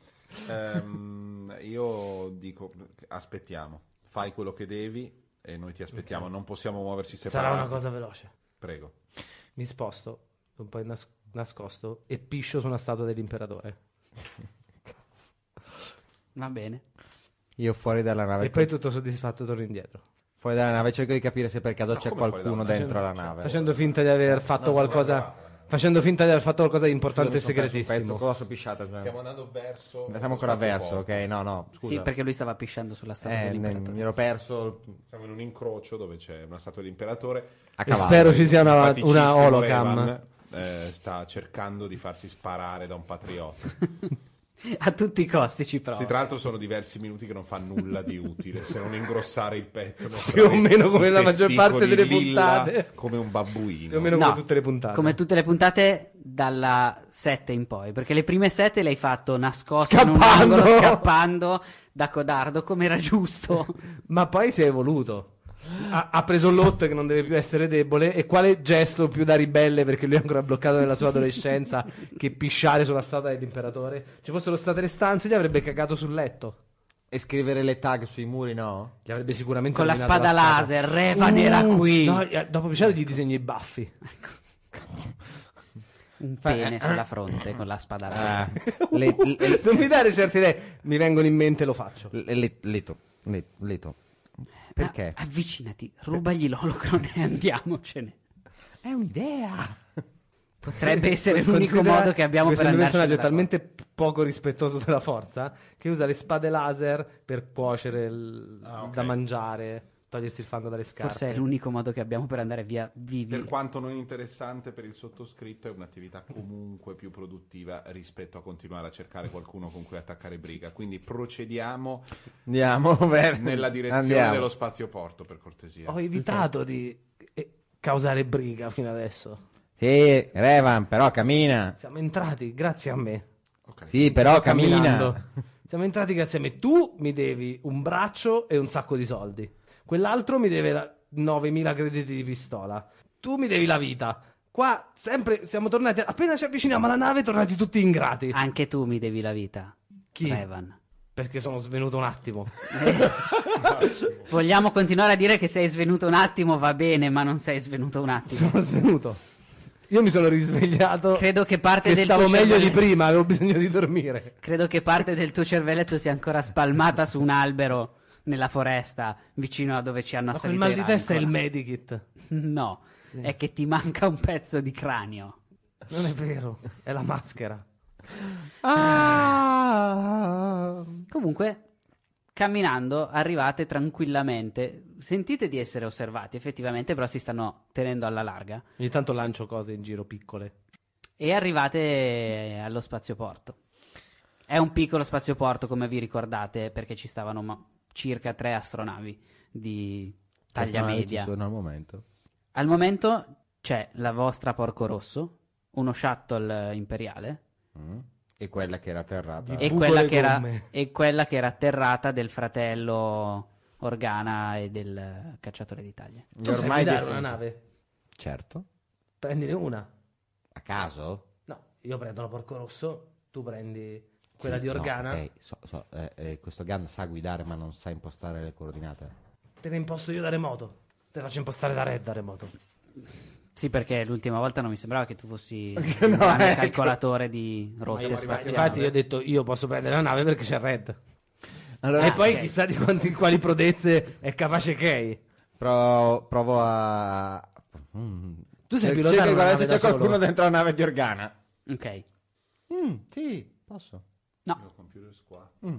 [SPEAKER 3] Ehm, io dico, aspettiamo, fai quello che devi e noi ti aspettiamo. Non possiamo muoverci
[SPEAKER 2] Sarà
[SPEAKER 3] separati.
[SPEAKER 2] una cosa veloce.
[SPEAKER 3] Prego.
[SPEAKER 2] Mi sposto, un po' nas- nascosto, e piscio su una statua dell'imperatore.
[SPEAKER 1] Va bene.
[SPEAKER 4] Io fuori dalla nave.
[SPEAKER 2] E poi tutto soddisfatto torno indietro.
[SPEAKER 4] Fuori dalla nave cerco di capire se per caso c'è
[SPEAKER 3] come fuori
[SPEAKER 4] qualcuno
[SPEAKER 3] dalla-
[SPEAKER 4] dentro la nave.
[SPEAKER 2] Facendo finta di aver fatto qualcosa. Facendo finta di aver fatto qualcosa di importante e segretissimo.
[SPEAKER 4] Cosa sono pisciato? Cioè.
[SPEAKER 3] Stiamo andando verso.
[SPEAKER 4] Siamo ancora verso, ok? No, no. Scusa.
[SPEAKER 1] Sì, perché lui stava pisciando sulla statua
[SPEAKER 4] Eh, ne-
[SPEAKER 1] dell'imperatore.
[SPEAKER 4] mi ero perso
[SPEAKER 3] Siamo in un incrocio dove c'è una statua dell'imperatore.
[SPEAKER 4] a
[SPEAKER 2] E
[SPEAKER 4] cavallo.
[SPEAKER 2] spero ci sia una,
[SPEAKER 3] Simpaticissimo
[SPEAKER 2] una holocam.
[SPEAKER 3] Revan, eh, sta cercando di farsi sparare da un patriota.
[SPEAKER 1] A tutti i costi ci prova.
[SPEAKER 3] Sì, tra l'altro sono diversi minuti che non fa nulla di utile se non ingrossare il petto.
[SPEAKER 2] Più o meno come la maggior parte delle
[SPEAKER 3] Testicoli lilla,
[SPEAKER 2] puntate.
[SPEAKER 3] Come un babbuino.
[SPEAKER 2] Più o meno come tutte le puntate.
[SPEAKER 1] Come tutte le puntate dalla 7 in poi, perché le prime 7 l'hai fatto nascosto in
[SPEAKER 2] Scappando!
[SPEAKER 1] un angolo, scappando da codardo, come era giusto.
[SPEAKER 2] Ma poi si è evoluto. Ha, ha preso l'ot che non deve più essere debole. E quale gesto più da ribelle perché lui è ancora bloccato nella sua adolescenza che pisciare sulla statua dell'imperatore? Ci fossero state le stanze, gli avrebbe cagato sul letto.
[SPEAKER 4] E scrivere le tag sui muri, no?
[SPEAKER 2] Gli avrebbe sicuramente
[SPEAKER 1] Con la
[SPEAKER 2] rovinato
[SPEAKER 1] spada
[SPEAKER 2] statua.
[SPEAKER 1] laser, Revan era
[SPEAKER 2] Uh,
[SPEAKER 1] qui.
[SPEAKER 2] No, eh, dopo pisciato gli disegno i baffi.
[SPEAKER 1] Un
[SPEAKER 2] eh,
[SPEAKER 1] pene sulla fronte con la spada.
[SPEAKER 2] Ah,
[SPEAKER 1] laser.
[SPEAKER 4] Le- le-
[SPEAKER 2] non mi dare certe idee. Mi vengono in mente e lo faccio.
[SPEAKER 4] le- le- leto. Le- leto.
[SPEAKER 2] Eh,
[SPEAKER 4] Perché?
[SPEAKER 1] Ah, avvicinati, rubagli l'olocron e andiamocene.
[SPEAKER 4] È un'idea.
[SPEAKER 1] Potrebbe essere
[SPEAKER 2] Eh, Considera
[SPEAKER 1] l'unico modo che abbiamo per
[SPEAKER 2] questo mio
[SPEAKER 1] andarci.
[SPEAKER 2] personaggio è
[SPEAKER 1] dalla
[SPEAKER 2] talmente p- poco rispettoso della forza che usa le spade laser per cuocere il-
[SPEAKER 3] Ah, ok.
[SPEAKER 2] da mangiare. togliersi il fango dalle scarpe.
[SPEAKER 1] Forse è l'unico modo che abbiamo per andare via vivi.
[SPEAKER 3] Per quanto non interessante per il sottoscritto, è un'attività comunque più produttiva rispetto a continuare a cercare qualcuno con cui attaccare briga. Quindi procediamo
[SPEAKER 4] Andiamo
[SPEAKER 2] Eh,
[SPEAKER 4] ver-
[SPEAKER 3] nella direzione
[SPEAKER 4] andiamo.
[SPEAKER 3] dello spazio porto, per cortesia.
[SPEAKER 2] Ho evitato di eh, causare briga fino adesso.
[SPEAKER 4] Sì, Revan, però cammina.
[SPEAKER 2] Siamo entrati grazie a me.
[SPEAKER 3] Ok.
[SPEAKER 4] Sì, però
[SPEAKER 2] Camminando.
[SPEAKER 4] cammina.
[SPEAKER 2] Siamo entrati grazie a me. Tu mi devi un braccio e un sacco di soldi. Quell'altro mi deve la- 9.000 crediti di pistola. Tu mi devi la vita. Qua sempre siamo tornati. Appena ci avviciniamo alla nave, tornati tutti ingrati.
[SPEAKER 1] Anche tu mi devi la vita.
[SPEAKER 2] Chi?
[SPEAKER 1] Revan.
[SPEAKER 2] Perché sono svenuto un attimo.
[SPEAKER 1] Vogliamo continuare a dire che sei svenuto un attimo, va bene, ma non sei svenuto un attimo.
[SPEAKER 2] sono svenuto. Io mi sono risvegliato.
[SPEAKER 1] Credo che parte
[SPEAKER 2] che
[SPEAKER 1] del
[SPEAKER 2] stavo
[SPEAKER 1] tuo
[SPEAKER 2] meglio di
[SPEAKER 1] cervello-
[SPEAKER 2] prima, avevo bisogno di dormire.
[SPEAKER 1] Credo che parte del tuo cervelletto sia ancora spalmata su un albero nella foresta, vicino a dove ci hanno
[SPEAKER 2] Ma quel
[SPEAKER 1] assalito.
[SPEAKER 2] mal
[SPEAKER 1] i
[SPEAKER 2] di testa è il
[SPEAKER 1] rancor.
[SPEAKER 2] medikit.
[SPEAKER 1] No, è che ti manca un pezzo di cranio.
[SPEAKER 2] Non è vero, è la maschera.
[SPEAKER 4] Ah!
[SPEAKER 1] Comunque, camminando, arrivate tranquillamente. Sentite di essere osservati, effettivamente, però si stanno tenendo alla larga.
[SPEAKER 2] Ogni tanto lancio cose in giro piccole.
[SPEAKER 1] E arrivate allo spazioporto. È un piccolo spazioporto, come vi ricordate, perché ci stavano ma- circa tre astronavi di taglia
[SPEAKER 4] Queste navi
[SPEAKER 1] media.
[SPEAKER 4] Ci sono al momento.
[SPEAKER 1] Al momento c'è la vostra Porco Rosso, uno shuttle eh, imperiale
[SPEAKER 4] Mm. E quella che era atterrata.
[SPEAKER 2] Di-
[SPEAKER 1] e
[SPEAKER 2] Buco
[SPEAKER 1] quella,
[SPEAKER 2] le
[SPEAKER 1] che era,
[SPEAKER 2] gomme.
[SPEAKER 1] e quella che era atterrata del fratello Organa e del eh, cacciatore d'Italia.
[SPEAKER 2] Tu sai
[SPEAKER 4] ormai
[SPEAKER 2] guidare
[SPEAKER 4] defunto.
[SPEAKER 2] una nave?
[SPEAKER 4] Certo.
[SPEAKER 2] Prendine una.
[SPEAKER 4] A caso?
[SPEAKER 2] No, io prendo la porco rosso, tu prendi quella
[SPEAKER 4] Sì,
[SPEAKER 2] di
[SPEAKER 4] no,
[SPEAKER 2] Organa.
[SPEAKER 4] ok, so- so, eh, eh, questo Gan sa guidare ma non sa impostare le coordinate.
[SPEAKER 2] Te ne imposto io da remoto. Te faccio impostare da Red da remoto.
[SPEAKER 1] Sì, perché l'ultima volta non mi sembrava che tu fossi
[SPEAKER 4] No,
[SPEAKER 1] un grande
[SPEAKER 4] ecco.
[SPEAKER 1] calcolatore di rotte
[SPEAKER 2] Infatti,
[SPEAKER 1] spaziali.
[SPEAKER 2] io ho detto io posso prendere la nave perché c'è Red.
[SPEAKER 4] Allora,
[SPEAKER 2] Ah, e poi
[SPEAKER 1] ok.
[SPEAKER 2] chissà di quanti, quali prodezze è capace Kay.
[SPEAKER 4] pro- provo a... Mm.
[SPEAKER 2] Tu sai
[SPEAKER 4] Cerco-
[SPEAKER 2] pilotare
[SPEAKER 4] cerco di
[SPEAKER 2] una
[SPEAKER 4] guardare
[SPEAKER 2] nave
[SPEAKER 4] se
[SPEAKER 2] da
[SPEAKER 4] c'è
[SPEAKER 2] solo?
[SPEAKER 4] qualcuno dentro la nave di Organa.
[SPEAKER 1] Ok.
[SPEAKER 4] Mm, sì, posso. Mm.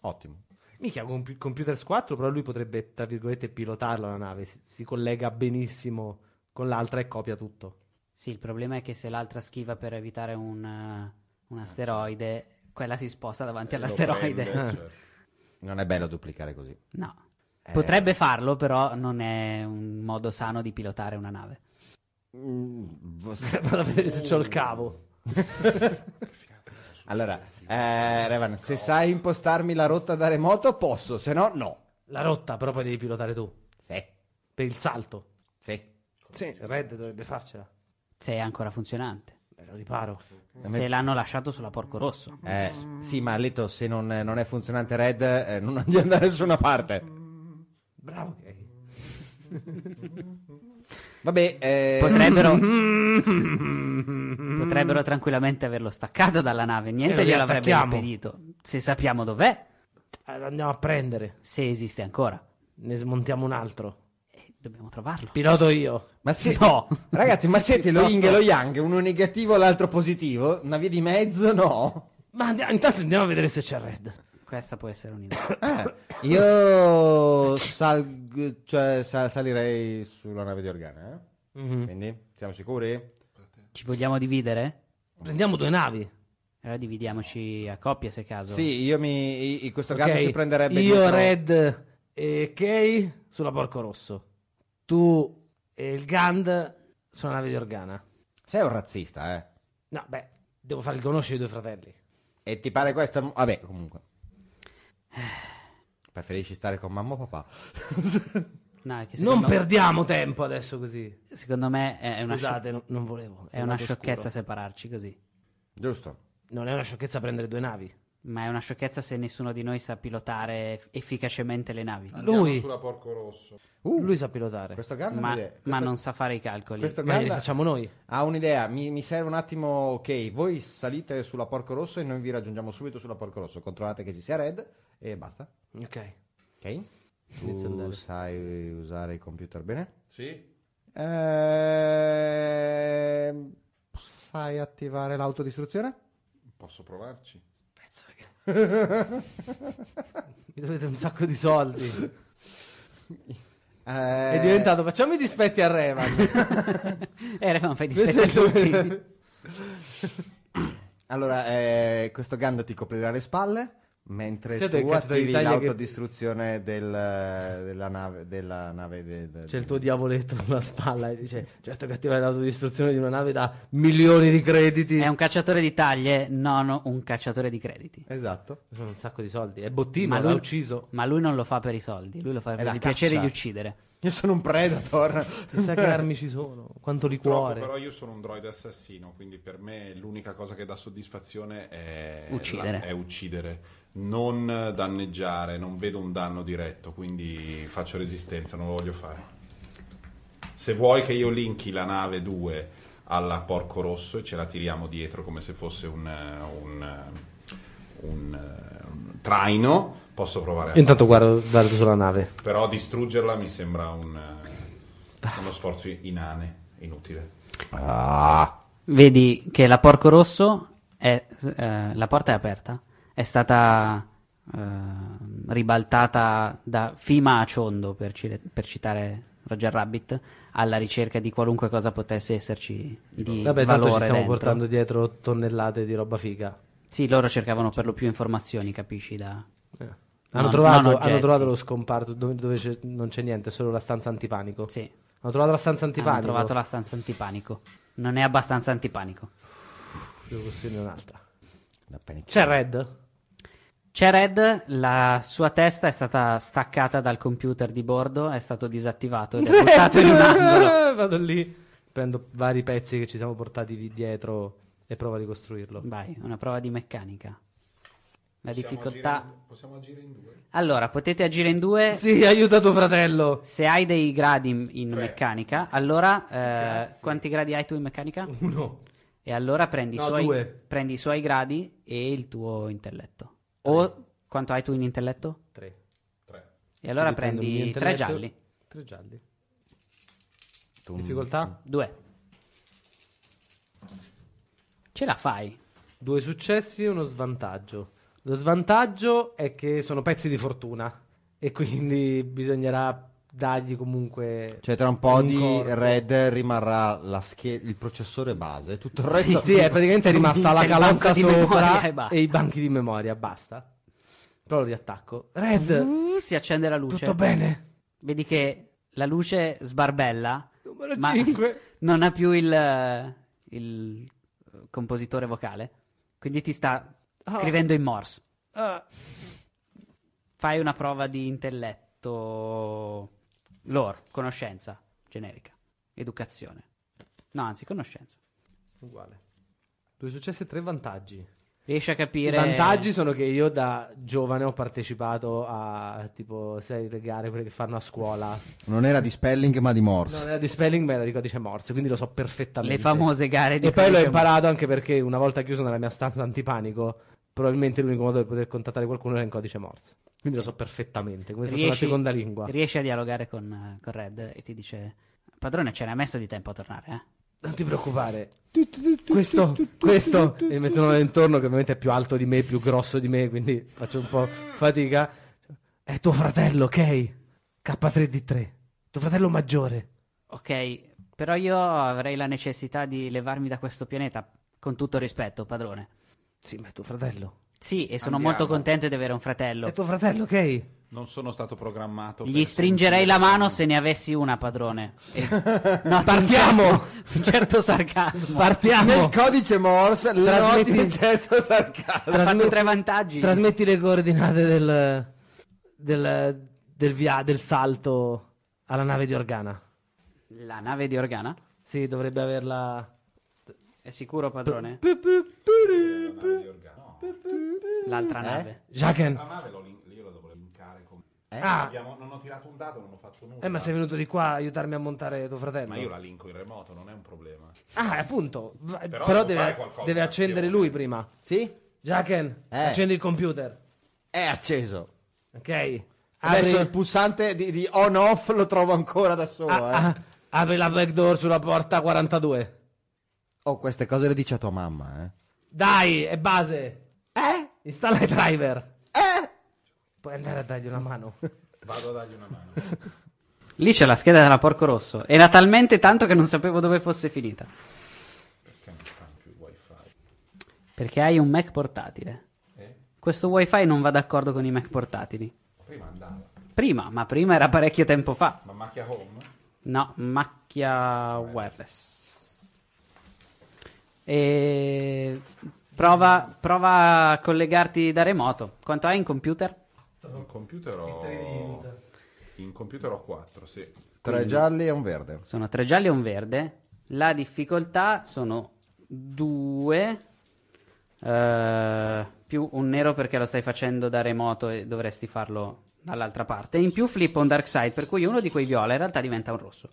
[SPEAKER 4] Ottimo.
[SPEAKER 2] Mica con pi- Computer 4, però lui potrebbe, tra virgolette, pilotarla la nave. Si, si collega benissimo con l'altra e copia tutto.
[SPEAKER 1] Sì, il problema è che se l'altra schiva per evitare un, eh, un asteroide, quella si sposta davanti all'asteroide.
[SPEAKER 3] prende,
[SPEAKER 2] Eh.
[SPEAKER 3] Eh, cioè.
[SPEAKER 4] Non è bello duplicare così. Eh,
[SPEAKER 1] No. Potrebbe farlo, però non è un modo sano di pilotare una nave.
[SPEAKER 4] Mm, vos-
[SPEAKER 2] Vado a vedere se c'ho il cavo.
[SPEAKER 4] allora, eh, Revan, se sai impostarmi la rotta da remoto posso, se no no.
[SPEAKER 2] La rotta, però poi devi pilotare tu.
[SPEAKER 4] Sì,
[SPEAKER 2] Per il salto.
[SPEAKER 4] sì.
[SPEAKER 2] Sì, Red dovrebbe farcela.
[SPEAKER 1] Se è ancora funzionante.
[SPEAKER 2] Beh, lo riparo.
[SPEAKER 1] Se l'hanno lasciato sulla Porco Rosso.
[SPEAKER 4] Eh, sì, ma ha detto se non, non è funzionante Red eh, non di andare da nessuna parte.
[SPEAKER 2] Bravo.
[SPEAKER 4] Vabbè, eh,
[SPEAKER 1] Potrebbero,
[SPEAKER 2] Mm.
[SPEAKER 1] potrebbero tranquillamente averlo staccato dalla nave.
[SPEAKER 2] E
[SPEAKER 1] Niente
[SPEAKER 2] lo
[SPEAKER 1] gliel'avrebbe
[SPEAKER 2] riattacchiamo.
[SPEAKER 1] impedito. Se sappiamo dov'è,
[SPEAKER 2] Allora andiamo a prendere.
[SPEAKER 1] se esiste ancora,
[SPEAKER 2] Ne smontiamo un altro.
[SPEAKER 1] eh, dobbiamo trovarlo.
[SPEAKER 2] Piloto io.
[SPEAKER 4] ma se-
[SPEAKER 1] No.
[SPEAKER 4] ragazzi, ma siete lo
[SPEAKER 1] Piuttosto-
[SPEAKER 4] yin e lo yang, uno negativo e l'altro positivo? Una via di mezzo? No.
[SPEAKER 2] Ma andiamo, intanto andiamo a vedere se c'è Red.
[SPEAKER 1] Questa può essere un'idea.
[SPEAKER 4] Eh, io sal- cioè, sa- salirei sulla nave di Organa, eh?
[SPEAKER 2] Mhm.
[SPEAKER 4] Quindi, siamo sicuri?
[SPEAKER 1] Ci vogliamo dividere?
[SPEAKER 2] Prendiamo due navi.
[SPEAKER 1] Allora dividiamoci a coppie se caso.
[SPEAKER 4] Sì, io mi... i- in questo
[SPEAKER 2] Ok,
[SPEAKER 4] caso si prenderebbe
[SPEAKER 2] Io,
[SPEAKER 4] dietro-
[SPEAKER 2] Red e Kay sulla Porco Rosso. Tu e il Gand sulla nave di Organa.
[SPEAKER 4] Sei un razzista, eh?
[SPEAKER 2] No, beh, devo farli conoscere i due fratelli.
[SPEAKER 4] E ti pare questo? Vabbè, comunque.
[SPEAKER 1] Eh.
[SPEAKER 4] Preferisci stare con mamma o papà?
[SPEAKER 1] No, è che
[SPEAKER 2] Non
[SPEAKER 1] secondo,
[SPEAKER 2] perdiamo tempo adesso così.
[SPEAKER 1] secondo me è una, scio-
[SPEAKER 2] Scusate, no- non volevo.
[SPEAKER 1] è una
[SPEAKER 2] lato
[SPEAKER 1] sciocchezza
[SPEAKER 2] oscuro.
[SPEAKER 1] separarci così.
[SPEAKER 4] Giusto.
[SPEAKER 2] Non è una sciocchezza prendere due navi.
[SPEAKER 1] Ma è una sciocchezza se nessuno di noi sa pilotare efficacemente le navi.
[SPEAKER 3] Andiamo
[SPEAKER 2] Lui.
[SPEAKER 3] sulla Porco Rosso.
[SPEAKER 4] Uh,
[SPEAKER 2] Lui sa pilotare.
[SPEAKER 4] Questo Gandalf
[SPEAKER 1] Ma,
[SPEAKER 4] idea.
[SPEAKER 1] ma
[SPEAKER 4] Questo-
[SPEAKER 1] non sa fare i calcoli.
[SPEAKER 4] questo
[SPEAKER 2] Ma li
[SPEAKER 4] Gandalf
[SPEAKER 2] facciamo noi.
[SPEAKER 4] ha un'idea. Mi, mi serve un attimo. Ok, voi salite sulla Porco Rosso e noi vi raggiungiamo subito sulla Porco Rosso. Controllate che ci sia Red e basta.
[SPEAKER 2] Ok.
[SPEAKER 4] Ok?
[SPEAKER 2] Inizio ad
[SPEAKER 4] Tu
[SPEAKER 2] andare.
[SPEAKER 4] sai usare il computer bene?
[SPEAKER 3] Sì.
[SPEAKER 4] Ehm, sai attivare l'autodistruzione?
[SPEAKER 3] Posso provarci?
[SPEAKER 2] Pezzo, raga. Mi dovete un sacco di soldi.
[SPEAKER 4] Eh,
[SPEAKER 2] È diventato facciamo i dispetti a Revan.
[SPEAKER 1] Eh, Revan, fai dispetti a tutti.
[SPEAKER 4] Allora, eh, questo Ganda ti coprirà le spalle mentre
[SPEAKER 2] Certo,
[SPEAKER 4] tu
[SPEAKER 2] che cazzo di
[SPEAKER 4] attivi
[SPEAKER 2] taglia che-
[SPEAKER 4] l'autodistruzione del- della nave. Della nave de- de-
[SPEAKER 2] C'è il tuo diavoletto sulla spalla e dice certo che attivare l'autodistruzione di una nave da milioni di crediti.
[SPEAKER 1] È un cacciatore di taglie, non un cacciatore di crediti.
[SPEAKER 4] Esatto.
[SPEAKER 2] Sono un sacco di soldi. È bottino,
[SPEAKER 1] Ma
[SPEAKER 2] l'ha
[SPEAKER 1] lui-
[SPEAKER 2] ucciso.
[SPEAKER 1] Ma lui non lo fa per i soldi, lui lo fa per
[SPEAKER 4] la
[SPEAKER 1] il piacere
[SPEAKER 4] caccia.
[SPEAKER 1] di uccidere.
[SPEAKER 4] Io sono un predator.
[SPEAKER 2] Chissà che armi ci sono, quanto
[SPEAKER 3] Purtroppo,
[SPEAKER 2] liquore.
[SPEAKER 3] però io sono un droide assassino, quindi per me l'unica cosa che dà soddisfazione è
[SPEAKER 1] Uccidere.
[SPEAKER 3] è uccidere, non danneggiare, non vedo un danno diretto, quindi faccio resistenza, non lo voglio fare. Se vuoi che io linki la nave 2 alla porco rosso e ce la tiriamo dietro come se fosse un, eh, un, eh, un, eh, un traino, posso provare. a
[SPEAKER 2] Intanto guardo, guardo sulla nave.
[SPEAKER 3] farlo. Però distruggerla mi sembra un, eh, uno sforzo inane, inutile.
[SPEAKER 4] Ah.
[SPEAKER 1] Vedi che la Porco Rosso è, eh, la porta è aperta, è stata eh, ribaltata da Fima a Ciondo, per, ci- per citare Roger Rabbit, alla ricerca di qualunque cosa potesse esserci di
[SPEAKER 2] Vabbè, tanto
[SPEAKER 1] valore
[SPEAKER 2] ci stiamo
[SPEAKER 1] dentro.
[SPEAKER 2] portando dietro tonnellate di roba figa.
[SPEAKER 1] Sì, loro cercavano per lo più informazioni, capisci? Da...
[SPEAKER 2] Hanno,
[SPEAKER 1] Non-
[SPEAKER 2] trovato,
[SPEAKER 1] non
[SPEAKER 2] hanno
[SPEAKER 1] oggetti.
[SPEAKER 2] trovato lo scomparto dove, dove c'è- non c'è niente, solo la stanza antipanico.
[SPEAKER 1] Sì,
[SPEAKER 2] Hanno trovato la stanza
[SPEAKER 1] hanno
[SPEAKER 2] antipanico.
[SPEAKER 1] trovato la stanza antipanico. Non è abbastanza antipanico.
[SPEAKER 2] Devo costruirne un'altra.
[SPEAKER 4] La panic-
[SPEAKER 2] C'è Red?
[SPEAKER 1] C'è Red, la sua testa è stata staccata dal computer di bordo, è stato disattivato ed è buttato in un angolo.
[SPEAKER 2] Vado lì, prendo vari pezzi che ci siamo portati lì dietro e provo a ricostruirlo.
[SPEAKER 1] Vai, una prova di meccanica. La difficoltà...
[SPEAKER 3] possiamo agire in due?
[SPEAKER 1] Allora, potete agire in due.
[SPEAKER 2] Sì, aiuta tuo fratello.
[SPEAKER 1] Se hai dei gradi in, in
[SPEAKER 3] Tre.
[SPEAKER 1] meccanica, allora... eh, quanti gradi hai tu in meccanica?
[SPEAKER 2] Uno.
[SPEAKER 1] E allora prendi,
[SPEAKER 2] No,
[SPEAKER 1] i suoi,
[SPEAKER 2] due.
[SPEAKER 1] prendi i suoi gradi e il tuo intelletto. O quanto hai tu in intelletto?
[SPEAKER 2] Tre.
[SPEAKER 3] Tre.
[SPEAKER 1] E allora
[SPEAKER 2] Quindi prendo il
[SPEAKER 1] prendi
[SPEAKER 2] mio
[SPEAKER 1] tre
[SPEAKER 2] intelletto.
[SPEAKER 1] gialli.
[SPEAKER 2] Tre gialli. Difficoltà?
[SPEAKER 1] Due. Ce la fai.
[SPEAKER 2] Due successi e uno svantaggio. Lo svantaggio è che sono pezzi di fortuna e quindi bisognerà dargli comunque...
[SPEAKER 4] Cioè, tra un po' di
[SPEAKER 2] corpo.
[SPEAKER 4] Red rimarrà la sche- il processore base, tutto il resto.
[SPEAKER 2] Sì, è praticamente è rimasta la
[SPEAKER 1] C'è il
[SPEAKER 2] calanda
[SPEAKER 1] banco di memoria
[SPEAKER 2] sopra
[SPEAKER 1] e basta.
[SPEAKER 2] e i banchi di memoria, basta. Però lo riattacco. Red,
[SPEAKER 1] Uh, si accende la luce.
[SPEAKER 2] tutto bene?
[SPEAKER 1] Vedi che la luce sbarbella,
[SPEAKER 2] Numero
[SPEAKER 1] ma
[SPEAKER 2] 5.
[SPEAKER 1] non ha più il, eh, il eh, compositore vocale. Quindi ti sta
[SPEAKER 2] Oh.
[SPEAKER 1] scrivendo in morse.
[SPEAKER 2] Ah.
[SPEAKER 1] Fai una prova di intelletto, lore, conoscenza generica, educazione. No, anzi, conoscenza.
[SPEAKER 2] Uguale. Due successi e tre vantaggi.
[SPEAKER 1] Riesci a capire...
[SPEAKER 2] I vantaggi sono che io da giovane ho partecipato a tipo, sai, le gare quelle che fanno a scuola.
[SPEAKER 4] Non era di spelling, ma di
[SPEAKER 2] Non
[SPEAKER 4] Morse.
[SPEAKER 2] era di spelling, ma era di codice morse, quindi lo so perfettamente.
[SPEAKER 1] Le famose gare di
[SPEAKER 2] E poi l'ho
[SPEAKER 1] codice
[SPEAKER 2] imparato anche perché una volta chiuso nella mia stanza antipanico, probabilmente l'unico modo di poter contattare qualcuno era in codice morse. Quindi lo so perfettamente, come se fosse la seconda lingua.
[SPEAKER 1] Riesci a dialogare con, eh, con Red e ti dice: Padrone, ce n'è messo di tempo a tornare, eh?
[SPEAKER 2] Non ti preoccupare. Questo, questo, e mettono intorno che ovviamente è più alto di me, più grosso di me, quindi faccio un po' fatica. È tuo fratello, ok? K3D3. Tuo fratello maggiore.
[SPEAKER 1] Ok, però io avrei la necessità di levarmi da questo pianeta. Con tutto rispetto, padrone.
[SPEAKER 2] Sì, ma è tuo fratello.
[SPEAKER 1] Sì, e sono
[SPEAKER 3] Andiamo.
[SPEAKER 1] molto contento di avere un fratello.
[SPEAKER 2] È tuo fratello, ok?
[SPEAKER 3] Non sono stato programmato.
[SPEAKER 1] Gli
[SPEAKER 3] per
[SPEAKER 1] stringerei la
[SPEAKER 3] sentire-
[SPEAKER 1] mano se ne avessi una, padrone. E- No,
[SPEAKER 2] Partiamo!
[SPEAKER 1] Un certo, un certo sarcasmo.
[SPEAKER 2] Partiamo!
[SPEAKER 4] Nel codice Morse le
[SPEAKER 2] Trasmetti-
[SPEAKER 4] noti un certo sarcasmo.
[SPEAKER 1] Ha fatto tre vantaggi.
[SPEAKER 2] Trasmetti le coordinate del, del, del, via- del salto alla nave di Organa.
[SPEAKER 1] La nave di Organa?
[SPEAKER 2] Sì, dovrebbe averla...
[SPEAKER 1] È sicuro, padrone? L'altra nave.
[SPEAKER 2] Jaken.
[SPEAKER 3] La nave l'ho lin- io la devo linkare con...
[SPEAKER 2] Ah,
[SPEAKER 3] Abbiamo- non ho tirato un dado, non ho fatto nulla.
[SPEAKER 2] eh, ma sei venuto di qua a aiutarmi a montare tuo fratello.
[SPEAKER 3] Ma io la linko in remoto, non è un problema.
[SPEAKER 2] Ah, appunto. Va- Però,
[SPEAKER 3] devo fare
[SPEAKER 2] deve,
[SPEAKER 3] qualcosa,
[SPEAKER 2] deve accendere
[SPEAKER 3] azione.
[SPEAKER 2] lui prima.
[SPEAKER 4] Sì?
[SPEAKER 2] Jaken,
[SPEAKER 4] Eh.
[SPEAKER 2] accendi il computer.
[SPEAKER 4] È acceso.
[SPEAKER 2] Ok.
[SPEAKER 4] Adesso
[SPEAKER 2] Apri-
[SPEAKER 4] il pulsante di, di on-off lo trovo ancora da solo.
[SPEAKER 2] ah,
[SPEAKER 4] eh.
[SPEAKER 2] ah, apri la backdoor sulla porta 42.
[SPEAKER 4] Oh, queste cose le dice a tua mamma, eh.
[SPEAKER 2] Dai, è base.
[SPEAKER 4] Eh?
[SPEAKER 2] Installa i driver.
[SPEAKER 4] Eh?
[SPEAKER 2] Puoi andare a dargli una mano.
[SPEAKER 3] Vado a dargli una mano.
[SPEAKER 1] Lì c'è la scheda della Porco Rosso. Era talmente tanto che non sapevo dove fosse finita. Perché hai un Mac portatile.
[SPEAKER 3] Eh?
[SPEAKER 1] Questo wifi non va d'accordo con i Mac portatili.
[SPEAKER 3] Prima andava.
[SPEAKER 1] Prima, ma prima era parecchio tempo fa.
[SPEAKER 3] Ma macchia home?
[SPEAKER 1] No, macchia wireless. E prova, prova a collegarti da remoto. Quanto hai in computer?
[SPEAKER 3] In computer ho... In computer ho 4, sì.
[SPEAKER 4] Tre gialli e un verde.
[SPEAKER 1] Sono tre gialli e un verde. La difficoltà sono due eh, più un nero perché lo stai facendo da remoto e dovresti farlo dall'altra parte. In più flippa un dark side, per cui uno di quei viola in realtà diventa un rosso.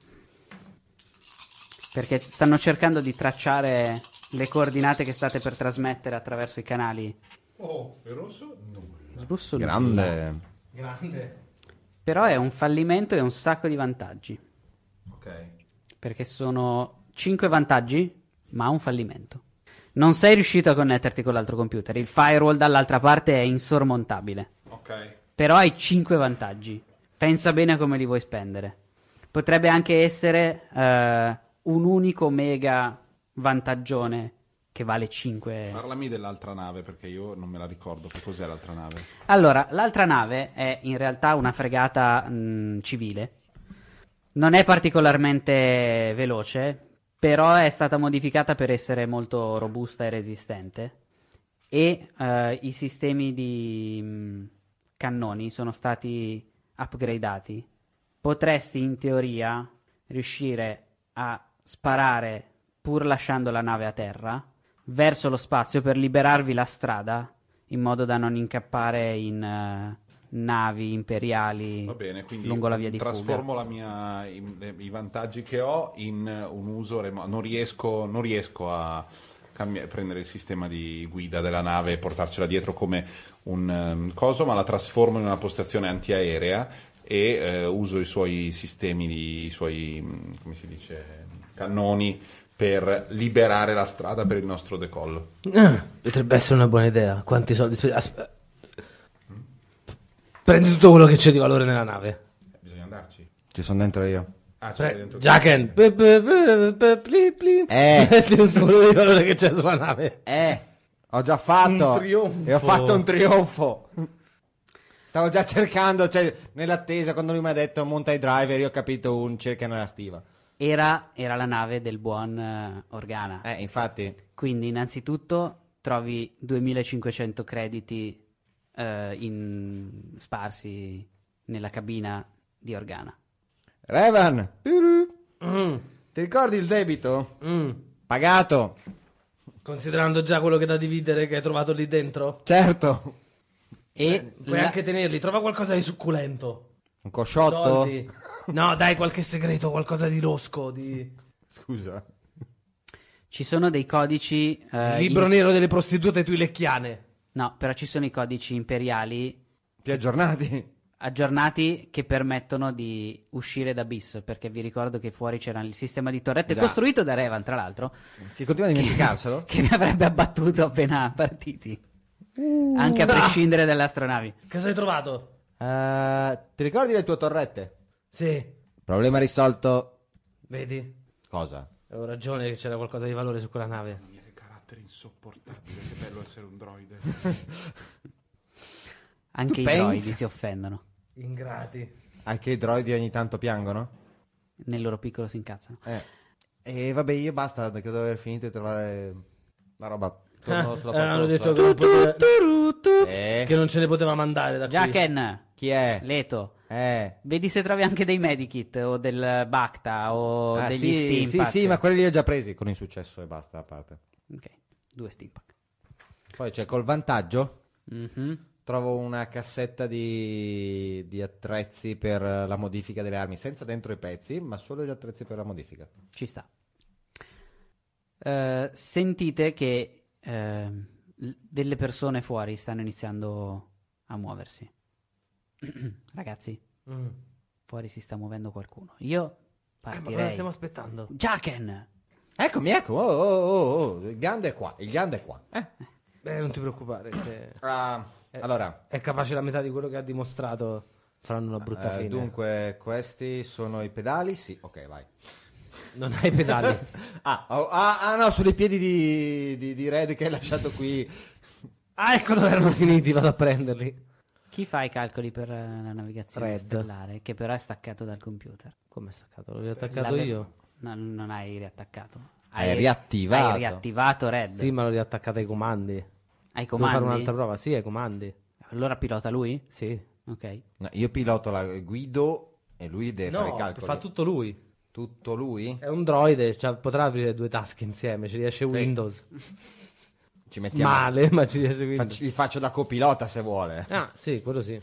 [SPEAKER 1] Perché stanno cercando di tracciare le coordinate che state per trasmettere attraverso i canali.
[SPEAKER 3] Oh, il rosso? Nulla.
[SPEAKER 1] Il rosso nulla.
[SPEAKER 9] Grande.
[SPEAKER 1] Però è un fallimento e un sacco di vantaggi.
[SPEAKER 3] Ok.
[SPEAKER 1] Perché sono 5 vantaggi, ma un fallimento. Non sei riuscito a connetterti con l'altro computer. Il firewall dall'altra parte è insormontabile.
[SPEAKER 3] Ok.
[SPEAKER 1] Però hai 5 vantaggi. Pensa bene a come li vuoi spendere. Potrebbe anche essere eh, un unico mega vantaggione che vale 5.
[SPEAKER 3] Parlami dell'altra nave perché io non me la ricordo. Che cos'è l'altra nave?
[SPEAKER 1] Allora, l'altra nave è in realtà una fregata mh, civile. Non è particolarmente veloce, però è stata modificata per essere molto robusta e resistente. E eh, i sistemi di mh, cannoni sono stati upgradati. Potresti in teoria riuscire a sparare, pur lasciando la nave a terra, verso lo spazio per liberarvi la strada in modo da non incappare in eh, navi imperiali
[SPEAKER 3] Va bene, quindi
[SPEAKER 1] lungo la via di fuga.
[SPEAKER 3] trasformo la mia- i, le- i vantaggi che ho in un uso remoto. Non riesco, non riesco a cambi- prendere il sistema di guida della nave e portarcela dietro come un ehm, coso, ma la trasformo in una postazione antiaerea e eh, uso i suoi sistemi, di, i suoi mh, come si dice, cannoni per liberare la strada per il nostro decollo.
[SPEAKER 2] Ah, potrebbe essere una buona idea. Quanti soldi spe- asp- Prendi tutto quello che c'è di valore nella nave.
[SPEAKER 3] Eh, Bisogna andarci.
[SPEAKER 4] Ci sono dentro io.
[SPEAKER 3] Ah, c'è
[SPEAKER 2] Pre-
[SPEAKER 3] dentro-
[SPEAKER 2] Jaken. Pe- pe- pe- pe- pli- pli.
[SPEAKER 4] Eh.
[SPEAKER 2] Prendi tutto quello di valore che c'è sulla nave.
[SPEAKER 4] Eh, ho già fatto.
[SPEAKER 2] Un trionfo.
[SPEAKER 4] E ho fatto un trionfo. Stavo già cercando, cioè, nell'attesa, quando lui mi ha detto monta i driver, io ho capito un cerca nella stiva.
[SPEAKER 1] Era, era la nave del buon eh, Organa.
[SPEAKER 4] Eh, infatti.
[SPEAKER 1] Quindi, innanzitutto, trovi 2500 crediti eh, in- sparsi nella cabina di Organa.
[SPEAKER 4] Revan, piru. ti ricordi il debito?
[SPEAKER 2] Mm.
[SPEAKER 4] Pagato,
[SPEAKER 2] Considerando già quello che da dividere che hai trovato lì dentro. Eh,
[SPEAKER 4] certo.
[SPEAKER 1] E
[SPEAKER 2] Puoi
[SPEAKER 1] la-
[SPEAKER 2] anche tenerli. Trova qualcosa di succulento.
[SPEAKER 4] Un cosciotto.
[SPEAKER 2] Soldi. No, dai, qualche segreto, qualcosa di losco. Di...
[SPEAKER 4] Scusa.
[SPEAKER 1] ci sono dei codici. eh,
[SPEAKER 2] Libro
[SPEAKER 1] in-
[SPEAKER 2] nero delle prostitute tuilecchiane.
[SPEAKER 1] No, però ci sono i codici imperiali
[SPEAKER 4] Più aggiornati.
[SPEAKER 1] aggiornati che permettono di uscire da bis. Perché vi ricordo che fuori c'era il sistema di torrette
[SPEAKER 4] Già.
[SPEAKER 1] costruito da Revan, tra l'altro.
[SPEAKER 4] Che continua a dimenticarselo?
[SPEAKER 1] Che mi avrebbe abbattuto appena partiti. anche a prescindere dalle astronavi.
[SPEAKER 2] Cosa hai trovato?
[SPEAKER 4] Eh, ti ricordi le tue torrette?
[SPEAKER 2] Sì,
[SPEAKER 4] Problema risolto.
[SPEAKER 2] vedi?
[SPEAKER 4] Cosa?
[SPEAKER 2] Avevo ragione che c'era qualcosa di valore su quella nave.
[SPEAKER 3] Che carattere insopportabile, che bello essere un droide.
[SPEAKER 1] Anche i
[SPEAKER 4] pensi?
[SPEAKER 1] droidi si offendono.
[SPEAKER 2] Ingrati.
[SPEAKER 4] Anche i droidi ogni tanto piangono?
[SPEAKER 1] Nel loro piccolo si incazzano.
[SPEAKER 4] Eh. E vabbè, io basta, credo di aver finito di trovare la roba. Torno sulla porta
[SPEAKER 2] Ah, eh, hanno
[SPEAKER 4] rossa.
[SPEAKER 2] detto che non, poteva-
[SPEAKER 4] Eh,
[SPEAKER 2] che non ce ne poteva mandare da qui.
[SPEAKER 1] Jaken,
[SPEAKER 4] chi è?
[SPEAKER 1] Leto,
[SPEAKER 4] Eh.
[SPEAKER 1] vedi se trovi anche dei Medikit o del Bacta
[SPEAKER 2] Oh,
[SPEAKER 1] o
[SPEAKER 4] Ah,
[SPEAKER 1] degli
[SPEAKER 4] sì,
[SPEAKER 1] Steampack.
[SPEAKER 4] sì, sì, ma quelli li ho già presi con insuccesso e basta, a parte.
[SPEAKER 1] Ok, due Steampack.
[SPEAKER 4] Poi c'è col vantaggio
[SPEAKER 1] Mhm.
[SPEAKER 4] trovo una cassetta di, di attrezzi per la modifica delle armi, senza dentro i pezzi, ma solo gli attrezzi per la modifica.
[SPEAKER 1] Ci sta. Eh, sentite che ehm, l- delle persone fuori stanno iniziando a muoversi. Ragazzi,
[SPEAKER 2] Mm.
[SPEAKER 1] fuori si sta muovendo qualcuno. Io
[SPEAKER 2] Eh, ma cosa
[SPEAKER 1] partirei.
[SPEAKER 2] stiamo aspettando?
[SPEAKER 1] Jaken!
[SPEAKER 4] Eccomi, ecco, oh, oh, oh, oh, il grande è qua, il grande è qua. Eh?
[SPEAKER 2] Beh, non ti preoccupare. se-
[SPEAKER 4] Ah, allora,
[SPEAKER 2] È capace la metà di quello che ha dimostrato. faranno una brutta
[SPEAKER 5] Eh,
[SPEAKER 2] fine.
[SPEAKER 5] dunque, questi sono i pedali? Sì, ok, vai.
[SPEAKER 2] Non hai pedali.
[SPEAKER 5] Ah, oh, ah, ah, no, sono i piedi di, di, di Red che hai lasciato qui.
[SPEAKER 2] ah, ecco dove erano finiti, vado a prenderli.
[SPEAKER 1] Chi fa i calcoli per eh, la navigazione
[SPEAKER 2] Red.
[SPEAKER 1] stellare? Che però è staccato dal computer.
[SPEAKER 2] Come è staccato? L'ho riattaccato
[SPEAKER 1] L'avevo-
[SPEAKER 2] io.
[SPEAKER 1] No, non hai riattaccato.
[SPEAKER 4] Hai riattivato.
[SPEAKER 1] Hai riattivato Red.
[SPEAKER 2] Sì, ma l'ho riattaccata ai comandi.
[SPEAKER 1] Ai
[SPEAKER 2] Devo fare
[SPEAKER 1] comandi.
[SPEAKER 2] un'altra prova? Sì, ai comandi.
[SPEAKER 1] Allora pilota lui?
[SPEAKER 2] Sì.
[SPEAKER 1] Ok.
[SPEAKER 4] No, io pilota la guido e lui deve fare i calcoli.
[SPEAKER 2] fa tutto lui.
[SPEAKER 4] Tutto lui?
[SPEAKER 2] È un droide, cioè, potrà aprire due tasche insieme, ci riesce Windows.
[SPEAKER 4] Ci mettiamo
[SPEAKER 2] Male, ma ci riesce Windows.
[SPEAKER 5] Faccio- gli faccio da copilota se vuole.
[SPEAKER 2] Ah, sì, quello sì.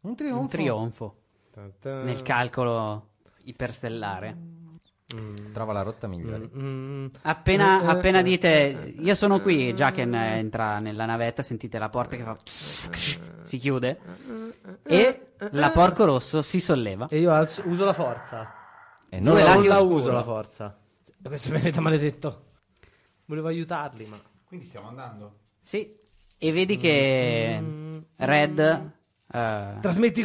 [SPEAKER 4] un trionfo.
[SPEAKER 1] Un trionfo
[SPEAKER 2] Ta-ta.
[SPEAKER 1] nel calcolo iperstellare.
[SPEAKER 4] Trova la rotta migliore.
[SPEAKER 2] Mm,
[SPEAKER 1] Appena, appena dite io sono qui, Jaken eh, entra nella navetta, sentite la porta che fa si chiude e la porco rosso si solleva.
[SPEAKER 2] E io alzo- uso la forza.
[SPEAKER 4] E non
[SPEAKER 1] Due
[SPEAKER 4] la-
[SPEAKER 1] lati
[SPEAKER 2] non la
[SPEAKER 1] oscuro.
[SPEAKER 2] uso la forza. Questo pianeta maledetto. Volevo aiutarli, ma...
[SPEAKER 1] Ah.
[SPEAKER 3] Quindi stiamo andando.
[SPEAKER 1] Sì, e vedi che Red eh,
[SPEAKER 2] Trasmetti i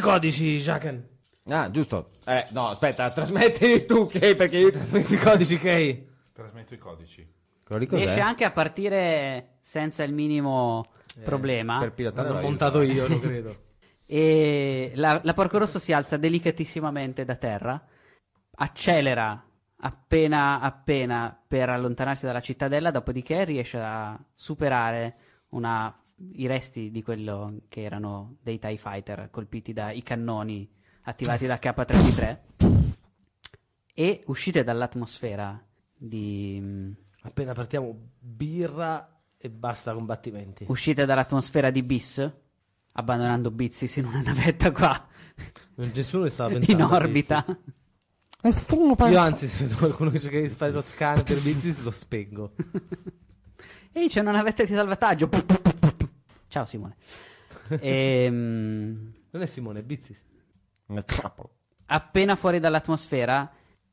[SPEAKER 2] codici, Jaken.
[SPEAKER 5] Ah, giusto. Eh, no, aspetta, trasmettili tu, ok? Perché io...
[SPEAKER 2] Trasmetti i codici, Kay.
[SPEAKER 3] Trasmetto i codici.
[SPEAKER 4] Quello lì cos'è?
[SPEAKER 1] riesce anche a partire senza il minimo problema.
[SPEAKER 4] Per pilotare
[SPEAKER 2] L'ho
[SPEAKER 4] la
[SPEAKER 2] montato io, lo credo.
[SPEAKER 1] E la, la porco rosso si alza delicatissimamente da terra, accelera appena appena per allontanarsi dalla cittadella, dopodiché riesce a superare una- i resti di quello che erano dei TIE Fighter colpiti dai cannoni attivati da K-33 e uscite dall'atmosfera di...
[SPEAKER 2] Appena partiamo, birra e basta combattimenti.
[SPEAKER 1] uscite dall'atmosfera di Bis, abbandonando Bizis in una navetta qua
[SPEAKER 2] Nessuno ne stava
[SPEAKER 1] in
[SPEAKER 2] pensando. a
[SPEAKER 1] orbita.
[SPEAKER 2] Bizis. Io anzi, se vedo qualcuno che cerca di fare lo scan per Bizis, lo spengo.
[SPEAKER 1] Ehi, c'è una navetta di salvataggio. Ciao Simone. Ehm,
[SPEAKER 2] Non è Simone, è Bizis.
[SPEAKER 4] Una
[SPEAKER 5] Eh,
[SPEAKER 4] trappola.
[SPEAKER 1] appena fuori dall'atmosfera,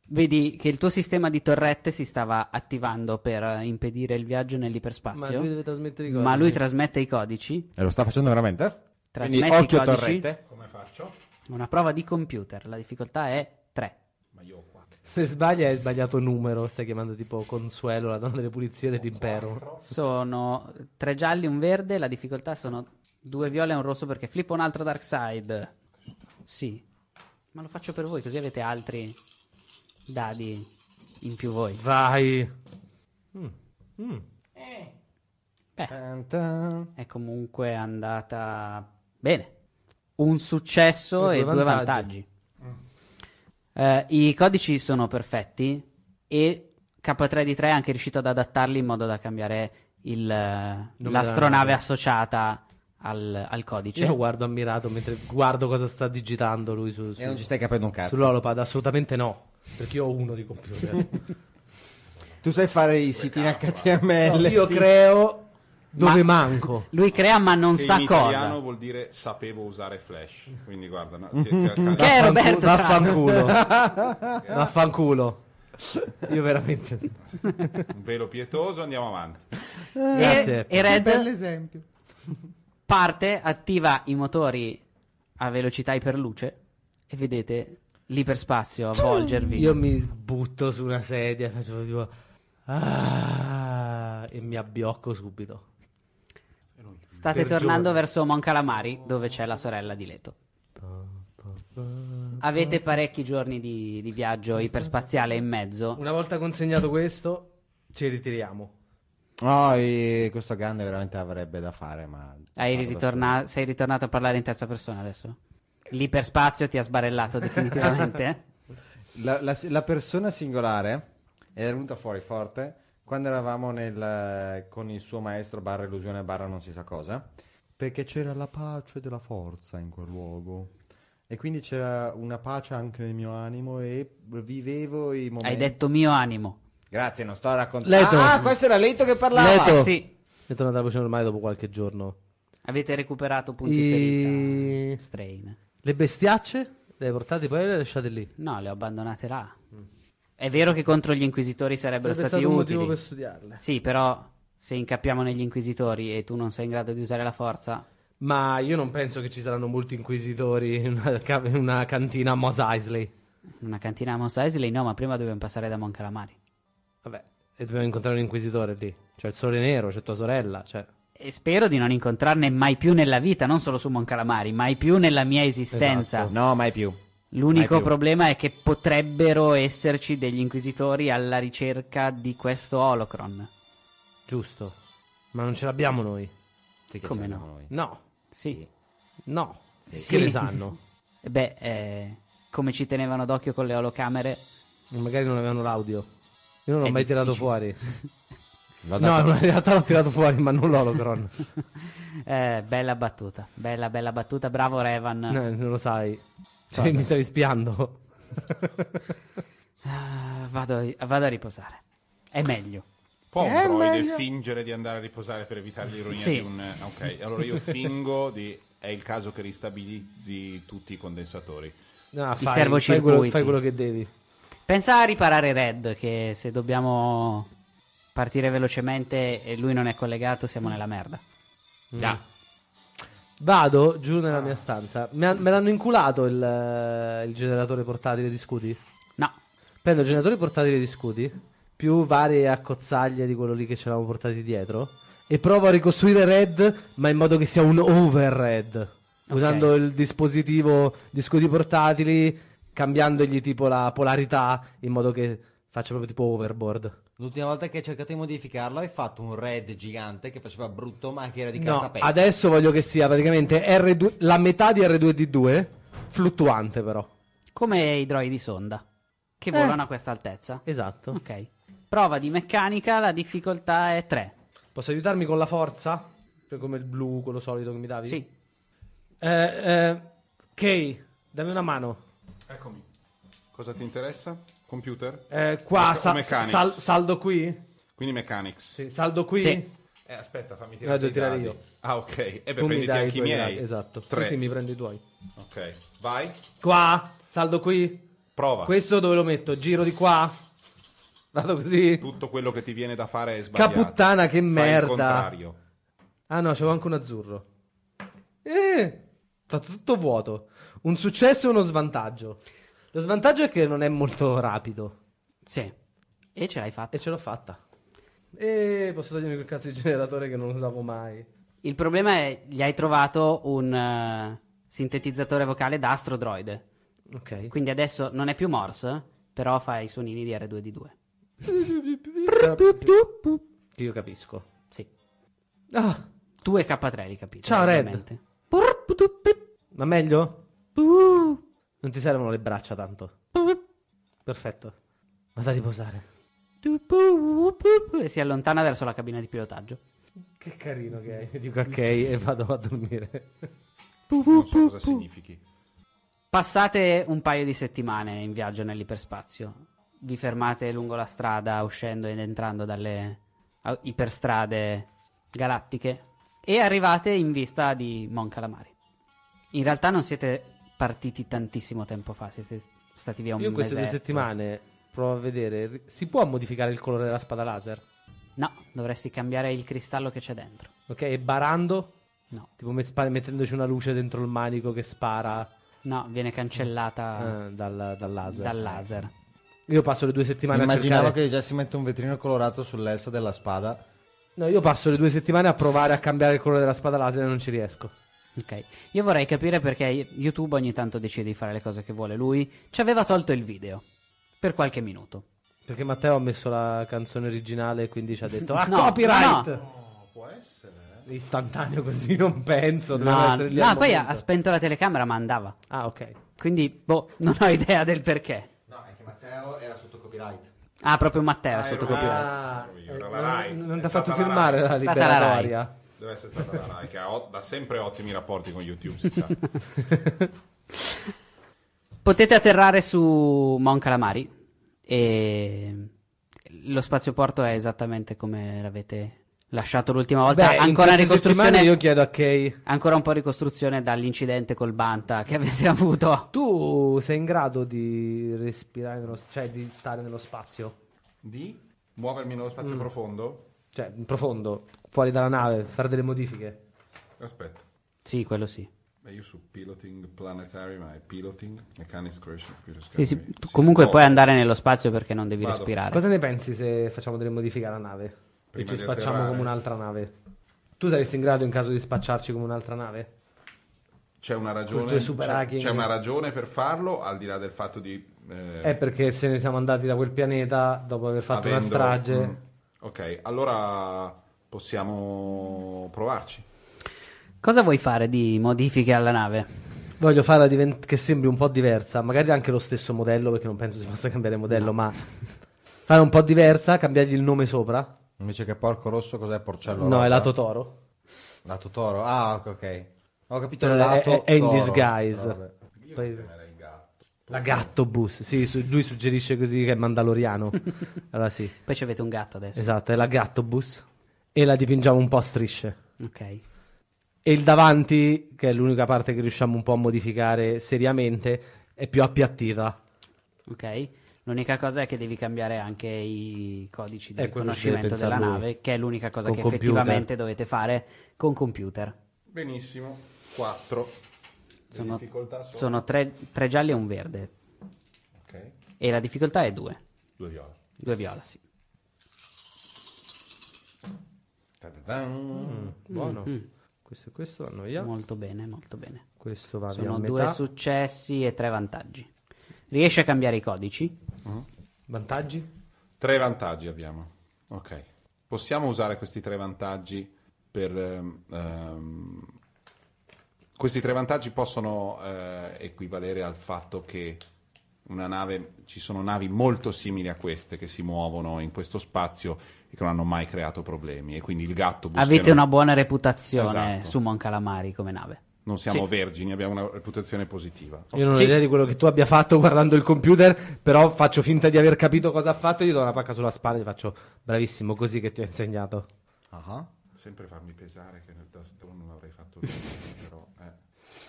[SPEAKER 1] vedi che il tuo sistema di torrette si stava attivando per impedire il viaggio
[SPEAKER 2] Ma
[SPEAKER 1] nell'iperspazio.
[SPEAKER 2] lui deve trasmettere i codici.
[SPEAKER 1] Ma lui trasmette i codici.
[SPEAKER 4] E lo sta facendo veramente? Quindi
[SPEAKER 1] Trasmetti i
[SPEAKER 4] occhio
[SPEAKER 1] codici.
[SPEAKER 4] torrente.
[SPEAKER 3] Come faccio?
[SPEAKER 1] Una prova di computer. La difficoltà è 3.
[SPEAKER 3] Ma io ho qua.
[SPEAKER 2] Se sbaglia, hai sbagliato numero. Stai chiamando tipo Consuelo, la donna delle pulizie dell'impero.
[SPEAKER 1] Sono tre gialli, un verde. La difficoltà sono due viola e un rosso perché flippo un altro dark side. Sì, ma lo faccio per voi, così avete altri dadi in più voi.
[SPEAKER 2] Vai. Mm, mm.
[SPEAKER 1] Beh, è comunque andata bene. Un successo
[SPEAKER 2] E
[SPEAKER 1] e,
[SPEAKER 2] due
[SPEAKER 1] due
[SPEAKER 2] vantaggi.
[SPEAKER 1] vantaggi. Eh, I codici sono perfetti e K3 di 3 è anche riuscito ad adattarli in modo da cambiare il,
[SPEAKER 2] della
[SPEAKER 1] l'astronave
[SPEAKER 2] nave.
[SPEAKER 1] associata al, al codice.
[SPEAKER 2] Io lo guardo ammirato mentre guardo cosa sta digitando lui su, su,
[SPEAKER 4] E non ci stai capendo un cazzo.
[SPEAKER 2] sull'holopad. Assolutamente no. Perché io ho uno di computer.
[SPEAKER 5] Tu sai fare i siti in HTML.
[SPEAKER 2] io creo dove
[SPEAKER 1] Ma-
[SPEAKER 2] manco.
[SPEAKER 1] Lui crea ma non
[SPEAKER 3] Che
[SPEAKER 1] sa
[SPEAKER 3] in
[SPEAKER 1] cosa.
[SPEAKER 3] italiano vuol dire sapevo usare Flash. Quindi guarda, no, ti-
[SPEAKER 1] Che
[SPEAKER 3] ti-
[SPEAKER 1] è Roberto Trano.
[SPEAKER 2] Vaffanculo. Vaffanculo. Io veramente.
[SPEAKER 3] un velo pietoso, andiamo avanti.
[SPEAKER 1] E,
[SPEAKER 2] Grazie.
[SPEAKER 1] e Red
[SPEAKER 5] esempio.
[SPEAKER 1] parte, attiva i motori a velocità iperluce e vedete l'iperspazio avvolgervi.
[SPEAKER 2] Io mi butto su una sedia, faccio tipo. "Ah", e mi abbiocco subito.
[SPEAKER 1] State
[SPEAKER 2] per
[SPEAKER 1] tornando
[SPEAKER 2] giorni.
[SPEAKER 1] verso Mon Calamari, dove c'è la sorella di Leto. Avete parecchi giorni di, di viaggio iperspaziale in mezzo.
[SPEAKER 2] Una volta consegnato questo, ci ritiriamo.
[SPEAKER 4] No, e questo grande veramente avrebbe da fare, ma...
[SPEAKER 1] Hai
[SPEAKER 4] Vado da
[SPEAKER 1] ritorna- sei ritornato a parlare in terza persona adesso? L'iperspazio ti ha sbarellato definitivamente. eh?
[SPEAKER 4] La, la- la persona singolare è venuta fuori forte quando eravamo nel, con il suo maestro barra illusione barra non si sa cosa perché c'era la pace della forza in quel luogo e quindi c'era una pace anche nel mio animo e vivevo i momenti
[SPEAKER 1] Hai detto mio animo.
[SPEAKER 4] grazie non sto a raccontare
[SPEAKER 2] Leto.
[SPEAKER 4] ah questo era Leto che parlava
[SPEAKER 1] Ah, sì.
[SPEAKER 2] È tornata la voce normale dopo qualche giorno.
[SPEAKER 1] Avete recuperato punti
[SPEAKER 2] I-
[SPEAKER 1] ferita. Strain.
[SPEAKER 2] Le bestiacce le hai portate poi le lasciate lì.
[SPEAKER 1] No, le ho abbandonate là. È vero che contro gli inquisitori sarebbero
[SPEAKER 2] Mm. Sarebbe
[SPEAKER 1] stati
[SPEAKER 2] stato un
[SPEAKER 1] utili.
[SPEAKER 2] motivo per studiarle.
[SPEAKER 1] Sì, però se incappiamo negli inquisitori e tu non sei in grado di usare la forza,
[SPEAKER 2] Ma io non penso che ci saranno molti inquisitori in una, ca- in una cantina a Mos Eisley.
[SPEAKER 1] Una cantina a Mos Eisley, no, ma prima dobbiamo passare da Mon Calamari.
[SPEAKER 2] Vabbè, e dobbiamo incontrare un inquisitore lì. C'è il sole nero, c'è tua sorella, cioè...
[SPEAKER 1] E spero di non incontrarne mai più nella vita, non solo su Mon Calamari, mai più nella mia esistenza.
[SPEAKER 2] Esatto.
[SPEAKER 5] No, mai più.
[SPEAKER 1] L'unico
[SPEAKER 5] Mai più.
[SPEAKER 1] problema è che potrebbero esserci degli inquisitori alla ricerca di questo holocron.
[SPEAKER 2] Giusto. Ma non ce l'abbiamo noi.
[SPEAKER 5] Sì che
[SPEAKER 1] Come
[SPEAKER 5] ce
[SPEAKER 1] no?
[SPEAKER 5] l'abbiamo noi.
[SPEAKER 2] No,
[SPEAKER 1] Sì.
[SPEAKER 2] no.
[SPEAKER 1] Sì.
[SPEAKER 2] Che ne sanno?
[SPEAKER 1] E Beh, eh, come ci tenevano d'occhio con le holocamere,
[SPEAKER 2] Magari non avevano l'audio. Io non l'ho
[SPEAKER 1] È
[SPEAKER 2] mai tirato
[SPEAKER 1] difficile.
[SPEAKER 2] fuori.
[SPEAKER 5] L'ho
[SPEAKER 2] No,
[SPEAKER 5] dato-
[SPEAKER 2] in realtà l'ho tirato fuori, ma non l'holocron.
[SPEAKER 1] eh, bella battuta. Bella, bella battuta. Bravo Revan.
[SPEAKER 2] No, non lo sai. Cioè, mi stavi spiando.
[SPEAKER 1] Ah, vado, a- vado a riposare. È meglio.
[SPEAKER 3] Può un droide fingere di andare a riposare per evitare l'ironia
[SPEAKER 1] Sì.
[SPEAKER 3] di un... eh, Ok, allora io fingo di... È il caso che ristabilizzi tutti i condensatori.
[SPEAKER 2] No,
[SPEAKER 1] Ti
[SPEAKER 2] fai,
[SPEAKER 1] servo
[SPEAKER 2] fai, quello,
[SPEAKER 1] circuiti.
[SPEAKER 2] fai quello che devi.
[SPEAKER 1] Pensa a riparare Red, che se dobbiamo partire velocemente e lui non è collegato, siamo nella merda. Mm.
[SPEAKER 2] Vado giù nella mia stanza. Me, me l'hanno inculato il, eh, il generatore portatile di scudi?
[SPEAKER 1] No,
[SPEAKER 2] Prendo il generatore portatile di scudi, più varie accozzaglie di quello lì che ce l'avamo portati dietro, e provo a ricostruire Red, ma in modo che sia un over Red. Usando il dispositivo di scudi portatili, cambiandogli tipo la polarità, in modo che faccia proprio tipo overboard.
[SPEAKER 5] L'ultima volta che hai cercato di modificarlo hai fatto un red gigante che faceva brutto ma che era di
[SPEAKER 2] No,
[SPEAKER 5] cartapesta.
[SPEAKER 2] adesso voglio che sia praticamente R2 la metà di R2D2, fluttuante però.
[SPEAKER 1] come i droidi sonda, che volano a questa altezza.
[SPEAKER 2] Esatto.
[SPEAKER 1] Ok. Prova di meccanica, la difficoltà è 3.
[SPEAKER 2] Posso aiutarmi con la forza? Cioè, Come il blu, quello solito che mi davi?
[SPEAKER 1] Sì.
[SPEAKER 2] Eh, eh, Kay, dammi una mano.
[SPEAKER 3] Eccomi. Cosa ti interessa? Computer?
[SPEAKER 2] Eh, qua,
[SPEAKER 3] Mecha-
[SPEAKER 2] sa-
[SPEAKER 3] o mechanics.
[SPEAKER 2] sal- saldo qui?
[SPEAKER 3] Quindi mechanics.
[SPEAKER 2] Sì, saldo qui?
[SPEAKER 1] Sì.
[SPEAKER 3] Eh, aspetta, fammi
[SPEAKER 2] No, devo
[SPEAKER 3] dei
[SPEAKER 2] tirare
[SPEAKER 3] dadi.
[SPEAKER 2] io.
[SPEAKER 3] Ah, ok. E beh,
[SPEAKER 2] Tu mi
[SPEAKER 3] prenditi
[SPEAKER 2] dai i
[SPEAKER 3] anche i
[SPEAKER 2] tuoi
[SPEAKER 3] miei.
[SPEAKER 2] dati, esatto.
[SPEAKER 3] Tre.
[SPEAKER 2] Sì, sì, mi prendo i tuoi.
[SPEAKER 3] Ok, vai.
[SPEAKER 2] Qua, saldo qui?
[SPEAKER 3] Prova.
[SPEAKER 2] Questo dove lo metto? Giro di qua? Vado così?
[SPEAKER 3] Tutto quello che ti viene da fare è sbagliato.
[SPEAKER 2] Caputtana, che
[SPEAKER 3] Fai il
[SPEAKER 2] merda.
[SPEAKER 3] contrario.
[SPEAKER 2] Ah no, c'avevo anche un azzurro. Eh, sta tutto vuoto. Un successo e uno svantaggio. Lo svantaggio è che non è molto rapido.
[SPEAKER 1] Sì. E ce l'hai fatta.
[SPEAKER 2] E ce l'ho fatta. E posso togliermi quel cazzo di generatore che non usavo mai.
[SPEAKER 1] Il problema è gli hai trovato un eh, sintetizzatore vocale da astrodroide.
[SPEAKER 2] Ok.
[SPEAKER 1] Quindi adesso non è più Morse, però fa i suonini di R2D2.
[SPEAKER 2] Che Io capisco.
[SPEAKER 1] Sì.
[SPEAKER 2] Ah,
[SPEAKER 1] 2K3 li capito?
[SPEAKER 2] Ciao, Red.
[SPEAKER 1] ovviamente.
[SPEAKER 2] ma meglio? Non ti servono le braccia tanto. Perfetto. Vado a riposare.
[SPEAKER 1] E si allontana verso la cabina di pilotaggio.
[SPEAKER 2] Che carino che è. Dico ok e vado a dormire.
[SPEAKER 3] Non so cosa significhi.
[SPEAKER 1] Passate un paio di settimane in viaggio nell'iperspazio. Vi fermate lungo la strada uscendo ed entrando dalle au- iperstrade galattiche e arrivate in vista di Mon Calamari. In realtà non siete partiti tantissimo tempo fa, siete stati via un
[SPEAKER 2] Io in queste due
[SPEAKER 1] mesetto.
[SPEAKER 2] settimane provo a vedere. Si può modificare il colore della spada laser?
[SPEAKER 1] No, dovresti cambiare il cristallo che c'è dentro.
[SPEAKER 2] Ok, e barando?
[SPEAKER 1] No.
[SPEAKER 2] Tipo met- spa- mettendoci una luce dentro il manico che spara
[SPEAKER 1] No, viene cancellata
[SPEAKER 2] eh, dal, dal laser.
[SPEAKER 1] dal laser.
[SPEAKER 2] Io passo le due settimane
[SPEAKER 5] Immaginavo
[SPEAKER 2] a cercare...
[SPEAKER 5] che già si mette un vetrino colorato sull'elsa della spada.
[SPEAKER 2] No, io passo le due settimane a provare a cambiare il colore della spada laser e non ci riesco.
[SPEAKER 1] Ok, io vorrei capire perché YouTube ogni tanto decide di fare le cose che vuole lui. Ci aveva tolto il video per qualche minuto.
[SPEAKER 2] Perché Matteo ha messo la canzone originale e quindi ci ha detto Ah,
[SPEAKER 1] No,
[SPEAKER 2] copyright!
[SPEAKER 1] no,
[SPEAKER 3] Può essere. eh.
[SPEAKER 2] Istantaneo così, non penso. doveva
[SPEAKER 1] No,
[SPEAKER 2] essere lì
[SPEAKER 1] no,
[SPEAKER 2] al
[SPEAKER 1] poi ha,
[SPEAKER 2] momento.
[SPEAKER 1] ha spento la telecamera, ma andava.
[SPEAKER 2] Ah, ok.
[SPEAKER 1] Quindi, boh, non ho idea del perché.
[SPEAKER 5] No, è che Matteo era sotto copyright.
[SPEAKER 1] Ah, proprio Matteo è sotto
[SPEAKER 3] era-
[SPEAKER 1] copyright.
[SPEAKER 2] Ah,
[SPEAKER 3] Era la
[SPEAKER 2] eh,
[SPEAKER 3] Rai,
[SPEAKER 2] non
[SPEAKER 3] è
[SPEAKER 2] ti ha
[SPEAKER 3] stata
[SPEAKER 2] fatto
[SPEAKER 3] la
[SPEAKER 2] firmare
[SPEAKER 3] Rai.
[SPEAKER 2] la
[SPEAKER 1] È stata la Rai.
[SPEAKER 2] liberatoria.
[SPEAKER 3] Deve essere stata la Rai, che ha, o- da sempre ottimi rapporti con YouTube, si sa.
[SPEAKER 1] Potete atterrare su Mon Calamari e lo spazioporto è esattamente come l'avete lasciato l'ultima volta.
[SPEAKER 2] Beh, in
[SPEAKER 1] ancora
[SPEAKER 2] queste
[SPEAKER 1] ricostruzione,
[SPEAKER 2] settimane Io chiedo a Kay.
[SPEAKER 1] ancora un po' ricostruzione dall'incidente col Banta che avete avuto.
[SPEAKER 2] Tu sei in grado di respirare, nello, cioè di stare nello spazio,
[SPEAKER 3] Di muovermi nello spazio profondo?
[SPEAKER 2] cioè in profondo, fuori dalla nave, fare delle modifiche.
[SPEAKER 3] Aspetta.
[SPEAKER 1] Sì, quello sì.
[SPEAKER 3] Beh, io su Piloting Planetary, ma è Piloting Mechanics Creation.
[SPEAKER 1] Sì, sì, tu comunque puoi andare nello spazio perché non devi
[SPEAKER 3] Vado.
[SPEAKER 1] respirare.
[SPEAKER 2] Cosa ne pensi se facciamo delle modifiche alla nave?
[SPEAKER 3] Prima
[SPEAKER 2] e
[SPEAKER 3] di
[SPEAKER 2] ci spacciamo
[SPEAKER 3] atterrare.
[SPEAKER 2] come un'altra nave? Tu saresti in grado in caso di spacciarci come un'altra nave?
[SPEAKER 3] C'è una
[SPEAKER 2] Col
[SPEAKER 3] ragione.
[SPEAKER 2] tuo super
[SPEAKER 3] C'è,
[SPEAKER 2] hacking.
[SPEAKER 3] c'è una ragione per farlo, al di là del fatto di. eh,
[SPEAKER 2] È perché se ne siamo andati da quel pianeta dopo aver fatto una
[SPEAKER 3] avendo-
[SPEAKER 2] strage.
[SPEAKER 3] Mm. Ok, allora possiamo provarci.
[SPEAKER 1] Cosa vuoi fare di modifiche alla nave?
[SPEAKER 2] Voglio farla divent- che sembri un po' diversa, magari anche lo stesso modello, perché non penso si possa cambiare modello, ma fare un po' diversa, cambiargli il nome sopra.
[SPEAKER 5] Invece che porco rosso, cos'è porcello?
[SPEAKER 2] no,
[SPEAKER 5] rosa?
[SPEAKER 2] è lato toro.
[SPEAKER 5] Lato toro. Ah, ok, ok. Ho capito.
[SPEAKER 2] Però è-
[SPEAKER 5] lato
[SPEAKER 2] è- è in
[SPEAKER 5] toro.
[SPEAKER 2] disguise.
[SPEAKER 5] Vabbè.
[SPEAKER 2] Poi- La gatto bus, sì, su- lui suggerisce così che è mandaloriano. allora sì,
[SPEAKER 1] Poi ci avete un gatto adesso.
[SPEAKER 2] esatto, è la gatto bus. E la dipingiamo un po' a strisce.
[SPEAKER 1] Ok.
[SPEAKER 2] E il davanti, che è l'unica parte che riusciamo un po' a modificare seriamente, è più appiattita.
[SPEAKER 1] Ok. L'unica cosa è che devi cambiare anche i codici di
[SPEAKER 2] Eh, quello ci deve
[SPEAKER 1] riconoscimento della
[SPEAKER 2] pensare lui.
[SPEAKER 1] nave, che è l'unica cosa
[SPEAKER 2] Con
[SPEAKER 1] che
[SPEAKER 2] computer.
[SPEAKER 1] effettivamente dovete fare con computer.
[SPEAKER 3] Benissimo, 4.
[SPEAKER 1] Sono,
[SPEAKER 3] difficoltà sono?
[SPEAKER 1] sono tre, tre gialli e un verde.
[SPEAKER 3] Ok,
[SPEAKER 1] E la difficoltà è due.
[SPEAKER 3] 2 viola.
[SPEAKER 1] Due viola, sì.
[SPEAKER 3] Ta-ta-tan.
[SPEAKER 2] Mm. Buono. Questo e questo vanno via.
[SPEAKER 1] Molto bene, molto bene.
[SPEAKER 2] Questo va via a
[SPEAKER 1] Sono
[SPEAKER 2] metà.
[SPEAKER 1] due successi e tre vantaggi. Riesci a cambiare i codici?
[SPEAKER 2] Vantaggi?
[SPEAKER 3] Tre vantaggi abbiamo. Ok. Possiamo usare questi tre vantaggi per... ehm, ehm, questi tre vantaggi possono eh, equivalere al fatto che una nave, ci sono navi molto simili a queste che si muovono in questo spazio e che non hanno mai creato problemi. E quindi il gatto...
[SPEAKER 1] Avete una buona reputazione
[SPEAKER 3] Esatto.
[SPEAKER 1] su Mon Calamari come nave.
[SPEAKER 3] Non siamo
[SPEAKER 1] Sì.
[SPEAKER 3] vergini, abbiamo una reputazione positiva.
[SPEAKER 2] Io non ho
[SPEAKER 1] Sì.
[SPEAKER 2] idea di quello che tu abbia fatto guardando il computer, però faccio finta di aver capito cosa ha fatto, gli do una pacca sulla spalla e gli faccio bravissimo così che ti ho insegnato.
[SPEAKER 5] Ah.
[SPEAKER 3] Sempre farmi pesare che nel tasto non l'avrei fatto bene, però... eh.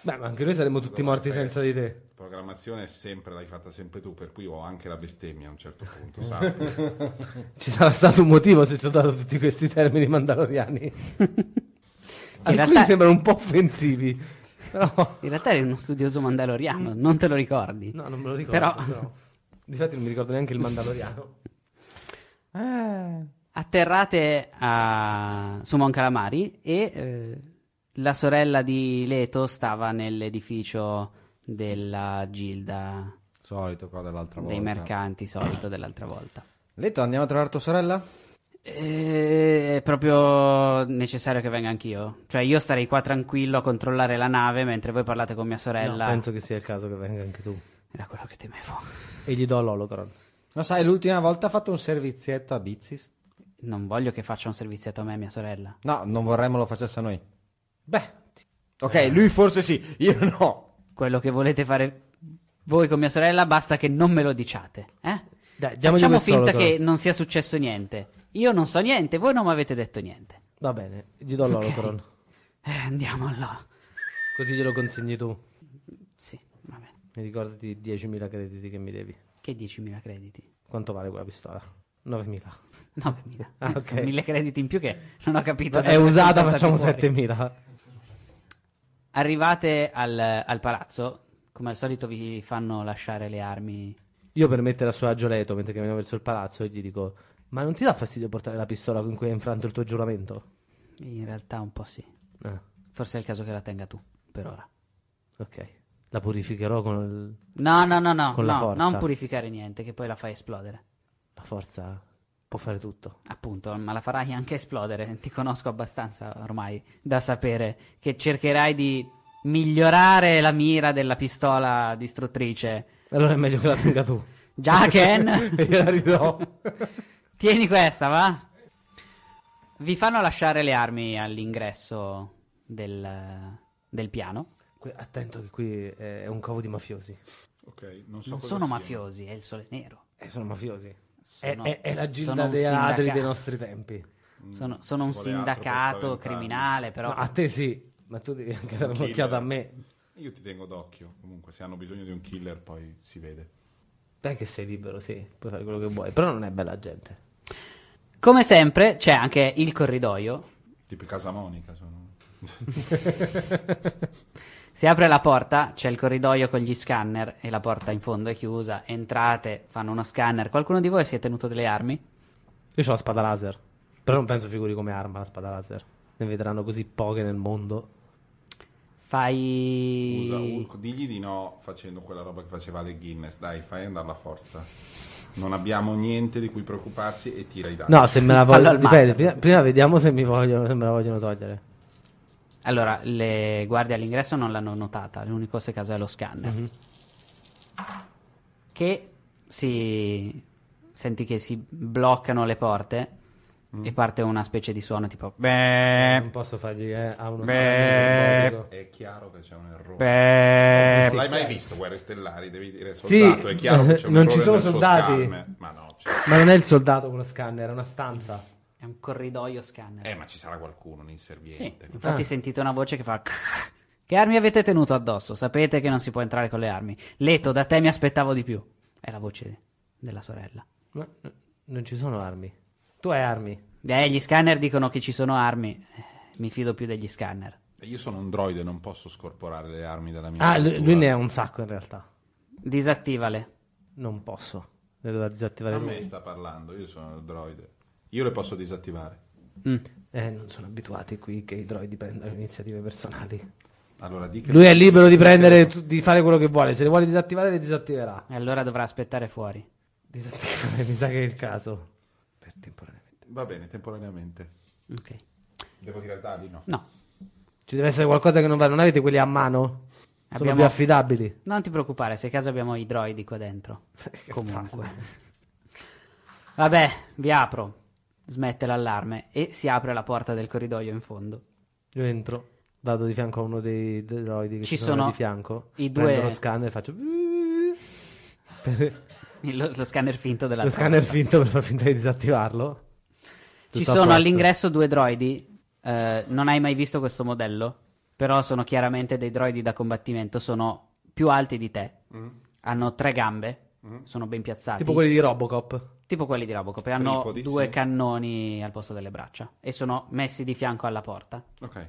[SPEAKER 2] Beh, ma anche noi saremmo tutti morti
[SPEAKER 3] Sai che
[SPEAKER 2] senza di te.
[SPEAKER 3] Programmazione è sempre, l'hai fatta sempre tu, per cui ho anche la bestemmia a un certo punto, sappi.
[SPEAKER 2] Ci sarà stato un motivo se ti ho dato tutti questi termini mandaloriani. Alcuni
[SPEAKER 1] realtà-
[SPEAKER 2] sembrano un po' offensivi, però...
[SPEAKER 1] In realtà eri uno studioso mandaloriano, non te lo ricordi.
[SPEAKER 2] No, non me lo ricordo.
[SPEAKER 1] Però-
[SPEAKER 2] però. Difatti non mi ricordo neanche il mandaloriano.
[SPEAKER 5] Eh.
[SPEAKER 1] Atterrate a... su Mon Calamari e eh, la sorella di Leto stava nell'edificio della Gilda
[SPEAKER 5] Solito qua dell'altra volta.
[SPEAKER 1] dei mercanti solito dell'altra volta.
[SPEAKER 5] Leto, andiamo a trovare tua sorella?
[SPEAKER 1] Eh, È proprio necessario che venga anch'io. Cioè, io starei qua tranquillo a controllare la nave mentre voi parlate con mia
[SPEAKER 2] No,
[SPEAKER 1] sorella.
[SPEAKER 2] penso che sia il caso che venga anche tu.
[SPEAKER 1] Era quello che temevo.
[SPEAKER 2] E gli do l'olocron.
[SPEAKER 5] No, sai, l'ultima volta ha fatto un servizietto a Bizzis.
[SPEAKER 1] Non voglio che faccia un servizietto a me e mia sorella.
[SPEAKER 5] No, non vorremmo lo facesse a noi.
[SPEAKER 2] Beh,
[SPEAKER 5] Ok, lui forse sì, io no.
[SPEAKER 1] Quello che volete fare voi con mia sorella, basta che non me lo diciate. Eh?
[SPEAKER 2] Dai, diamogli
[SPEAKER 1] Facciamo
[SPEAKER 2] questo
[SPEAKER 1] finta
[SPEAKER 2] olocron.
[SPEAKER 1] che non sia successo niente. Io non so niente, voi non mi avete detto niente.
[SPEAKER 2] Va bene, gli do l'olocron.
[SPEAKER 1] Eh, andiamo allora.
[SPEAKER 2] Così glielo consegni tu.
[SPEAKER 1] Sì, va bene.
[SPEAKER 2] Mi ricordati i 10.000 crediti che mi devi.
[SPEAKER 1] Che 10.000 crediti?
[SPEAKER 2] Quanto vale quella pistola? 9.000.
[SPEAKER 1] 9.000.
[SPEAKER 2] Ah, ok.
[SPEAKER 1] Eh, Sono 1.000 crediti in più che non ho capito. da
[SPEAKER 2] È
[SPEAKER 1] dove
[SPEAKER 2] usata,
[SPEAKER 1] sono
[SPEAKER 2] facciamo
[SPEAKER 1] saltati fuori.
[SPEAKER 2] 7.000.
[SPEAKER 1] Arrivate al, al palazzo, come al solito vi fanno lasciare le armi.
[SPEAKER 2] Io per mettere a suo agio Leto mentre cammino verso il palazzo gli dico Ma non ti dà fastidio portare la pistola con cui hai infranto il tuo giuramento?
[SPEAKER 1] In realtà un po' sì.
[SPEAKER 2] Ah,
[SPEAKER 1] Forse è il caso che la tenga tu, per ora.
[SPEAKER 2] ok. La purificherò con il-
[SPEAKER 1] No, no, no, no,
[SPEAKER 2] Con la
[SPEAKER 1] no,
[SPEAKER 2] forza.
[SPEAKER 1] non purificare niente, che poi la fai esplodere.
[SPEAKER 2] la forza. Può fare tutto.
[SPEAKER 1] Appunto, ma la farai anche esplodere. Ti conosco abbastanza ormai da sapere che cercherai di migliorare la mira della pistola distruttrice.
[SPEAKER 2] Allora è meglio che la tenga tu.
[SPEAKER 1] Già, Ken?
[SPEAKER 2] e gliela ridò.
[SPEAKER 1] Tieni questa, va? Vi fanno lasciare le armi all'ingresso del, del piano.
[SPEAKER 2] Que- Attento che qui è un covo di mafiosi.
[SPEAKER 3] ok, non so
[SPEAKER 1] Non
[SPEAKER 3] cosa
[SPEAKER 1] sono
[SPEAKER 3] sia.
[SPEAKER 1] mafiosi, è il sole nero.
[SPEAKER 2] Eh, sono mafiosi.
[SPEAKER 1] Sono-
[SPEAKER 2] è, è- è la
[SPEAKER 1] sono
[SPEAKER 2] gilda
[SPEAKER 1] un
[SPEAKER 2] dei ladri
[SPEAKER 1] sindacato.
[SPEAKER 2] dei nostri tempi.
[SPEAKER 1] Sono, sono un
[SPEAKER 3] ci vuole altro per
[SPEAKER 1] sindacato
[SPEAKER 3] spaventarmi.
[SPEAKER 1] criminale, però...
[SPEAKER 2] No, a te sì, ma tu devi anche dare
[SPEAKER 3] Killer.
[SPEAKER 2] un'occhiata a me.
[SPEAKER 3] Io ti tengo d'occhio, comunque se hanno bisogno di un killer poi si vede.
[SPEAKER 2] Dai che sei libero, sì, puoi fare quello che vuoi, però non è bella gente.
[SPEAKER 1] Come sempre c'è anche il corridoio
[SPEAKER 3] Tipo Casa Monica sono.
[SPEAKER 1] Si apre la porta, c'è il corridoio con gli scanner e la porta in fondo è chiusa. Entrate, fanno uno scanner. Qualcuno di voi si è tenuto delle armi?
[SPEAKER 2] Io ho la spada laser. Però non penso figuri come arma la spada laser. Ne vedranno così poche nel mondo.
[SPEAKER 1] Fai.
[SPEAKER 3] Usa Hulk, digli di no facendo quella roba che faceva le Guinness, dai, fai andare la forza. Non abbiamo niente di cui preoccuparsi e tira i dadi.
[SPEAKER 2] No, se me la
[SPEAKER 1] Fallo
[SPEAKER 2] vogliono.
[SPEAKER 1] al
[SPEAKER 2] Dipende,
[SPEAKER 1] master.
[SPEAKER 2] prima, prima vediamo se, mi vogliono, se me la vogliono togliere.
[SPEAKER 1] Allora, le guardie all'ingresso non l'hanno notata, l'unico se caso è lo scanner. Che si senti che si bloccano le porte e parte una specie di suono tipo
[SPEAKER 2] Non
[SPEAKER 3] Eh.
[SPEAKER 1] beh,
[SPEAKER 2] posso fargli eh, a uno
[SPEAKER 1] Beh.
[SPEAKER 2] scanner del mondo.
[SPEAKER 3] È chiaro che c'è un errore.
[SPEAKER 1] beh.
[SPEAKER 3] non l'hai mai visto Guerre Stellari, devi dire
[SPEAKER 2] Sì.
[SPEAKER 3] soldato, è chiaro che c'è un
[SPEAKER 2] Non
[SPEAKER 3] errore
[SPEAKER 2] ci sono
[SPEAKER 3] nel suo
[SPEAKER 2] soldati.
[SPEAKER 3] scan. Ma no, c'è-
[SPEAKER 2] Ma non è il soldato con lo scanner, è una stanza.
[SPEAKER 1] È un corridoio scanner.
[SPEAKER 3] Eh, ma ci sarà qualcuno, un
[SPEAKER 1] Sì,
[SPEAKER 3] inserviente.
[SPEAKER 1] infatti Ah. sentite una voce che fa Che armi avete tenuto addosso? Sapete che non si può entrare con le armi. Leto, da te mi aspettavo di più. È la voce della sorella.
[SPEAKER 2] Ma n- non ci sono armi. Tu hai armi.
[SPEAKER 1] Eh, gli scanner dicono che ci sono armi. Eh, Mi fido più degli scanner.
[SPEAKER 3] E Io sono un droide, non posso scorporare le armi della mia
[SPEAKER 2] Ah, lui,
[SPEAKER 3] cultura.
[SPEAKER 2] lui ne ha un sacco in realtà.
[SPEAKER 1] Disattivale.
[SPEAKER 2] Non posso. Le devo disattivare
[SPEAKER 3] A
[SPEAKER 2] lui.
[SPEAKER 3] me sta parlando, io sono il droide. Io le posso disattivare.
[SPEAKER 1] Mm.
[SPEAKER 2] Eh, non sono abituati qui che i droidi prendano iniziative personali.
[SPEAKER 3] Allora, di che
[SPEAKER 2] Lui è libero di prendere, tu- di fare quello che vuole. Se le vuole disattivare, le disattiverà.
[SPEAKER 1] E allora dovrà aspettare fuori.
[SPEAKER 2] Disattivare, mi sa che è il caso. Per temporaneamente.
[SPEAKER 3] Va bene, temporaneamente.
[SPEAKER 1] Ok.
[SPEAKER 3] Devo tirare dadi? No.
[SPEAKER 1] No.
[SPEAKER 2] Ci deve essere qualcosa che non va. Non avete quelli a mano? Sono
[SPEAKER 1] Abbiamo-
[SPEAKER 2] più affidabili.
[SPEAKER 1] Non ti preoccupare, se caso abbiamo i droidi qua dentro. Comunque. Vabbè, vi apro. Smette l'allarme e si apre la porta del corridoio in fondo.
[SPEAKER 2] Io entro, vado di fianco a uno dei dei droidi che
[SPEAKER 1] Ci
[SPEAKER 2] ci, sono,
[SPEAKER 1] sono
[SPEAKER 2] di fianco.
[SPEAKER 1] i
[SPEAKER 2] Prendo
[SPEAKER 1] due-
[SPEAKER 2] lo scanner e faccio.
[SPEAKER 1] Lo, lo scanner finto della
[SPEAKER 2] Lo scanner finto per far finta di disattivarlo.
[SPEAKER 1] Ci
[SPEAKER 2] Tutto a
[SPEAKER 1] sono
[SPEAKER 2] posto.
[SPEAKER 1] all'ingresso due droidi. eh, non hai mai visto questo modello? Però sono chiaramente dei droidi da combattimento. Sono più alti di te.
[SPEAKER 3] Mm?
[SPEAKER 1] Hanno tre gambe.
[SPEAKER 3] Mm-hmm.
[SPEAKER 1] Sono ben piazzati.
[SPEAKER 2] Tipo quelli di Robocop.
[SPEAKER 1] tipo quelli di Robocop. E hanno
[SPEAKER 3] Tripodi,
[SPEAKER 1] due
[SPEAKER 3] sì.
[SPEAKER 1] cannoni al posto delle braccia. E sono messi di fianco alla porta.
[SPEAKER 3] Ok.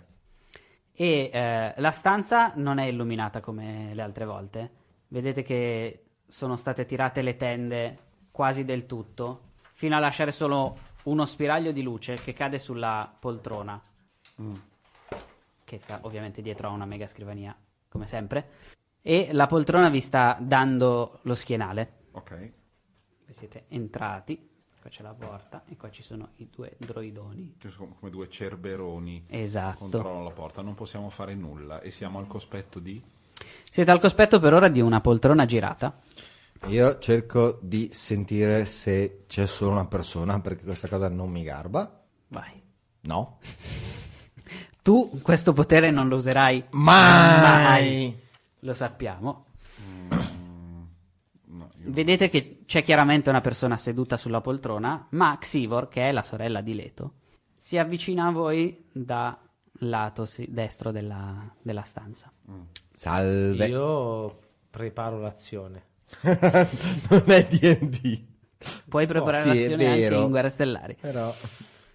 [SPEAKER 1] E eh, la stanza non è illuminata come le altre volte. Vedete che sono state tirate le tende quasi del tutto, fino a lasciare solo uno spiraglio di luce che cade sulla poltrona, Mm. che sta ovviamente dietro a una mega scrivania, come sempre. E la poltrona vi sta dando lo schienale.
[SPEAKER 3] Ok.
[SPEAKER 1] Voi siete entrati, qua c'è la porta e qua ci sono i due droidoni.
[SPEAKER 3] Che sono come due cerberoni.
[SPEAKER 1] Esatto.
[SPEAKER 3] Controllano la porta, non possiamo fare nulla e siamo al cospetto di...
[SPEAKER 1] Siete al cospetto per ora di una poltrona girata.
[SPEAKER 5] Io cerco di sentire se c'è solo una persona perché questa cosa non mi garba.
[SPEAKER 1] Vai.
[SPEAKER 5] No.
[SPEAKER 1] Tu questo potere non lo userai
[SPEAKER 5] Mai! Mm.
[SPEAKER 1] lo sappiamo.
[SPEAKER 3] No, io-
[SPEAKER 1] Vedete che c'è chiaramente una persona seduta sulla poltrona, ma Xivor, che è la sorella di Leto, si avvicina a voi da lato si- destro della, della stanza.
[SPEAKER 5] Salve.
[SPEAKER 2] Io preparo l'azione.
[SPEAKER 5] non è D&D.
[SPEAKER 1] Puoi preparare
[SPEAKER 5] Oh, sì, è
[SPEAKER 1] l'azione anche
[SPEAKER 5] vero.
[SPEAKER 1] in Guerre Stellari.
[SPEAKER 5] Però...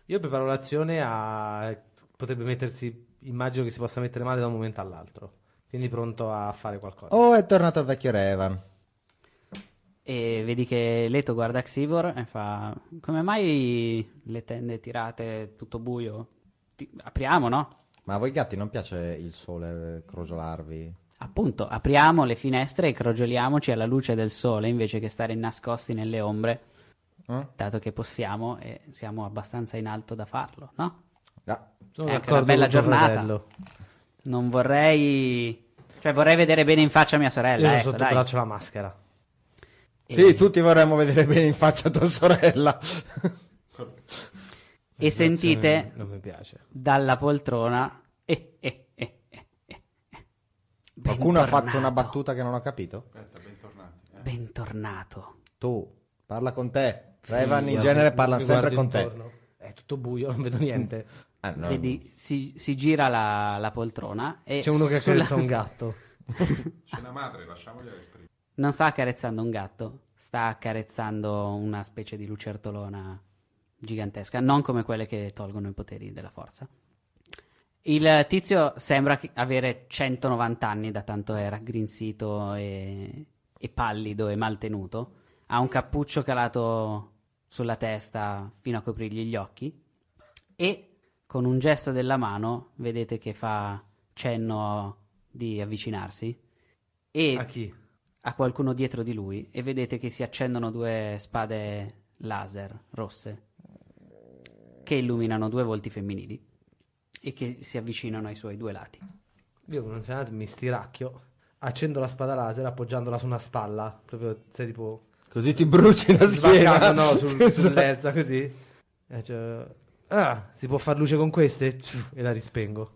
[SPEAKER 2] Io preparo l'azione a. Potrebbe mettersi. Immagino che si possa mettere male da un momento all'altro. Quindi pronto a fare qualcosa.
[SPEAKER 5] Oh, è tornato il vecchio Revan.
[SPEAKER 1] E vedi che Leto guarda Xivor e fa: Come mai le tende tirate, tutto buio? Ti- apriamo, no?
[SPEAKER 5] Ma a voi gatti non piace il sole eh, crogiolarvi?
[SPEAKER 1] Appunto, apriamo le finestre e crogioliamoci alla luce del sole invece che stare nascosti nelle ombre,
[SPEAKER 5] Mm?
[SPEAKER 1] dato che possiamo e siamo abbastanza in alto da farlo, no?
[SPEAKER 5] No.
[SPEAKER 2] Sono
[SPEAKER 1] è anche una
[SPEAKER 2] d'accordo
[SPEAKER 1] bella
[SPEAKER 2] con tuo
[SPEAKER 1] giornata.
[SPEAKER 2] fratello.
[SPEAKER 1] Non vorrei... cioè vorrei vedere bene in faccia mia
[SPEAKER 2] Io
[SPEAKER 1] sorella,
[SPEAKER 2] sono
[SPEAKER 1] ecco,
[SPEAKER 2] sotto
[SPEAKER 1] dai.
[SPEAKER 2] braccio la maschera.
[SPEAKER 5] Sì, tutti vorremmo vedere bene in faccia tua sorella.
[SPEAKER 1] E sentite
[SPEAKER 2] Non mi piace.
[SPEAKER 1] dalla poltrona... Eh, eh, eh, eh, eh, eh.
[SPEAKER 5] Qualcuno ha fatto una
[SPEAKER 1] Bentornato,
[SPEAKER 5] battuta che non ho capito?
[SPEAKER 3] Aspetta, bentornati. Eh,
[SPEAKER 1] Bentornato.
[SPEAKER 5] Tu, parla con te. Revan in genere parla sempre con te.
[SPEAKER 2] te. È tutto buio, non vedo niente.
[SPEAKER 5] Ah, no.
[SPEAKER 1] Vedi, si, si gira la, la poltrona e...
[SPEAKER 2] C'è uno che
[SPEAKER 1] sulla-
[SPEAKER 2] accarezza un gatto.
[SPEAKER 3] C'è una madre, lasciamogliela esprimere.
[SPEAKER 1] Non sta accarezzando un gatto, sta accarezzando una specie di lucertolona gigantesca, non come quelle che tolgono i poteri della forza. Il tizio sembra che- avere 190 anni da tanto è raggrinzito e, e pallido e maltenuto. Ha un cappuccio calato sulla testa fino a coprirgli gli occhi e con un gesto della mano vedete che fa cenno di avvicinarsi e
[SPEAKER 2] A chi?
[SPEAKER 1] a qualcuno dietro di lui e vedete che si accendono due spade laser rosse che illuminano due volti femminili e che si avvicinano ai suoi due lati.
[SPEAKER 2] Io con un senato mi stiracchio, accendo la spada laser appoggiandola su una spalla, proprio sei tipo
[SPEAKER 5] Così ti bruci la schiena. Esatto.
[SPEAKER 2] sbarcato no, sul, sull'erza così. E cioè, ah, si può far luce con queste? E la rispengo.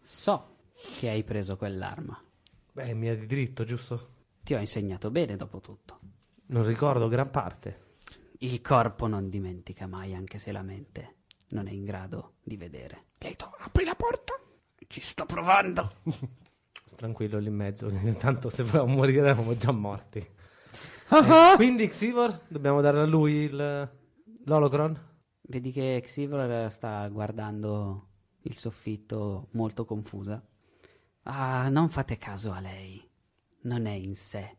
[SPEAKER 1] So che hai preso quell'arma.
[SPEAKER 2] Beh, mi è di diritto, giusto?
[SPEAKER 1] Ti ho insegnato bene dopo tutto.
[SPEAKER 2] Non ricordo gran parte.
[SPEAKER 1] Il corpo non dimentica mai anche se la mente non è in grado di vedere.
[SPEAKER 8] Leto, apri la porta.
[SPEAKER 1] Ci sto provando.
[SPEAKER 2] Tranquillo lì in mezzo, tanto se volevamo morire eravamo già morti. Eh, quindi Xivor, dobbiamo dare a lui il, l'holocron?
[SPEAKER 1] Vedi che Xivor sta guardando il soffitto molto confusa. Ah, non fate caso a lei. Non è in sé.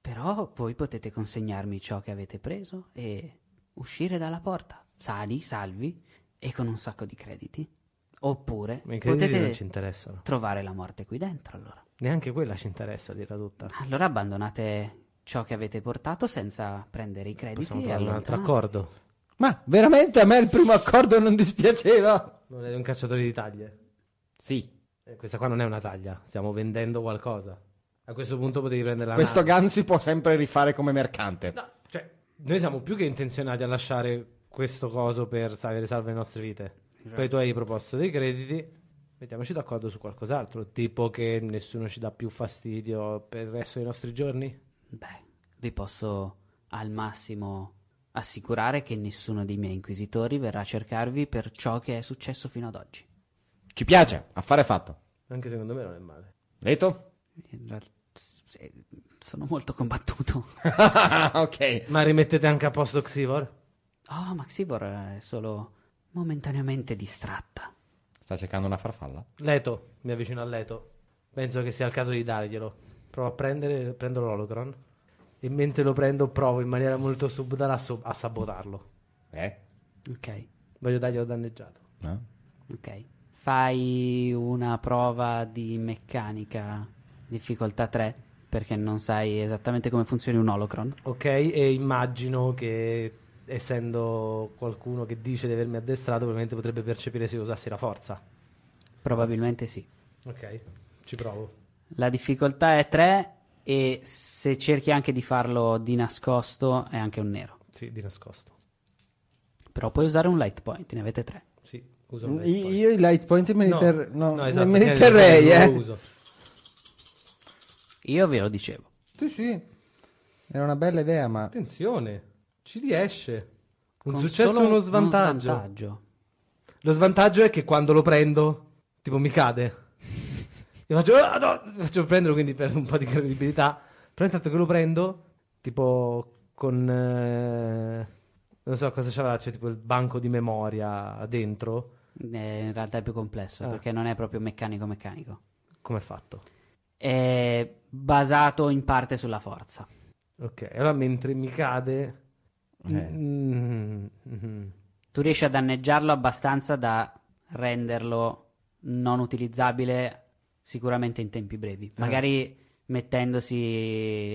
[SPEAKER 1] Però voi potete consegnarmi ciò che avete preso e uscire dalla porta, sani, salvi e con un sacco di crediti. Oppure
[SPEAKER 2] Ma i crediti non ci
[SPEAKER 1] potete
[SPEAKER 2] interessano.
[SPEAKER 1] trovare la morte qui dentro allora.
[SPEAKER 2] Neanche quella ci interessa, dirla tutta.
[SPEAKER 5] Eh,
[SPEAKER 1] Allora abbandonate ciò che avete portato senza prendere i crediti
[SPEAKER 2] Possiamo
[SPEAKER 1] e
[SPEAKER 2] trovare un altro
[SPEAKER 1] allontanate.
[SPEAKER 2] accordo.
[SPEAKER 5] Ma veramente a me il primo accordo non dispiaceva.
[SPEAKER 2] Non è un cacciatore di taglie.
[SPEAKER 5] Sì.
[SPEAKER 2] Eh, questa qua non è una taglia, stiamo vendendo qualcosa. A questo punto potevi prendere la
[SPEAKER 5] Questo
[SPEAKER 2] nave.
[SPEAKER 5] Gun si può sempre rifare come mercante.
[SPEAKER 2] No, cioè, noi siamo più che intenzionati a lasciare questo coso per salvare, salve le nostre vite. Poi tu hai proposto dei crediti, mettiamoci d'accordo su qualcos'altro, tipo che nessuno ci dà più fastidio per il resto dei nostri giorni.
[SPEAKER 1] Beh, vi posso al massimo assicurare che nessuno dei miei inquisitori verrà a cercarvi per ciò che è successo fino ad oggi.
[SPEAKER 5] Ci piace, affare fatto.
[SPEAKER 2] Anche secondo me non è male.
[SPEAKER 5] Leto?
[SPEAKER 1] In realtà, s- se- Sono molto combattuto.
[SPEAKER 5] ok.
[SPEAKER 2] Ma rimettete anche a posto Xivor?
[SPEAKER 1] Oh, Maxivor è solo momentaneamente distratta.
[SPEAKER 5] Sta cercando una farfalla?
[SPEAKER 2] Leto, mi avvicino a Leto. Penso che sia il caso di darglielo. Provo a prendere, prendo l'holocron. E mentre lo prendo, provo in maniera molto subdola a, so- a sabotarlo.
[SPEAKER 5] Eh?
[SPEAKER 1] Ok,
[SPEAKER 2] Voglio darglielo danneggiato.
[SPEAKER 5] No?
[SPEAKER 1] ok. Fai una prova di meccanica, difficoltà 3, perché non sai esattamente come funzioni un holocron.
[SPEAKER 2] Ok, e immagino che essendo qualcuno che dice di avermi addestrato, probabilmente potrebbe percepire se io usassi la forza.
[SPEAKER 1] Probabilmente sì.
[SPEAKER 2] Ok, ci provo.
[SPEAKER 1] La difficoltà è 3 e se cerchi anche di farlo di nascosto è anche un nero.
[SPEAKER 2] Sì, di nascosto.
[SPEAKER 1] Però puoi usare un light point, ne avete 3.
[SPEAKER 2] Sì,
[SPEAKER 4] Mm,
[SPEAKER 2] uso un
[SPEAKER 5] Io,
[SPEAKER 2] light
[SPEAKER 5] io i light point me li,
[SPEAKER 2] point.
[SPEAKER 5] ter- no,
[SPEAKER 2] esatto,
[SPEAKER 5] me li
[SPEAKER 2] tieni,
[SPEAKER 5] terrei,
[SPEAKER 2] non lo
[SPEAKER 5] eh.
[SPEAKER 2] uso.
[SPEAKER 1] Io ve lo dicevo.
[SPEAKER 5] Sì, sì. Era una bella idea, ma...
[SPEAKER 2] Attenzione, ci riesce. Un
[SPEAKER 1] Con
[SPEAKER 2] successo
[SPEAKER 1] solo
[SPEAKER 2] e uno svantaggio.
[SPEAKER 1] svantaggio.
[SPEAKER 2] Lo svantaggio è che quando lo prendo, tipo mi cade. Io faccio, "Ah, no!" faccio prenderlo quindi per un po' di credibilità. Però intanto che lo prendo, tipo con... eh, non so cosa c'avrà, c'è tipo il banco di memoria dentro.
[SPEAKER 1] Eh, in realtà è più complesso
[SPEAKER 2] Ah.
[SPEAKER 1] perché non è proprio meccanico meccanico.
[SPEAKER 2] Come è fatto?
[SPEAKER 1] È basato in parte sulla forza.
[SPEAKER 2] Ok, allora mentre mi cade... Mm, mm.
[SPEAKER 1] Tu riesci a danneggiarlo abbastanza da renderlo non utilizzabile sicuramente in tempi
[SPEAKER 2] Eh.
[SPEAKER 1] brevi. Magari mettendosi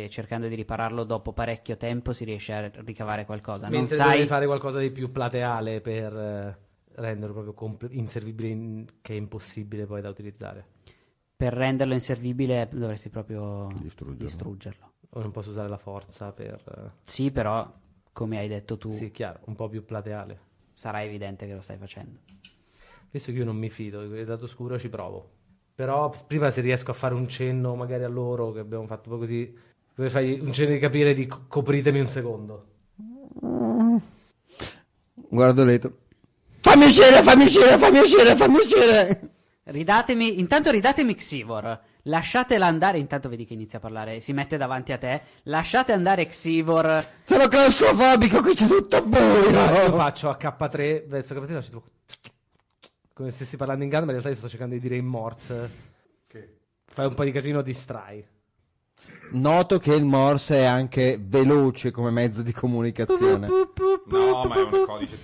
[SPEAKER 1] e cercando di ripararlo dopo parecchio tempo si riesce a ricavare qualcosa.
[SPEAKER 2] Mentre
[SPEAKER 1] non sai
[SPEAKER 2] devi fare qualcosa di più plateale per eh, renderlo proprio compl- inservibile in- che è impossibile poi da utilizzare.
[SPEAKER 1] per renderlo inservibile dovresti proprio distruggerlo.
[SPEAKER 2] O non posso usare la forza per...
[SPEAKER 1] Sì, però come hai detto tu
[SPEAKER 2] eh, Sì, chiaro, un po' più plateale.
[SPEAKER 1] sarà evidente che lo stai facendo.
[SPEAKER 2] Visto che io non mi fido, il dato scuro ci provo. Però p- prima se riesco a fare un cenno magari a loro, che abbiamo fatto poi così, dove fai un cenno di capire di co- copritemi un secondo.
[SPEAKER 5] Guardo Leto. Fammi uscire, fammi uscire, fammi uscire, fammi uscire!
[SPEAKER 1] Ridatemi, intanto ridatemi Xivor. Lasciatela andare, intanto vedi che inizia a parlare, si mette davanti a te. Lasciate andare Xivor.
[SPEAKER 5] Sono claustrofobico, qui c'è tutto
[SPEAKER 2] Io
[SPEAKER 5] buio!
[SPEAKER 2] faccio a K3 verso K3 faccio tipo- come se stessi parlando in Gandhi, ma in realtà io sto cercando di dire in Morse. Fai un po' di casino, distrai.
[SPEAKER 4] Noto che il Morse è anche veloce come mezzo di comunicazione.
[SPEAKER 3] No, ma è un codice.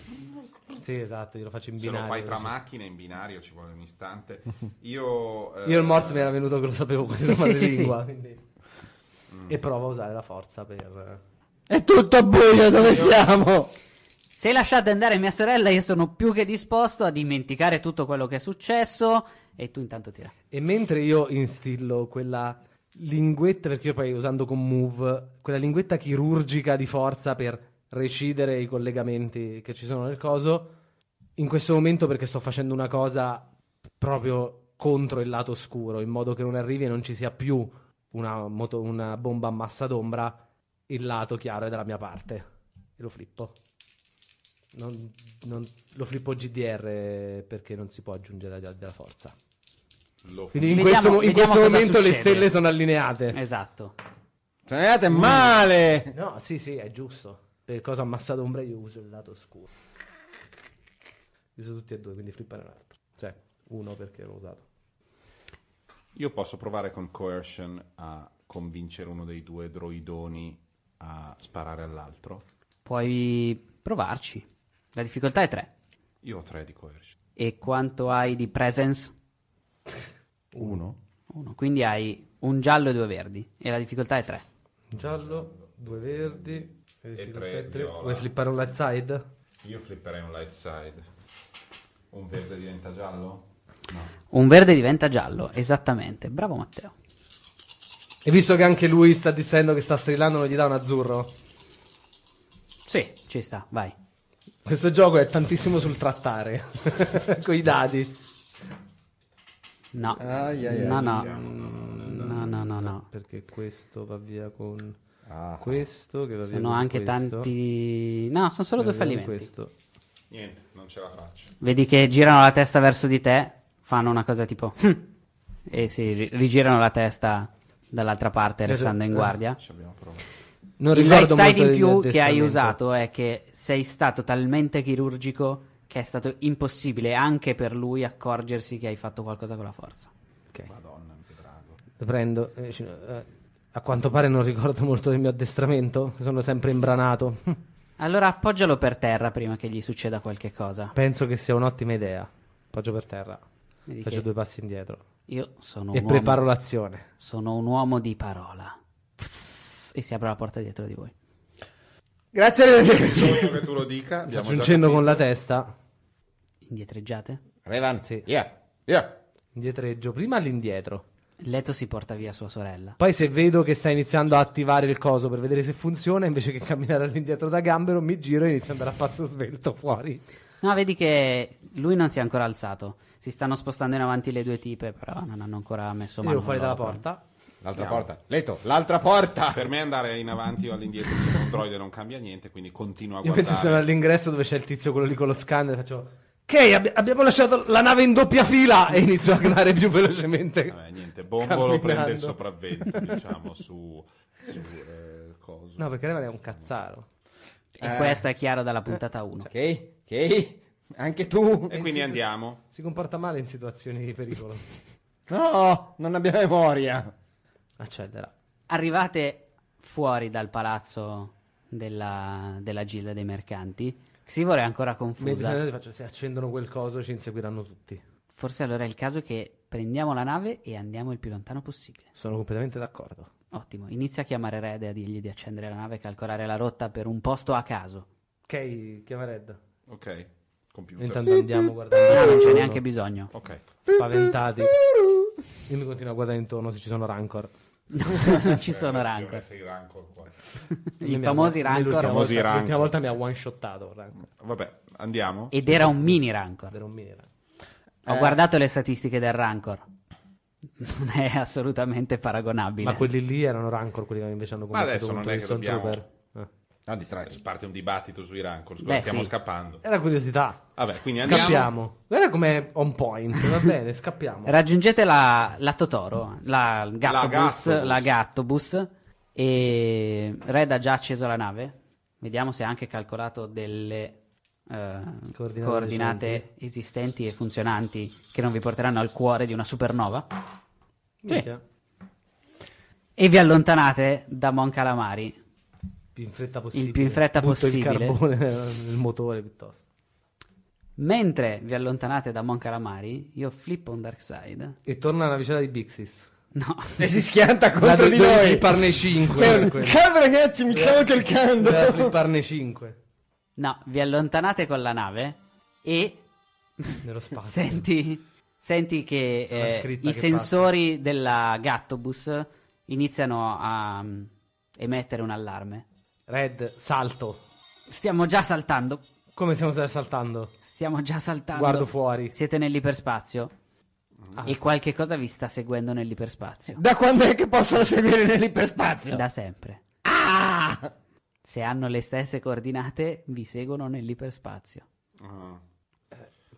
[SPEAKER 2] Sì, esatto, io lo faccio in
[SPEAKER 3] Se
[SPEAKER 2] binario.
[SPEAKER 3] lo fai tra
[SPEAKER 2] così.
[SPEAKER 3] macchine in binario ci vuole un istante. Io. eh,
[SPEAKER 2] Io il Morse mi era venuto che lo sapevo questa
[SPEAKER 1] Sì, sì, sì,
[SPEAKER 2] lingua. E provo a usare la forza per...
[SPEAKER 4] È tutto buio, dove siamo?
[SPEAKER 1] Se lasciate andare mia sorella, io sono più che disposto a dimenticare tutto quello che è successo. E tu intanto tira.
[SPEAKER 2] E mentre io instillo quella linguetta, perché io poi usando con Move, quella linguetta chirurgica di forza per recidere i collegamenti che ci sono nel coso, in questo momento perché sto facendo una cosa proprio contro il lato oscuro, in modo che non arrivi e non ci sia più una, moto- una bomba a massa d'ombra, il lato chiaro è dalla mia parte. E lo flippo. Non- non- lo flippo GDR perché non si può aggiungere alla- della forza.
[SPEAKER 3] Lo
[SPEAKER 2] Quindi in
[SPEAKER 1] Vediamo-
[SPEAKER 2] questo, mo- in
[SPEAKER 1] vediamo
[SPEAKER 2] questo
[SPEAKER 1] cosa
[SPEAKER 2] momento le
[SPEAKER 1] succede.
[SPEAKER 2] stelle sono allineate.
[SPEAKER 1] Esatto.
[SPEAKER 4] Sono andate male!
[SPEAKER 2] No, sì, sì, è giusto. Per cosa ammassato ombra io uso il lato scuro. Li uso tutti e due, quindi flippare un altro. Cioè, uno perché l'ho usato.
[SPEAKER 3] Io posso provare con coercion a convincere uno dei due droidoni a sparare all'altro.
[SPEAKER 1] Puoi provarci. La difficoltà è 3.
[SPEAKER 3] Io ho tre di coercion.
[SPEAKER 1] E quanto hai di presence?
[SPEAKER 4] Uno.
[SPEAKER 1] Uno. Quindi hai un giallo e due verdi. E la difficoltà è 3.
[SPEAKER 2] Giallo, due verdi
[SPEAKER 3] E tre viola.
[SPEAKER 2] Vuoi flippare un light side?
[SPEAKER 3] Io flipperei un light side. Un verde diventa giallo?
[SPEAKER 1] Un verde diventa giallo, esattamente. Bravo Matteo.
[SPEAKER 2] E visto che anche lui sta distraendo che sta strillando, non gli dà un azzurro?
[SPEAKER 1] Sì, ci sta, vai.
[SPEAKER 2] Questo gioco è tantissimo sul trattare. Con i dadi.
[SPEAKER 1] No. no, no. Diciamo, No, no, no, no.
[SPEAKER 2] Perché questo va via con
[SPEAKER 3] Ah.
[SPEAKER 2] questo che va via
[SPEAKER 1] Sono
[SPEAKER 2] con
[SPEAKER 1] anche
[SPEAKER 2] questo,
[SPEAKER 1] tanti... No, sono solo
[SPEAKER 2] che va
[SPEAKER 1] due
[SPEAKER 2] via con
[SPEAKER 1] fallimenti.
[SPEAKER 2] questo.
[SPEAKER 3] Niente, non ce la faccio.
[SPEAKER 1] Vedi che girano la testa verso di te, fanno una cosa tipo... "Hm", e si ri- rigirano la testa dall'altra parte restando in guardia.
[SPEAKER 3] Ci abbiamo provato.
[SPEAKER 2] Esatto. Non
[SPEAKER 1] Il right
[SPEAKER 2] ricordo
[SPEAKER 1] side
[SPEAKER 2] molto
[SPEAKER 1] in
[SPEAKER 2] degli
[SPEAKER 1] più che hai
[SPEAKER 2] addestramenti.
[SPEAKER 1] usato è che sei stato talmente chirurgico che è stato impossibile anche per lui accorgersi che hai fatto qualcosa con la forza.
[SPEAKER 2] Prendo. eh, ci- eh, a quanto pare non ricordo molto del mio addestramento. Sono sempre imbranato.
[SPEAKER 1] Allora appoggialo per terra prima che gli succeda qualche cosa.
[SPEAKER 2] Penso che sia un'ottima idea. Poggio per terra.
[SPEAKER 1] Vedi
[SPEAKER 2] Faccio
[SPEAKER 1] che
[SPEAKER 2] due passi indietro.
[SPEAKER 1] Io sono
[SPEAKER 2] e
[SPEAKER 1] un,
[SPEAKER 2] preparo
[SPEAKER 1] uomo,
[SPEAKER 2] l'azione.
[SPEAKER 1] sono un uomo di parola. Pss, E si apre la porta dietro di voi.
[SPEAKER 4] Grazie, arrivederci.
[SPEAKER 3] Voglio che tu lo dica. abbiamo
[SPEAKER 2] Faccio un
[SPEAKER 3] già
[SPEAKER 2] cenno
[SPEAKER 3] capito.
[SPEAKER 2] con la testa.
[SPEAKER 1] Indietreggiate?
[SPEAKER 4] Revan,
[SPEAKER 2] Sì.
[SPEAKER 4] yeah, yeah.
[SPEAKER 2] Indietreggio. Prima all'indietro.
[SPEAKER 1] Leto si porta via sua sorella.
[SPEAKER 2] Poi se vedo che sta iniziando a attivare il coso per vedere se funziona, invece che camminare all'indietro da gambero, mi giro e inizio ad andare a passo svelto fuori.
[SPEAKER 1] No, vedi che lui non si è ancora alzato. Si stanno spostando in avanti le due tipe, però non hanno ancora messo mano.
[SPEAKER 2] Tiro fuori dalla
[SPEAKER 1] loro.
[SPEAKER 2] porta.
[SPEAKER 4] L'altra porta, Leto, l'altra porta.
[SPEAKER 3] Per me andare in avanti o all'indietro sono un droide non cambia niente, quindi continuo a
[SPEAKER 2] Io invece
[SPEAKER 3] guardare.
[SPEAKER 2] sono all'ingresso dove c'è il tizio quello lì con lo scanner e faccio Ok, abbi- abbiamo lasciato la nave in doppia fila e inizio a andare più velocemente.
[SPEAKER 3] Vabbè, Eh, niente, Bombolo prende il
[SPEAKER 2] Camminando.
[SPEAKER 3] sopravvento, diciamo, su, su eh, coso.
[SPEAKER 2] No, perché Revan è un cazzaro.
[SPEAKER 1] E
[SPEAKER 2] Eh.
[SPEAKER 1] questo è chiaro dalla puntata 1.
[SPEAKER 2] certo.
[SPEAKER 4] Eh, Ok, ok, anche tu.
[SPEAKER 3] E quindi andiamo.
[SPEAKER 2] Si comporta male in situazioni di pericolo.
[SPEAKER 4] No, non abbiamo memoria.
[SPEAKER 2] Accelera.
[SPEAKER 1] Arrivate fuori dal palazzo della, della Gilda dei Mercanti. Xivor è ancora
[SPEAKER 2] Mentre se
[SPEAKER 1] confusa.
[SPEAKER 2] andate faccio se accendono quel coso ci inseguiranno tutti.
[SPEAKER 1] Forse allora è il caso che prendiamo la nave e andiamo il più lontano possibile.
[SPEAKER 2] Sono completamente d'accordo.
[SPEAKER 1] Ottimo, inizia a chiamare Red e a dirgli di accendere la nave e calcolare la rotta per un posto a caso.
[SPEAKER 2] Ok, chiama Red.
[SPEAKER 3] Ok, computer.
[SPEAKER 2] Intanto andiamo guardando.
[SPEAKER 1] No, non c'è
[SPEAKER 2] intorno,
[SPEAKER 1] neanche bisogno.
[SPEAKER 3] Ok.
[SPEAKER 2] Spaventati. Io mi continuo a guardare intorno se ci sono rancor.
[SPEAKER 1] non ci sono rancor.
[SPEAKER 3] Sei Eh, rancor qua.
[SPEAKER 1] I famosi
[SPEAKER 2] L'ultima
[SPEAKER 1] rancor.
[SPEAKER 3] Famosi
[SPEAKER 2] volta,
[SPEAKER 3] rancor.
[SPEAKER 2] l'ultima volta mi ha one shottato. Rancor.
[SPEAKER 3] Vabbè, andiamo.
[SPEAKER 1] Ed era un mini rancor.
[SPEAKER 2] Era un mini rancor.
[SPEAKER 1] Ho guardato le statistiche del Rancor. Non è assolutamente paragonabile.
[SPEAKER 2] Ma quelli lì erano Rancor, quelli che invece hanno
[SPEAKER 3] Ma adesso
[SPEAKER 2] combattuto
[SPEAKER 3] non
[SPEAKER 2] contro
[SPEAKER 3] è
[SPEAKER 2] i
[SPEAKER 3] che
[SPEAKER 2] Stormtrooper. Eh.
[SPEAKER 3] Ah,
[SPEAKER 4] No, distrarci.
[SPEAKER 3] Parte un dibattito sui rancor, scusa,
[SPEAKER 1] Beh,
[SPEAKER 3] stiamo
[SPEAKER 1] sì.
[SPEAKER 3] scappando.
[SPEAKER 2] Eh. Era curiosità.
[SPEAKER 3] Vabbè, quindi andiamo.
[SPEAKER 2] Scappiamo. Guarda com'è on point, va bene, scappiamo.
[SPEAKER 1] Raggiungete la, la Totoro, la Gattobus,
[SPEAKER 3] Gattobus.
[SPEAKER 1] la Gattobus e Red ha già acceso la nave. Vediamo se ha anche calcolato delle eh,
[SPEAKER 2] Coordinate
[SPEAKER 1] coordinate esistenti e funzionanti che non vi porteranno al cuore di una supernova.
[SPEAKER 2] Minchia.
[SPEAKER 1] E vi allontanate da Mon Calamari.
[SPEAKER 2] Più in fretta possibile.
[SPEAKER 1] più in fretta
[SPEAKER 2] Butto
[SPEAKER 1] possibile.
[SPEAKER 2] il carbone nel motore piuttosto.
[SPEAKER 1] Mentre vi allontanate da Mon Calamari, io flippo un Dark Side.
[SPEAKER 2] E torna la vicenda di Bixis.
[SPEAKER 1] No,
[SPEAKER 2] Eh
[SPEAKER 5] E si schianta
[SPEAKER 2] La
[SPEAKER 5] contro
[SPEAKER 2] do-
[SPEAKER 5] di
[SPEAKER 2] doveva
[SPEAKER 5] noi.
[SPEAKER 2] flipparne 5.
[SPEAKER 5] Calma Cioè, ragazzi, mi stavo cercando.
[SPEAKER 2] Doveva flipparne 5.
[SPEAKER 1] no, vi allontanate con la nave e
[SPEAKER 2] Nello spazio.
[SPEAKER 1] Senti, senti che
[SPEAKER 2] C'è una
[SPEAKER 1] eh,
[SPEAKER 2] scritta
[SPEAKER 1] i
[SPEAKER 2] che
[SPEAKER 1] sensori della Gattobus iniziano a mm, emettere un allarme.
[SPEAKER 2] Red, salto.
[SPEAKER 1] Stiamo già saltando.
[SPEAKER 2] Come stiamo saltando?
[SPEAKER 1] Stiamo già saltando.
[SPEAKER 2] Guardo fuori. Ah.
[SPEAKER 1] Siete nell'iperspazio. E qualche cosa vi sta seguendo nell'iperspazio.
[SPEAKER 5] Da quando è che possono seguire nell'iperspazio?
[SPEAKER 1] Da sempre.
[SPEAKER 5] Ah!
[SPEAKER 1] Se hanno le stesse coordinate, vi seguono nell'iperspazio.
[SPEAKER 3] Ah.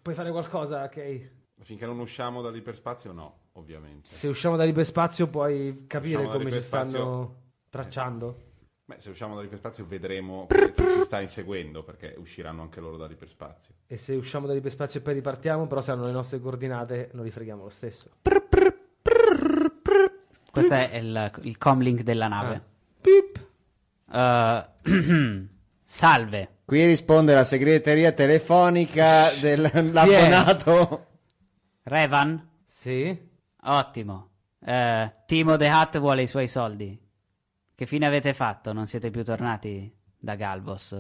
[SPEAKER 2] Puoi fare qualcosa, ok?
[SPEAKER 3] Finché non usciamo dall'iperspazio, no, ovviamente.
[SPEAKER 2] Se usciamo dall'iperspazio puoi capire
[SPEAKER 3] Usciamo
[SPEAKER 2] come ci
[SPEAKER 3] dall'iperspazio.
[SPEAKER 2] stanno tracciando.
[SPEAKER 3] Beh, se usciamo dall'iperspazio vedremo che ci sta inseguendo, perché usciranno anche loro dall'iperspazio.
[SPEAKER 2] E se usciamo dall'iperspazio e poi ripartiamo, però se hanno le nostre coordinate, non li freghiamo lo stesso.
[SPEAKER 1] Questo è il, il comlink della
[SPEAKER 2] Ah.
[SPEAKER 1] nave. Eh, salve.
[SPEAKER 5] Qui risponde la segreteria telefonica dell'abbonato.
[SPEAKER 1] Revan?
[SPEAKER 2] Sì?
[SPEAKER 1] Ottimo. Eh, Timo The Hat vuole i suoi soldi. Che fine avete fatto? Non siete più tornati da Galvos,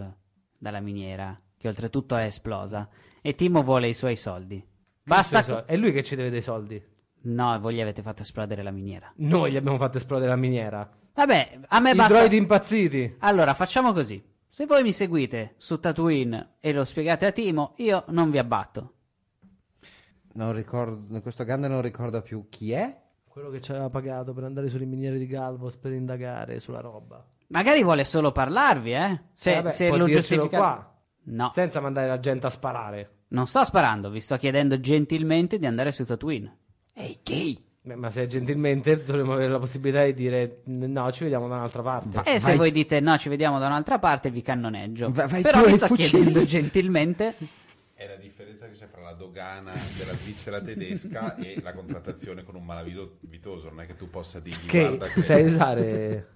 [SPEAKER 1] dalla miniera, che oltretutto è esplosa. E Timo vuole i suoi soldi. Basta.
[SPEAKER 2] Sì, so- È lui che ci deve dei soldi.
[SPEAKER 1] No, voi gli avete fatto esplodere la miniera.
[SPEAKER 2] Noi gli abbiamo fatto esplodere la miniera.
[SPEAKER 1] Vabbè, a me
[SPEAKER 2] I
[SPEAKER 1] basta.
[SPEAKER 2] droidi impazziti.
[SPEAKER 1] Allora, facciamo così. Se voi mi seguite su Tatooine e lo spiegate a Timo, io non vi abbatto.
[SPEAKER 5] Non ricordo, questo Gandalf non ricorda più chi è.
[SPEAKER 2] Quello che ci aveva pagato per andare sulle miniere di Galvos per indagare sulla roba.
[SPEAKER 1] Magari vuole solo parlarvi, eh? Se,
[SPEAKER 2] Eh, vabbè,
[SPEAKER 1] se
[SPEAKER 2] può
[SPEAKER 1] lo
[SPEAKER 2] dircelo
[SPEAKER 1] giustifica.
[SPEAKER 2] qua.
[SPEAKER 1] No.
[SPEAKER 2] Senza mandare la gente a sparare.
[SPEAKER 1] Non sto sparando, vi sto chiedendo gentilmente di andare su Tatooine.
[SPEAKER 8] Ehi, gay.
[SPEAKER 2] Beh, ma se gentilmente dovremmo avere la possibilità di dire "N- no, ci vediamo da un'altra parte.
[SPEAKER 5] Va-
[SPEAKER 1] E se
[SPEAKER 5] vai-
[SPEAKER 1] voi dite no, ci vediamo da un'altra parte, vi cannoneggio.
[SPEAKER 5] Va- vai
[SPEAKER 1] Però
[SPEAKER 5] tu
[SPEAKER 1] vi
[SPEAKER 5] ai
[SPEAKER 1] sto
[SPEAKER 5] fucili.
[SPEAKER 1] chiedendo gentilmente.
[SPEAKER 3] È la differenza che c'è fra la dogana della Svizzera tedesca e la contrattazione con un malavitoso. Non è che tu possa dirgli
[SPEAKER 2] Che
[SPEAKER 3] guarda che
[SPEAKER 2] sai usare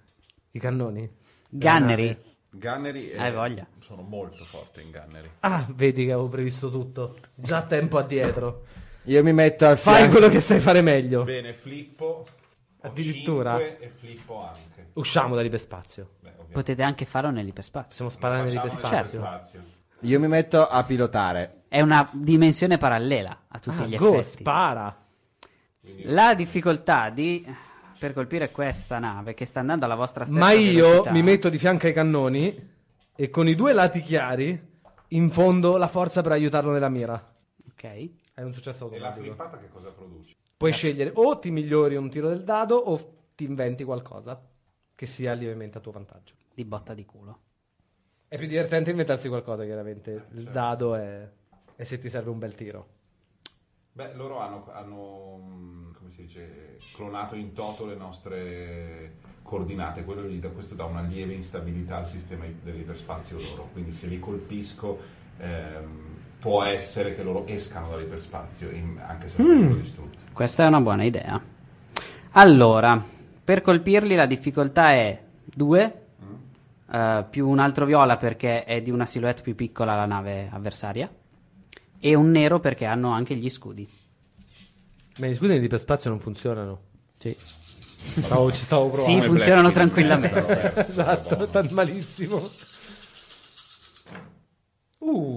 [SPEAKER 2] i cannoni?
[SPEAKER 1] Ganneri,
[SPEAKER 3] Ganneri eh,
[SPEAKER 1] Hai voglia?
[SPEAKER 3] sono molto forte in Ganneri.
[SPEAKER 2] Ah, vedi che avevo previsto tutto. Già tempo addietro.
[SPEAKER 5] Io mi metto al
[SPEAKER 2] Fai
[SPEAKER 5] fianco.
[SPEAKER 2] quello che sai fare meglio.
[SPEAKER 3] Bene, flippo. ho
[SPEAKER 2] Addirittura?
[SPEAKER 3] cinque e flippo anche.
[SPEAKER 2] Usciamo dall'iperspazio.
[SPEAKER 3] Beh, ovviamente.
[SPEAKER 1] potete anche farlo nell'iperspazio.
[SPEAKER 2] Possiamo sparare Certo.
[SPEAKER 3] Facciamo
[SPEAKER 2] nell'iperspazio.
[SPEAKER 3] nell'iperspazio.
[SPEAKER 5] Io mi metto a pilotare.
[SPEAKER 1] È una dimensione parallela a tutti
[SPEAKER 2] Ah,
[SPEAKER 1] gli
[SPEAKER 2] go,
[SPEAKER 1] effetti.
[SPEAKER 2] spara.
[SPEAKER 1] La difficoltà di per colpire questa nave che sta andando alla vostra stessa
[SPEAKER 2] Ma io
[SPEAKER 1] velocità-
[SPEAKER 2] mi metto di fianco ai cannoni e con i due lati chiari infondo la forza per aiutarlo nella mira.
[SPEAKER 1] Ok.
[SPEAKER 2] È un successo
[SPEAKER 3] E la
[SPEAKER 2] automatico.
[SPEAKER 3] flippata che cosa produce?
[SPEAKER 2] Puoi scegliere o ti migliori un tiro del dado o f- ti inventi qualcosa che sia lievemente a tuo vantaggio.
[SPEAKER 1] Di botta di culo.
[SPEAKER 2] È più divertente inventarsi qualcosa, chiaramente. Il dado è... è se ti serve un bel tiro.
[SPEAKER 3] Beh, loro hanno, hanno, mh, come si dice, clonato in toto le nostre coordinate. Quello gli dà- questo dà una lieve instabilità al sistema i- dell'iperspazio loro. Quindi se li colpisco ehm, può essere che loro escano dall'iperspazio, in- anche se
[SPEAKER 2] Mm.
[SPEAKER 3] vengono distrutti.
[SPEAKER 1] Questa è una buona idea. Allora, per colpirli la difficoltà è 2 più un altro viola perché è di una silhouette più piccola la nave avversaria e un nero perché hanno anche gli scudi.
[SPEAKER 2] Ma gli scudi nell'iperspazio non funzionano. Stavo- ci
[SPEAKER 1] Sì,
[SPEAKER 2] stavo provando.
[SPEAKER 1] funzionano tranquillamente.
[SPEAKER 3] eh.
[SPEAKER 2] esatto, tanto malissimo.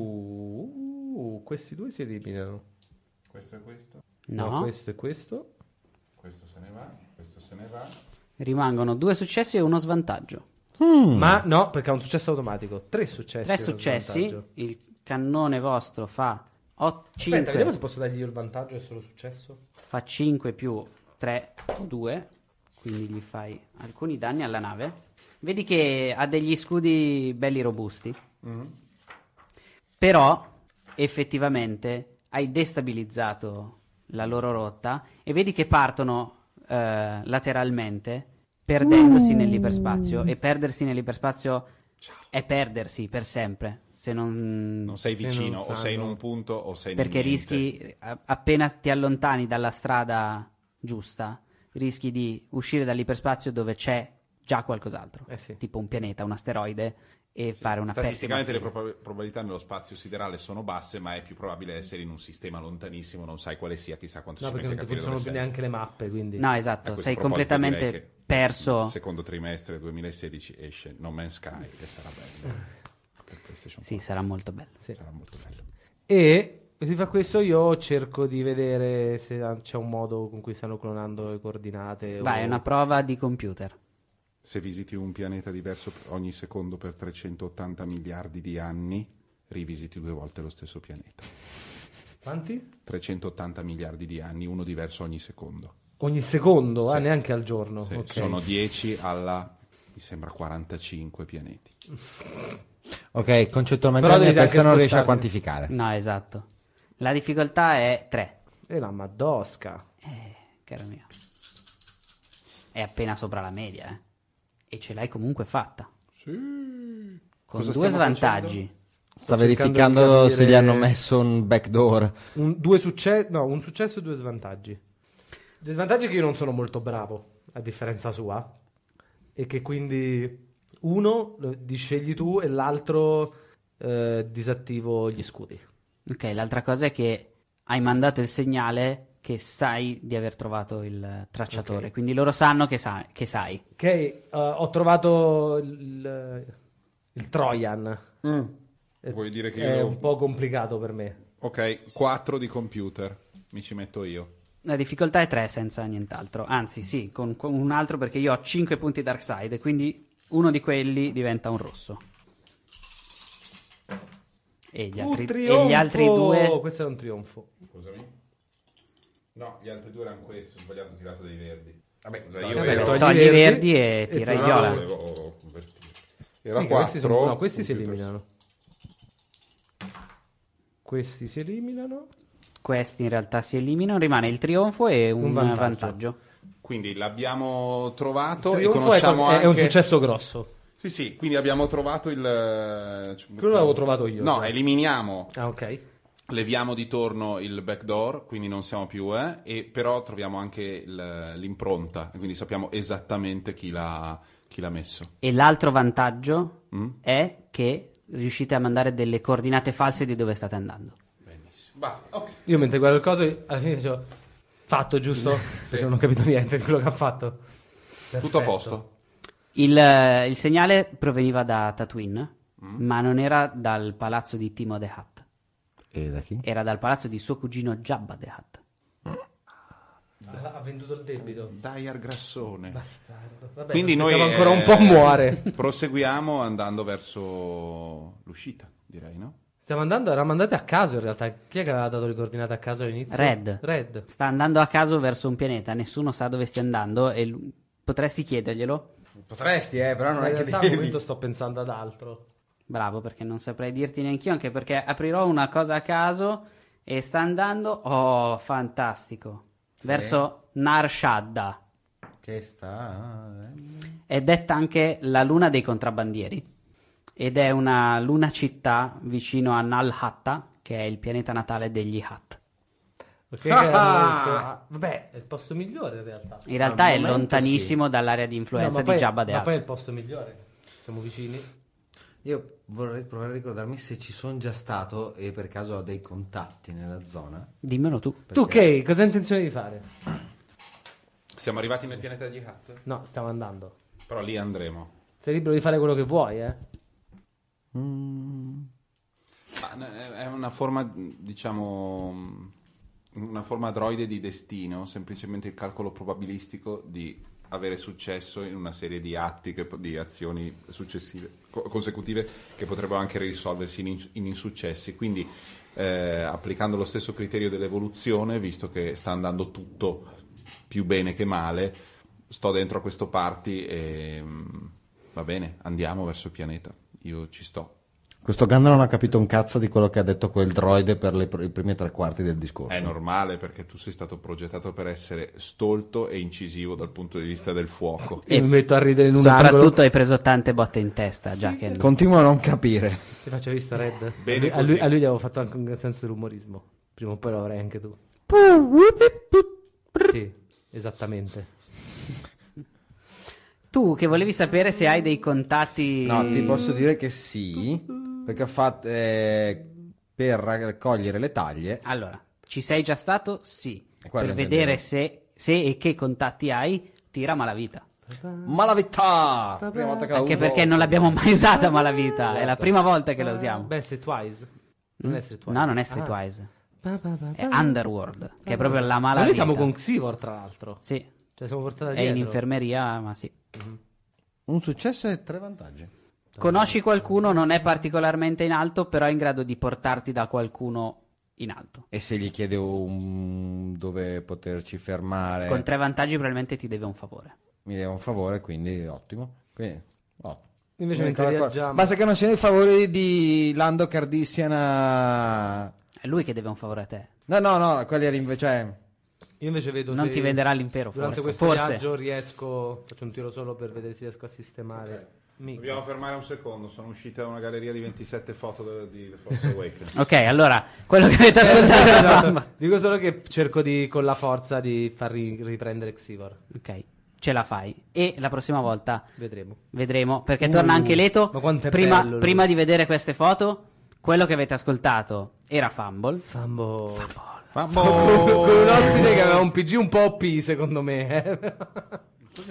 [SPEAKER 2] Uh, questi due si eliminano.
[SPEAKER 3] Questo e questo,
[SPEAKER 2] No,
[SPEAKER 1] No,
[SPEAKER 2] questo e questo.
[SPEAKER 3] questo se ne va, questo se ne va.
[SPEAKER 1] rimangono due successi e uno svantaggio.
[SPEAKER 2] Ma no, perché ha un successo automatico. Mm. Tre successi.
[SPEAKER 1] Tre
[SPEAKER 2] è un
[SPEAKER 1] successi,
[SPEAKER 2] vantaggio.
[SPEAKER 1] il cannone vostro fa
[SPEAKER 2] Aspetta, vediamo
[SPEAKER 1] 5
[SPEAKER 2] se posso dargli io il vantaggio e solo successo.
[SPEAKER 1] fa 5 più 3, 2, quindi gli fai alcuni danni alla nave. Vedi che ha degli scudi belli robusti, però effettivamente hai destabilizzato la loro rotta e vedi che partono eh, lateralmente perdendosi nell'iperspazio e perdersi nell'iperspazio è perdersi per sempre. Se non,
[SPEAKER 3] Non sei
[SPEAKER 2] Se non
[SPEAKER 3] vicino, o
[SPEAKER 2] sanno.
[SPEAKER 3] sei in un punto, o sei in
[SPEAKER 1] perché
[SPEAKER 3] niente.
[SPEAKER 1] rischi a- appena ti allontani dalla strada giusta, rischi di uscire dall'iperspazio dove c'è già qualcos'altro,
[SPEAKER 2] Eh sì.
[SPEAKER 1] tipo un pianeta, un asteroide e fare una pessima
[SPEAKER 3] Statisticamente le
[SPEAKER 1] fine.
[SPEAKER 3] proba- probabilità nello spazio siderale sono basse, ma è più probabile essere in un sistema lontanissimo, non sai quale sia, chissà quanto
[SPEAKER 2] No,
[SPEAKER 3] ci
[SPEAKER 2] perché
[SPEAKER 3] mette a
[SPEAKER 2] non ti
[SPEAKER 3] capire
[SPEAKER 2] funzionano
[SPEAKER 3] dove
[SPEAKER 2] più
[SPEAKER 3] sei.
[SPEAKER 2] neanche le mappe, quindi...
[SPEAKER 1] No,
[SPEAKER 3] A
[SPEAKER 1] esatto,
[SPEAKER 3] Eh, questo
[SPEAKER 1] sei
[SPEAKER 3] proposito direi
[SPEAKER 1] completamente
[SPEAKER 3] che
[SPEAKER 1] perso.
[SPEAKER 3] il Secondo trimestre 2016 esce No Man's Sky e sarà bello. per PlayStation
[SPEAKER 1] Sì, sarà molto bello.
[SPEAKER 2] Sì.
[SPEAKER 3] 4. Sarà molto bello.
[SPEAKER 2] E si fa questo io cerco di vedere se c'è un modo con cui stanno clonando le coordinate. o-
[SPEAKER 1] Vai, è una prova di computer.
[SPEAKER 3] Se visiti un pianeta diverso per- ogni secondo per 380 miliardi di anni, rivisiti due volte lo stesso pianeta.
[SPEAKER 2] Quanti?
[SPEAKER 3] 380 miliardi di anni, uno diverso ogni secondo.
[SPEAKER 2] Ogni secondo,
[SPEAKER 3] Sì.
[SPEAKER 2] eh, neanche al giorno.
[SPEAKER 3] Sì,
[SPEAKER 2] ok.
[SPEAKER 3] Sono 10 alla, mi sembra, 45 pianeti.
[SPEAKER 10] Ok, concettualmente
[SPEAKER 2] Però
[SPEAKER 10] la mia
[SPEAKER 2] devi anche
[SPEAKER 10] testa non riesce a
[SPEAKER 2] spostarti.
[SPEAKER 3] Eh.
[SPEAKER 10] quantificare.
[SPEAKER 1] No, esatto. La difficoltà è 3,
[SPEAKER 2] E la Maddosca.
[SPEAKER 1] caro mio. È appena sopra la media, eh. E ce l'hai comunque fatta. Con
[SPEAKER 3] Cosa
[SPEAKER 1] due
[SPEAKER 3] stiamo
[SPEAKER 1] svantaggi.
[SPEAKER 10] Sta
[SPEAKER 2] cercando di
[SPEAKER 10] verificando se
[SPEAKER 2] capire-
[SPEAKER 10] gli hanno messo un backdoor.
[SPEAKER 2] Un, due succe- no, un successo e due svantaggi. Due svantaggi che io non sono molto bravo, a differenza sua. E che quindi uno lo- li scegli tu e l'altro eh, disattivo gli scudi.
[SPEAKER 1] Ok, l'altra cosa è che hai mandato il segnale che sai di aver trovato il tracciatore,
[SPEAKER 2] Ok.
[SPEAKER 1] quindi loro sanno che, sa- che sai.
[SPEAKER 2] Ok, eh, ho trovato il, il Trojan. Eh,
[SPEAKER 3] Vuoi dire che io
[SPEAKER 2] è
[SPEAKER 3] devo-
[SPEAKER 2] un po' complicato per me.
[SPEAKER 3] Ok, 4 di computer. Mi ci metto io.
[SPEAKER 1] La difficoltà è 3 senza nient'altro, anzi sì, con, con un altro perché io ho 5 punti dark side, quindi uno di quelli diventa un rosso. E gli
[SPEAKER 2] Un
[SPEAKER 1] altri, e
[SPEAKER 2] trionfo!
[SPEAKER 1] gli altri due...
[SPEAKER 2] Questo è un trionfo.
[SPEAKER 3] Scusami. No, gli altri due erano questi. Ho sbagliato, ho tirato dei verdi. Cioè, Vabbè, già
[SPEAKER 2] Vabbè, ero- togli-
[SPEAKER 1] Togli
[SPEAKER 2] i
[SPEAKER 1] i
[SPEAKER 2] verdi
[SPEAKER 1] verdi e
[SPEAKER 2] e
[SPEAKER 1] tira
[SPEAKER 2] togli-
[SPEAKER 1] i
[SPEAKER 2] no,
[SPEAKER 1] viola.
[SPEAKER 2] no,
[SPEAKER 3] oh, Era
[SPEAKER 2] Mica,
[SPEAKER 3] 4.
[SPEAKER 2] questi sono- no, questi si eliminano. Questi si eliminano.
[SPEAKER 1] Questi in realtà si eliminano, rimane il trionfo e un,
[SPEAKER 2] Un vantaggio.
[SPEAKER 1] vantaggio.
[SPEAKER 3] Quindi l'abbiamo trovato e
[SPEAKER 2] Trionfo è-
[SPEAKER 3] conosciamo
[SPEAKER 2] è,
[SPEAKER 3] anche...
[SPEAKER 2] è un successo grosso.
[SPEAKER 3] Sì, sì, quindi abbiamo trovato il... Quello
[SPEAKER 2] Quello l'avevo trovato io, cioè.
[SPEAKER 3] No,
[SPEAKER 2] già.
[SPEAKER 3] eliminiamo,
[SPEAKER 2] Ah, ok.
[SPEAKER 3] leviamo di torno il backdoor, quindi non siamo più, eh, e però troviamo anche il- l'impronta, quindi sappiamo esattamente chi l'ha, chi l'ha messo.
[SPEAKER 1] E l'altro vantaggio
[SPEAKER 2] Mm.
[SPEAKER 1] è che riuscite a mandare delle coordinate false di dove state andando.
[SPEAKER 3] Benissimo. Basta, ok.
[SPEAKER 2] Io mentre guardo il coso, alla fine dicevo fatto, giusto? Perché non ho capito niente di quello che ha fatto.
[SPEAKER 3] Tutto a
[SPEAKER 2] Perfetto.
[SPEAKER 3] posto.
[SPEAKER 1] Il, eh, il segnale proveniva da Tatooine, ma non era dal palazzo di Timo the Hutt,
[SPEAKER 10] E da chi?
[SPEAKER 1] era dal palazzo di suo cugino Jabba the Hutt.
[SPEAKER 2] Ha venduto il debito.
[SPEAKER 3] Dyer Grassone.
[SPEAKER 2] Bastardo. Vabbè,
[SPEAKER 3] Quindi noi...
[SPEAKER 2] aspettavo ancora un
[SPEAKER 3] eh,
[SPEAKER 2] po' a muore.
[SPEAKER 3] Proseguiamo andando verso l'uscita, direi, no?
[SPEAKER 2] Stiamo andando, eravamo andati a caso in realtà. Chi è che aveva dato le coordinate a caso all'inizio?
[SPEAKER 1] Red.
[SPEAKER 2] Red.
[SPEAKER 1] Sta andando a caso verso un pianeta, nessuno sa dove stia andando e l- potresti chiederglielo.
[SPEAKER 4] Potresti, eh, però non
[SPEAKER 2] Ma
[SPEAKER 4] è
[SPEAKER 2] in
[SPEAKER 4] che
[SPEAKER 2] realtà al momento
[SPEAKER 4] devi.
[SPEAKER 2] sto pensando ad altro.
[SPEAKER 1] Bravo, perché non saprei dirti neanch'io, anche perché aprirò una cosa a caso e sta andando... Oh, fantastico. Verso Nar Shaddaa.
[SPEAKER 4] Che sta.
[SPEAKER 1] È detta anche la luna dei contrabbandieri ed è una luna città vicino a Nalhatta, che è il pianeta natale degli Hat.
[SPEAKER 2] Ok, che era molto- ah, vabbè, è il posto migliore in realtà.
[SPEAKER 1] In realtà
[SPEAKER 4] Al
[SPEAKER 1] è
[SPEAKER 4] momento
[SPEAKER 1] lontanissimo dall'area di
[SPEAKER 2] No,
[SPEAKER 1] influenza
[SPEAKER 2] ma
[SPEAKER 1] di
[SPEAKER 2] poi-
[SPEAKER 1] Jabba the
[SPEAKER 2] Ma
[SPEAKER 1] Hutt.
[SPEAKER 2] poi è il posto migliore. Siamo vicini.
[SPEAKER 4] Io vorrei provare a ricordarmi se ci sono già stato e per caso ho dei contatti nella zona.
[SPEAKER 1] Dimmelo tu.
[SPEAKER 2] Tu, Kay, cosa hai intenzione di fare?
[SPEAKER 3] Siamo arrivati nel pianeta di Hat.
[SPEAKER 2] No, stiamo andando.
[SPEAKER 3] Però lì andremo.
[SPEAKER 2] Sei libero di fare quello che vuoi, eh.
[SPEAKER 3] Ma n- è una forma, diciamo, mh, una forma droide di destino, semplicemente il calcolo probabilistico di avere successo in una serie di atti, che po- di azioni successive, co- consecutive che potrebbero anche risolversi in, ins- in insuccessi. Quindi eh, applicando lo stesso criterio dell'evoluzione, visto che sta andando tutto più bene che male, sto dentro a questo mm, party e mh, va bene, andiamo verso il pianeta. Io ci sto.
[SPEAKER 4] Questo Ganda non ha capito un cazzo di quello che ha detto quel droide per le pr- i primi tre quarti del discorso.
[SPEAKER 1] Eh,
[SPEAKER 3] È normale perché tu sei stato progettato per essere stolto e incisivo dal punto di vista del fuoco.
[SPEAKER 2] E mi metto a ridere in un
[SPEAKER 1] Soprattutto
[SPEAKER 2] angolo.
[SPEAKER 1] hai preso tante botte in testa, già che
[SPEAKER 4] Continuo a non capire.
[SPEAKER 2] Ti faccio visto Red?
[SPEAKER 3] Bene
[SPEAKER 2] a, lui,
[SPEAKER 3] così.
[SPEAKER 2] a lui gli avevo fatto anche un gran senso dell'umorismo. Prima o poi lo avrai anche tu. Sì, esattamente.
[SPEAKER 1] Tu che volevi sapere se hai dei contatti
[SPEAKER 4] No, ti posso dire che sì, perché ho fatto... eh, per raccogliere le taglie
[SPEAKER 1] Allora, ci sei già stato? Sì.
[SPEAKER 4] E quello
[SPEAKER 1] Per
[SPEAKER 4] intendevo.
[SPEAKER 1] vedere se, se e che contatti hai, tira malavita.
[SPEAKER 4] Ma la verità! Prima volta che la
[SPEAKER 1] Anche
[SPEAKER 4] uso-
[SPEAKER 1] perché non l'abbiamo mai usata malavita, è la prima volta che la usiamo.
[SPEAKER 2] Certo. Ah,
[SPEAKER 1] Mm?
[SPEAKER 2] Beh, Streetwise. Non è Streetwise.
[SPEAKER 1] No, non è
[SPEAKER 2] Ah.
[SPEAKER 1] Streetwise,
[SPEAKER 2] Ba, ba, ba,
[SPEAKER 1] è
[SPEAKER 2] ba.
[SPEAKER 1] Underworld, che è proprio la
[SPEAKER 2] Ma
[SPEAKER 1] malavita.
[SPEAKER 2] noi siamo con Xivor, tra l'altro.
[SPEAKER 1] Sì,
[SPEAKER 2] Cioè, siamo portati
[SPEAKER 1] è
[SPEAKER 2] dietro.
[SPEAKER 1] in infermeria, ma sì.
[SPEAKER 4] Un successo e tre vantaggi.
[SPEAKER 1] Conosci qualcuno, non è particolarmente in alto, però è in grado di portarti da qualcuno in alto.
[SPEAKER 4] E se gli chiedo un- dove poterci
[SPEAKER 2] Eh.
[SPEAKER 4] fermare,
[SPEAKER 1] Con tre vantaggi probabilmente ti deve un favore.
[SPEAKER 4] mi deve un favore, quindi ottimo. Quindi, ottimo.
[SPEAKER 2] Invece
[SPEAKER 4] Mi
[SPEAKER 2] mentre
[SPEAKER 4] ricordo-
[SPEAKER 2] viaggiamo-
[SPEAKER 4] Basta che non siano i favori di Lando Cardissian.
[SPEAKER 1] È lui che deve un favore a te.
[SPEAKER 4] No, no, no, quelli all'inve- cioè,
[SPEAKER 2] Io invece vedo
[SPEAKER 1] Non
[SPEAKER 2] se
[SPEAKER 1] ti venderà l'impero,
[SPEAKER 2] Durante
[SPEAKER 1] forse.
[SPEAKER 2] questo
[SPEAKER 1] Forse.
[SPEAKER 2] viaggio riesco... Faccio un tiro solo per vedere se riesco a sistemare. Mica.
[SPEAKER 3] Dobbiamo fermare un secondo, sono uscita da una galleria di 27 foto de- di The Force Awakens.
[SPEAKER 1] Ok, allora, quello che avete ascoltato è la
[SPEAKER 2] Esatto.
[SPEAKER 1] bomba.
[SPEAKER 2] Dico solo che cerco di, con la forza di far ri- riprendere Xivor.
[SPEAKER 1] Ok, ce la fai. E la prossima volta
[SPEAKER 2] Vedremo.
[SPEAKER 1] vedremo, perché torna anche Leto.
[SPEAKER 2] Uh, ma quanto è
[SPEAKER 1] prima,
[SPEAKER 2] bello lui.
[SPEAKER 1] prima di vedere queste foto, quello che avete ascoltato era Fumble.
[SPEAKER 2] Fambo.
[SPEAKER 3] Fambo!
[SPEAKER 2] Con un ospite che aveva un PG un po' OP, secondo me. eh.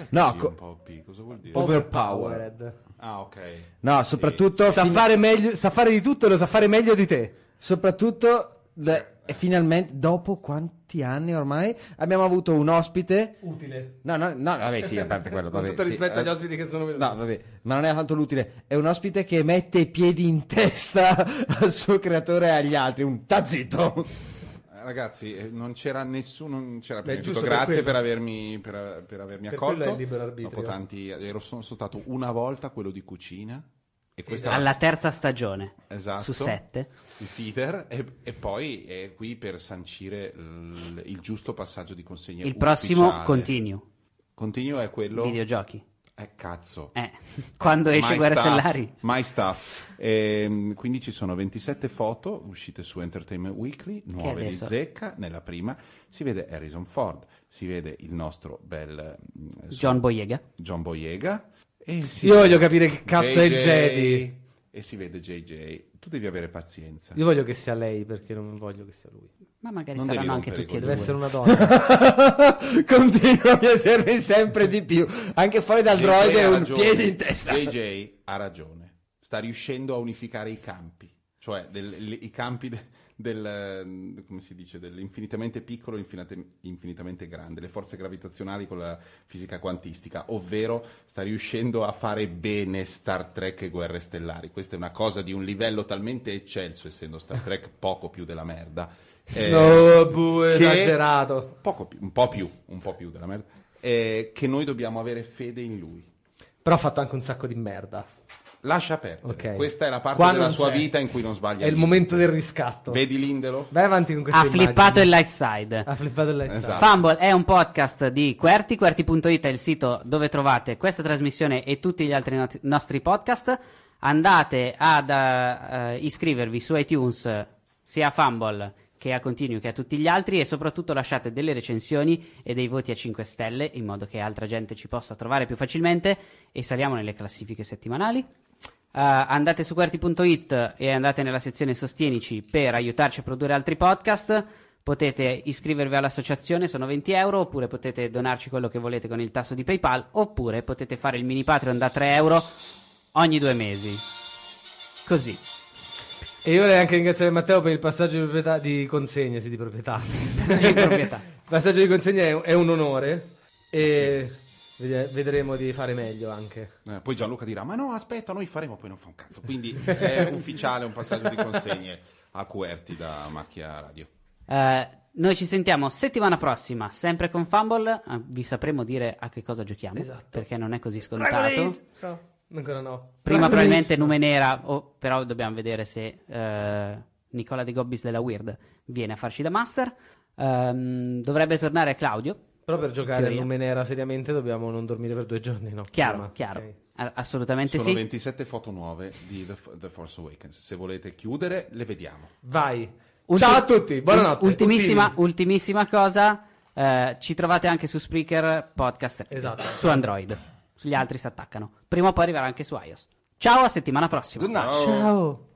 [SPEAKER 4] No,
[SPEAKER 3] Sì,
[SPEAKER 4] co-
[SPEAKER 3] un po' P, cosa vuol dire?
[SPEAKER 4] overpowered.
[SPEAKER 3] Ah, ok.
[SPEAKER 4] No, soprattutto,
[SPEAKER 2] Sa
[SPEAKER 4] fin-
[SPEAKER 2] fare, meglio, sa fare di tutto e lo sa fare meglio di te.
[SPEAKER 4] soprattutto le- e finalmente, dopo quanti anni ormai, abbiamo avuto un ospite.
[SPEAKER 2] Utile.
[SPEAKER 4] No, no, no, vabbè, sì, a parte quello.
[SPEAKER 2] Con
[SPEAKER 4] vabbè,
[SPEAKER 2] tutto
[SPEAKER 4] sì,
[SPEAKER 2] rispetto
[SPEAKER 4] eh,
[SPEAKER 2] agli ospiti che sono venuti.
[SPEAKER 4] No, vabbè, ma non è tanto l'utile. È un ospite che mette i piedi in testa al suo creatore e agli altri. Un tazzito.
[SPEAKER 3] Eh, Ragazzi, eh, non c'era nessuno, non c'era
[SPEAKER 2] Beh,
[SPEAKER 3] prima di tutto.
[SPEAKER 2] giusto per
[SPEAKER 3] grazie per
[SPEAKER 2] quello.
[SPEAKER 3] avermi, per, per avermi
[SPEAKER 2] Per quello è
[SPEAKER 3] accolto.
[SPEAKER 2] il libero arbitrio.
[SPEAKER 3] Dopo tanti, ero sono soltanto una volta quello di cucina e questa
[SPEAKER 1] Alla
[SPEAKER 3] terra
[SPEAKER 1] terza stagione
[SPEAKER 3] esatto,
[SPEAKER 1] su sette.
[SPEAKER 3] Il feeder e, e poi è qui per sancire il, il giusto passaggio di consegna.
[SPEAKER 1] Il prossimo
[SPEAKER 3] ufficiale.
[SPEAKER 1] continue,
[SPEAKER 3] Continuo è quello.
[SPEAKER 1] videogiochi.
[SPEAKER 3] Eh, cazzo.
[SPEAKER 1] Eh, quando esce
[SPEAKER 3] My
[SPEAKER 1] Guerre
[SPEAKER 3] Stuff,
[SPEAKER 1] Stellari.
[SPEAKER 3] My Stuff. Ehm, quindi ci sono 27 foto uscite su Entertainment Weekly, nuove di
[SPEAKER 1] adesso-
[SPEAKER 3] zecca. Nella prima si vede Harrison Ford, si vede il nostro bel mm, eh, so-
[SPEAKER 1] John Boyega.
[SPEAKER 3] John Boyega. E si
[SPEAKER 2] Io
[SPEAKER 3] vede
[SPEAKER 2] voglio capire che cazzo è
[SPEAKER 3] JJ,
[SPEAKER 2] Jedi.
[SPEAKER 3] E si vede JJ. Tu devi avere pazienza.
[SPEAKER 2] Io voglio che sia lei perché non voglio che sia lui.
[SPEAKER 1] Ma magari
[SPEAKER 3] Non devi
[SPEAKER 1] saranno anche
[SPEAKER 3] rompere i
[SPEAKER 1] tutti e
[SPEAKER 2] Deve
[SPEAKER 1] due.
[SPEAKER 3] coglioni.
[SPEAKER 2] essere una donna.
[SPEAKER 4] Continua a piacermi sempre di più. Anche fuori dal
[SPEAKER 3] JJ
[SPEAKER 4] droide
[SPEAKER 3] ha
[SPEAKER 4] un
[SPEAKER 3] ragione.
[SPEAKER 4] piede in testa.
[SPEAKER 3] JJ ha ragione. Sta riuscendo a unificare i campi, cioè del- le- i campi de- del eh, come si dice dell'infinitamente piccolo e infinite- infinitamente grande, le forze gravitazionali con la fisica quantistica, ovvero sta riuscendo a fare bene Star Trek e Guerre Stellari. Questa è una cosa di un livello talmente eccelso, essendo Star Trek poco più della merda. eh,
[SPEAKER 2] no, bue,
[SPEAKER 3] che-
[SPEAKER 2] esagerato.
[SPEAKER 3] poco più- un po' più, un po' più della merda. eh, che noi dobbiamo avere fede in lui.
[SPEAKER 2] Però ha fatto anche un sacco di merda.
[SPEAKER 3] Lascia perdere.
[SPEAKER 2] Ok.
[SPEAKER 3] Questa è la parte
[SPEAKER 2] Qua
[SPEAKER 3] della
[SPEAKER 2] non
[SPEAKER 3] sua
[SPEAKER 2] c'è.
[SPEAKER 3] vita in cui non sbaglia.
[SPEAKER 2] È il
[SPEAKER 3] niente.
[SPEAKER 2] momento del riscatto.
[SPEAKER 3] Vedi Lindelof?
[SPEAKER 2] Vai avanti con questa
[SPEAKER 1] Ha flippato il
[SPEAKER 2] immagine.
[SPEAKER 1] light side.
[SPEAKER 2] Ha flippato il light
[SPEAKER 3] Esatto.
[SPEAKER 1] Fumble è un podcast di Querti, Querti.it è il sito dove trovate questa trasmissione e tutti gli altri not- nostri podcast. Andate ad eh, eh, iscrivervi su iTunes eh, sia a Fumble che a Continue che a tutti gli altri e soprattutto lasciate delle recensioni e dei voti a 5 stelle in modo che altra gente ci possa trovare più facilmente e saliamo nelle classifiche settimanali. Eh, andate su QWERTY.it e andate nella sezione Sostienici per aiutarci a produrre altri podcast. Potete iscrivervi all'associazione, sono 20 euro, oppure potete donarci quello che volete con il tasso di PayPal, oppure potete fare il mini Patreon da 3 euro ogni due mesi. Così.
[SPEAKER 2] E io vorrei anche ringraziare Matteo per il passaggio di, proprietà, di consegna, sì, di proprietà.
[SPEAKER 1] di proprietà.
[SPEAKER 2] Il passaggio di consegna è, è un onore
[SPEAKER 3] Ah,
[SPEAKER 2] e vede- vedremo di fare meglio anche.
[SPEAKER 3] Eh, poi Gianluca dirà: Ma no, aspetta, noi faremo, poi non fa un cazzo. Quindi è ufficiale un passaggio di consegne a Querti da Macchia Radio.
[SPEAKER 1] Eh, noi ci sentiamo settimana prossima, sempre con Fumble. Eh, vi sapremo dire a che cosa giochiamo, perché non è così scontato.
[SPEAKER 2] Ancora no.
[SPEAKER 1] Prima probabilmente Nume Nera, o- però dobbiamo vedere se eh, Nicola De Gobbis della Weird viene a farci da master. Ehm, dovrebbe tornare Claudio,
[SPEAKER 2] Però per giocare a
[SPEAKER 1] Teoria.
[SPEAKER 2] lume nera seriamente dobbiamo non dormire per due giorni, no?
[SPEAKER 1] chiaro,
[SPEAKER 2] Prima.
[SPEAKER 1] chiaro.
[SPEAKER 2] Ok.
[SPEAKER 1] A- assolutamente
[SPEAKER 3] Sono
[SPEAKER 1] sì.
[SPEAKER 3] 27 foto nuove di The, F- The Force Awakens. Se volete chiudere, le vediamo.
[SPEAKER 2] Vai.
[SPEAKER 1] Ulti-
[SPEAKER 2] Ciao a tutti, buonanotte.
[SPEAKER 1] Ultimissima,
[SPEAKER 2] Ultimi.
[SPEAKER 1] ultimissima cosa, eh, ci trovate anche su Spreaker Podcast
[SPEAKER 2] Esatto.
[SPEAKER 1] su Android. Gli altri si attaccano. Prima o poi arriverà anche su iOS. Ciao, a settimana prossima.
[SPEAKER 2] Ciao.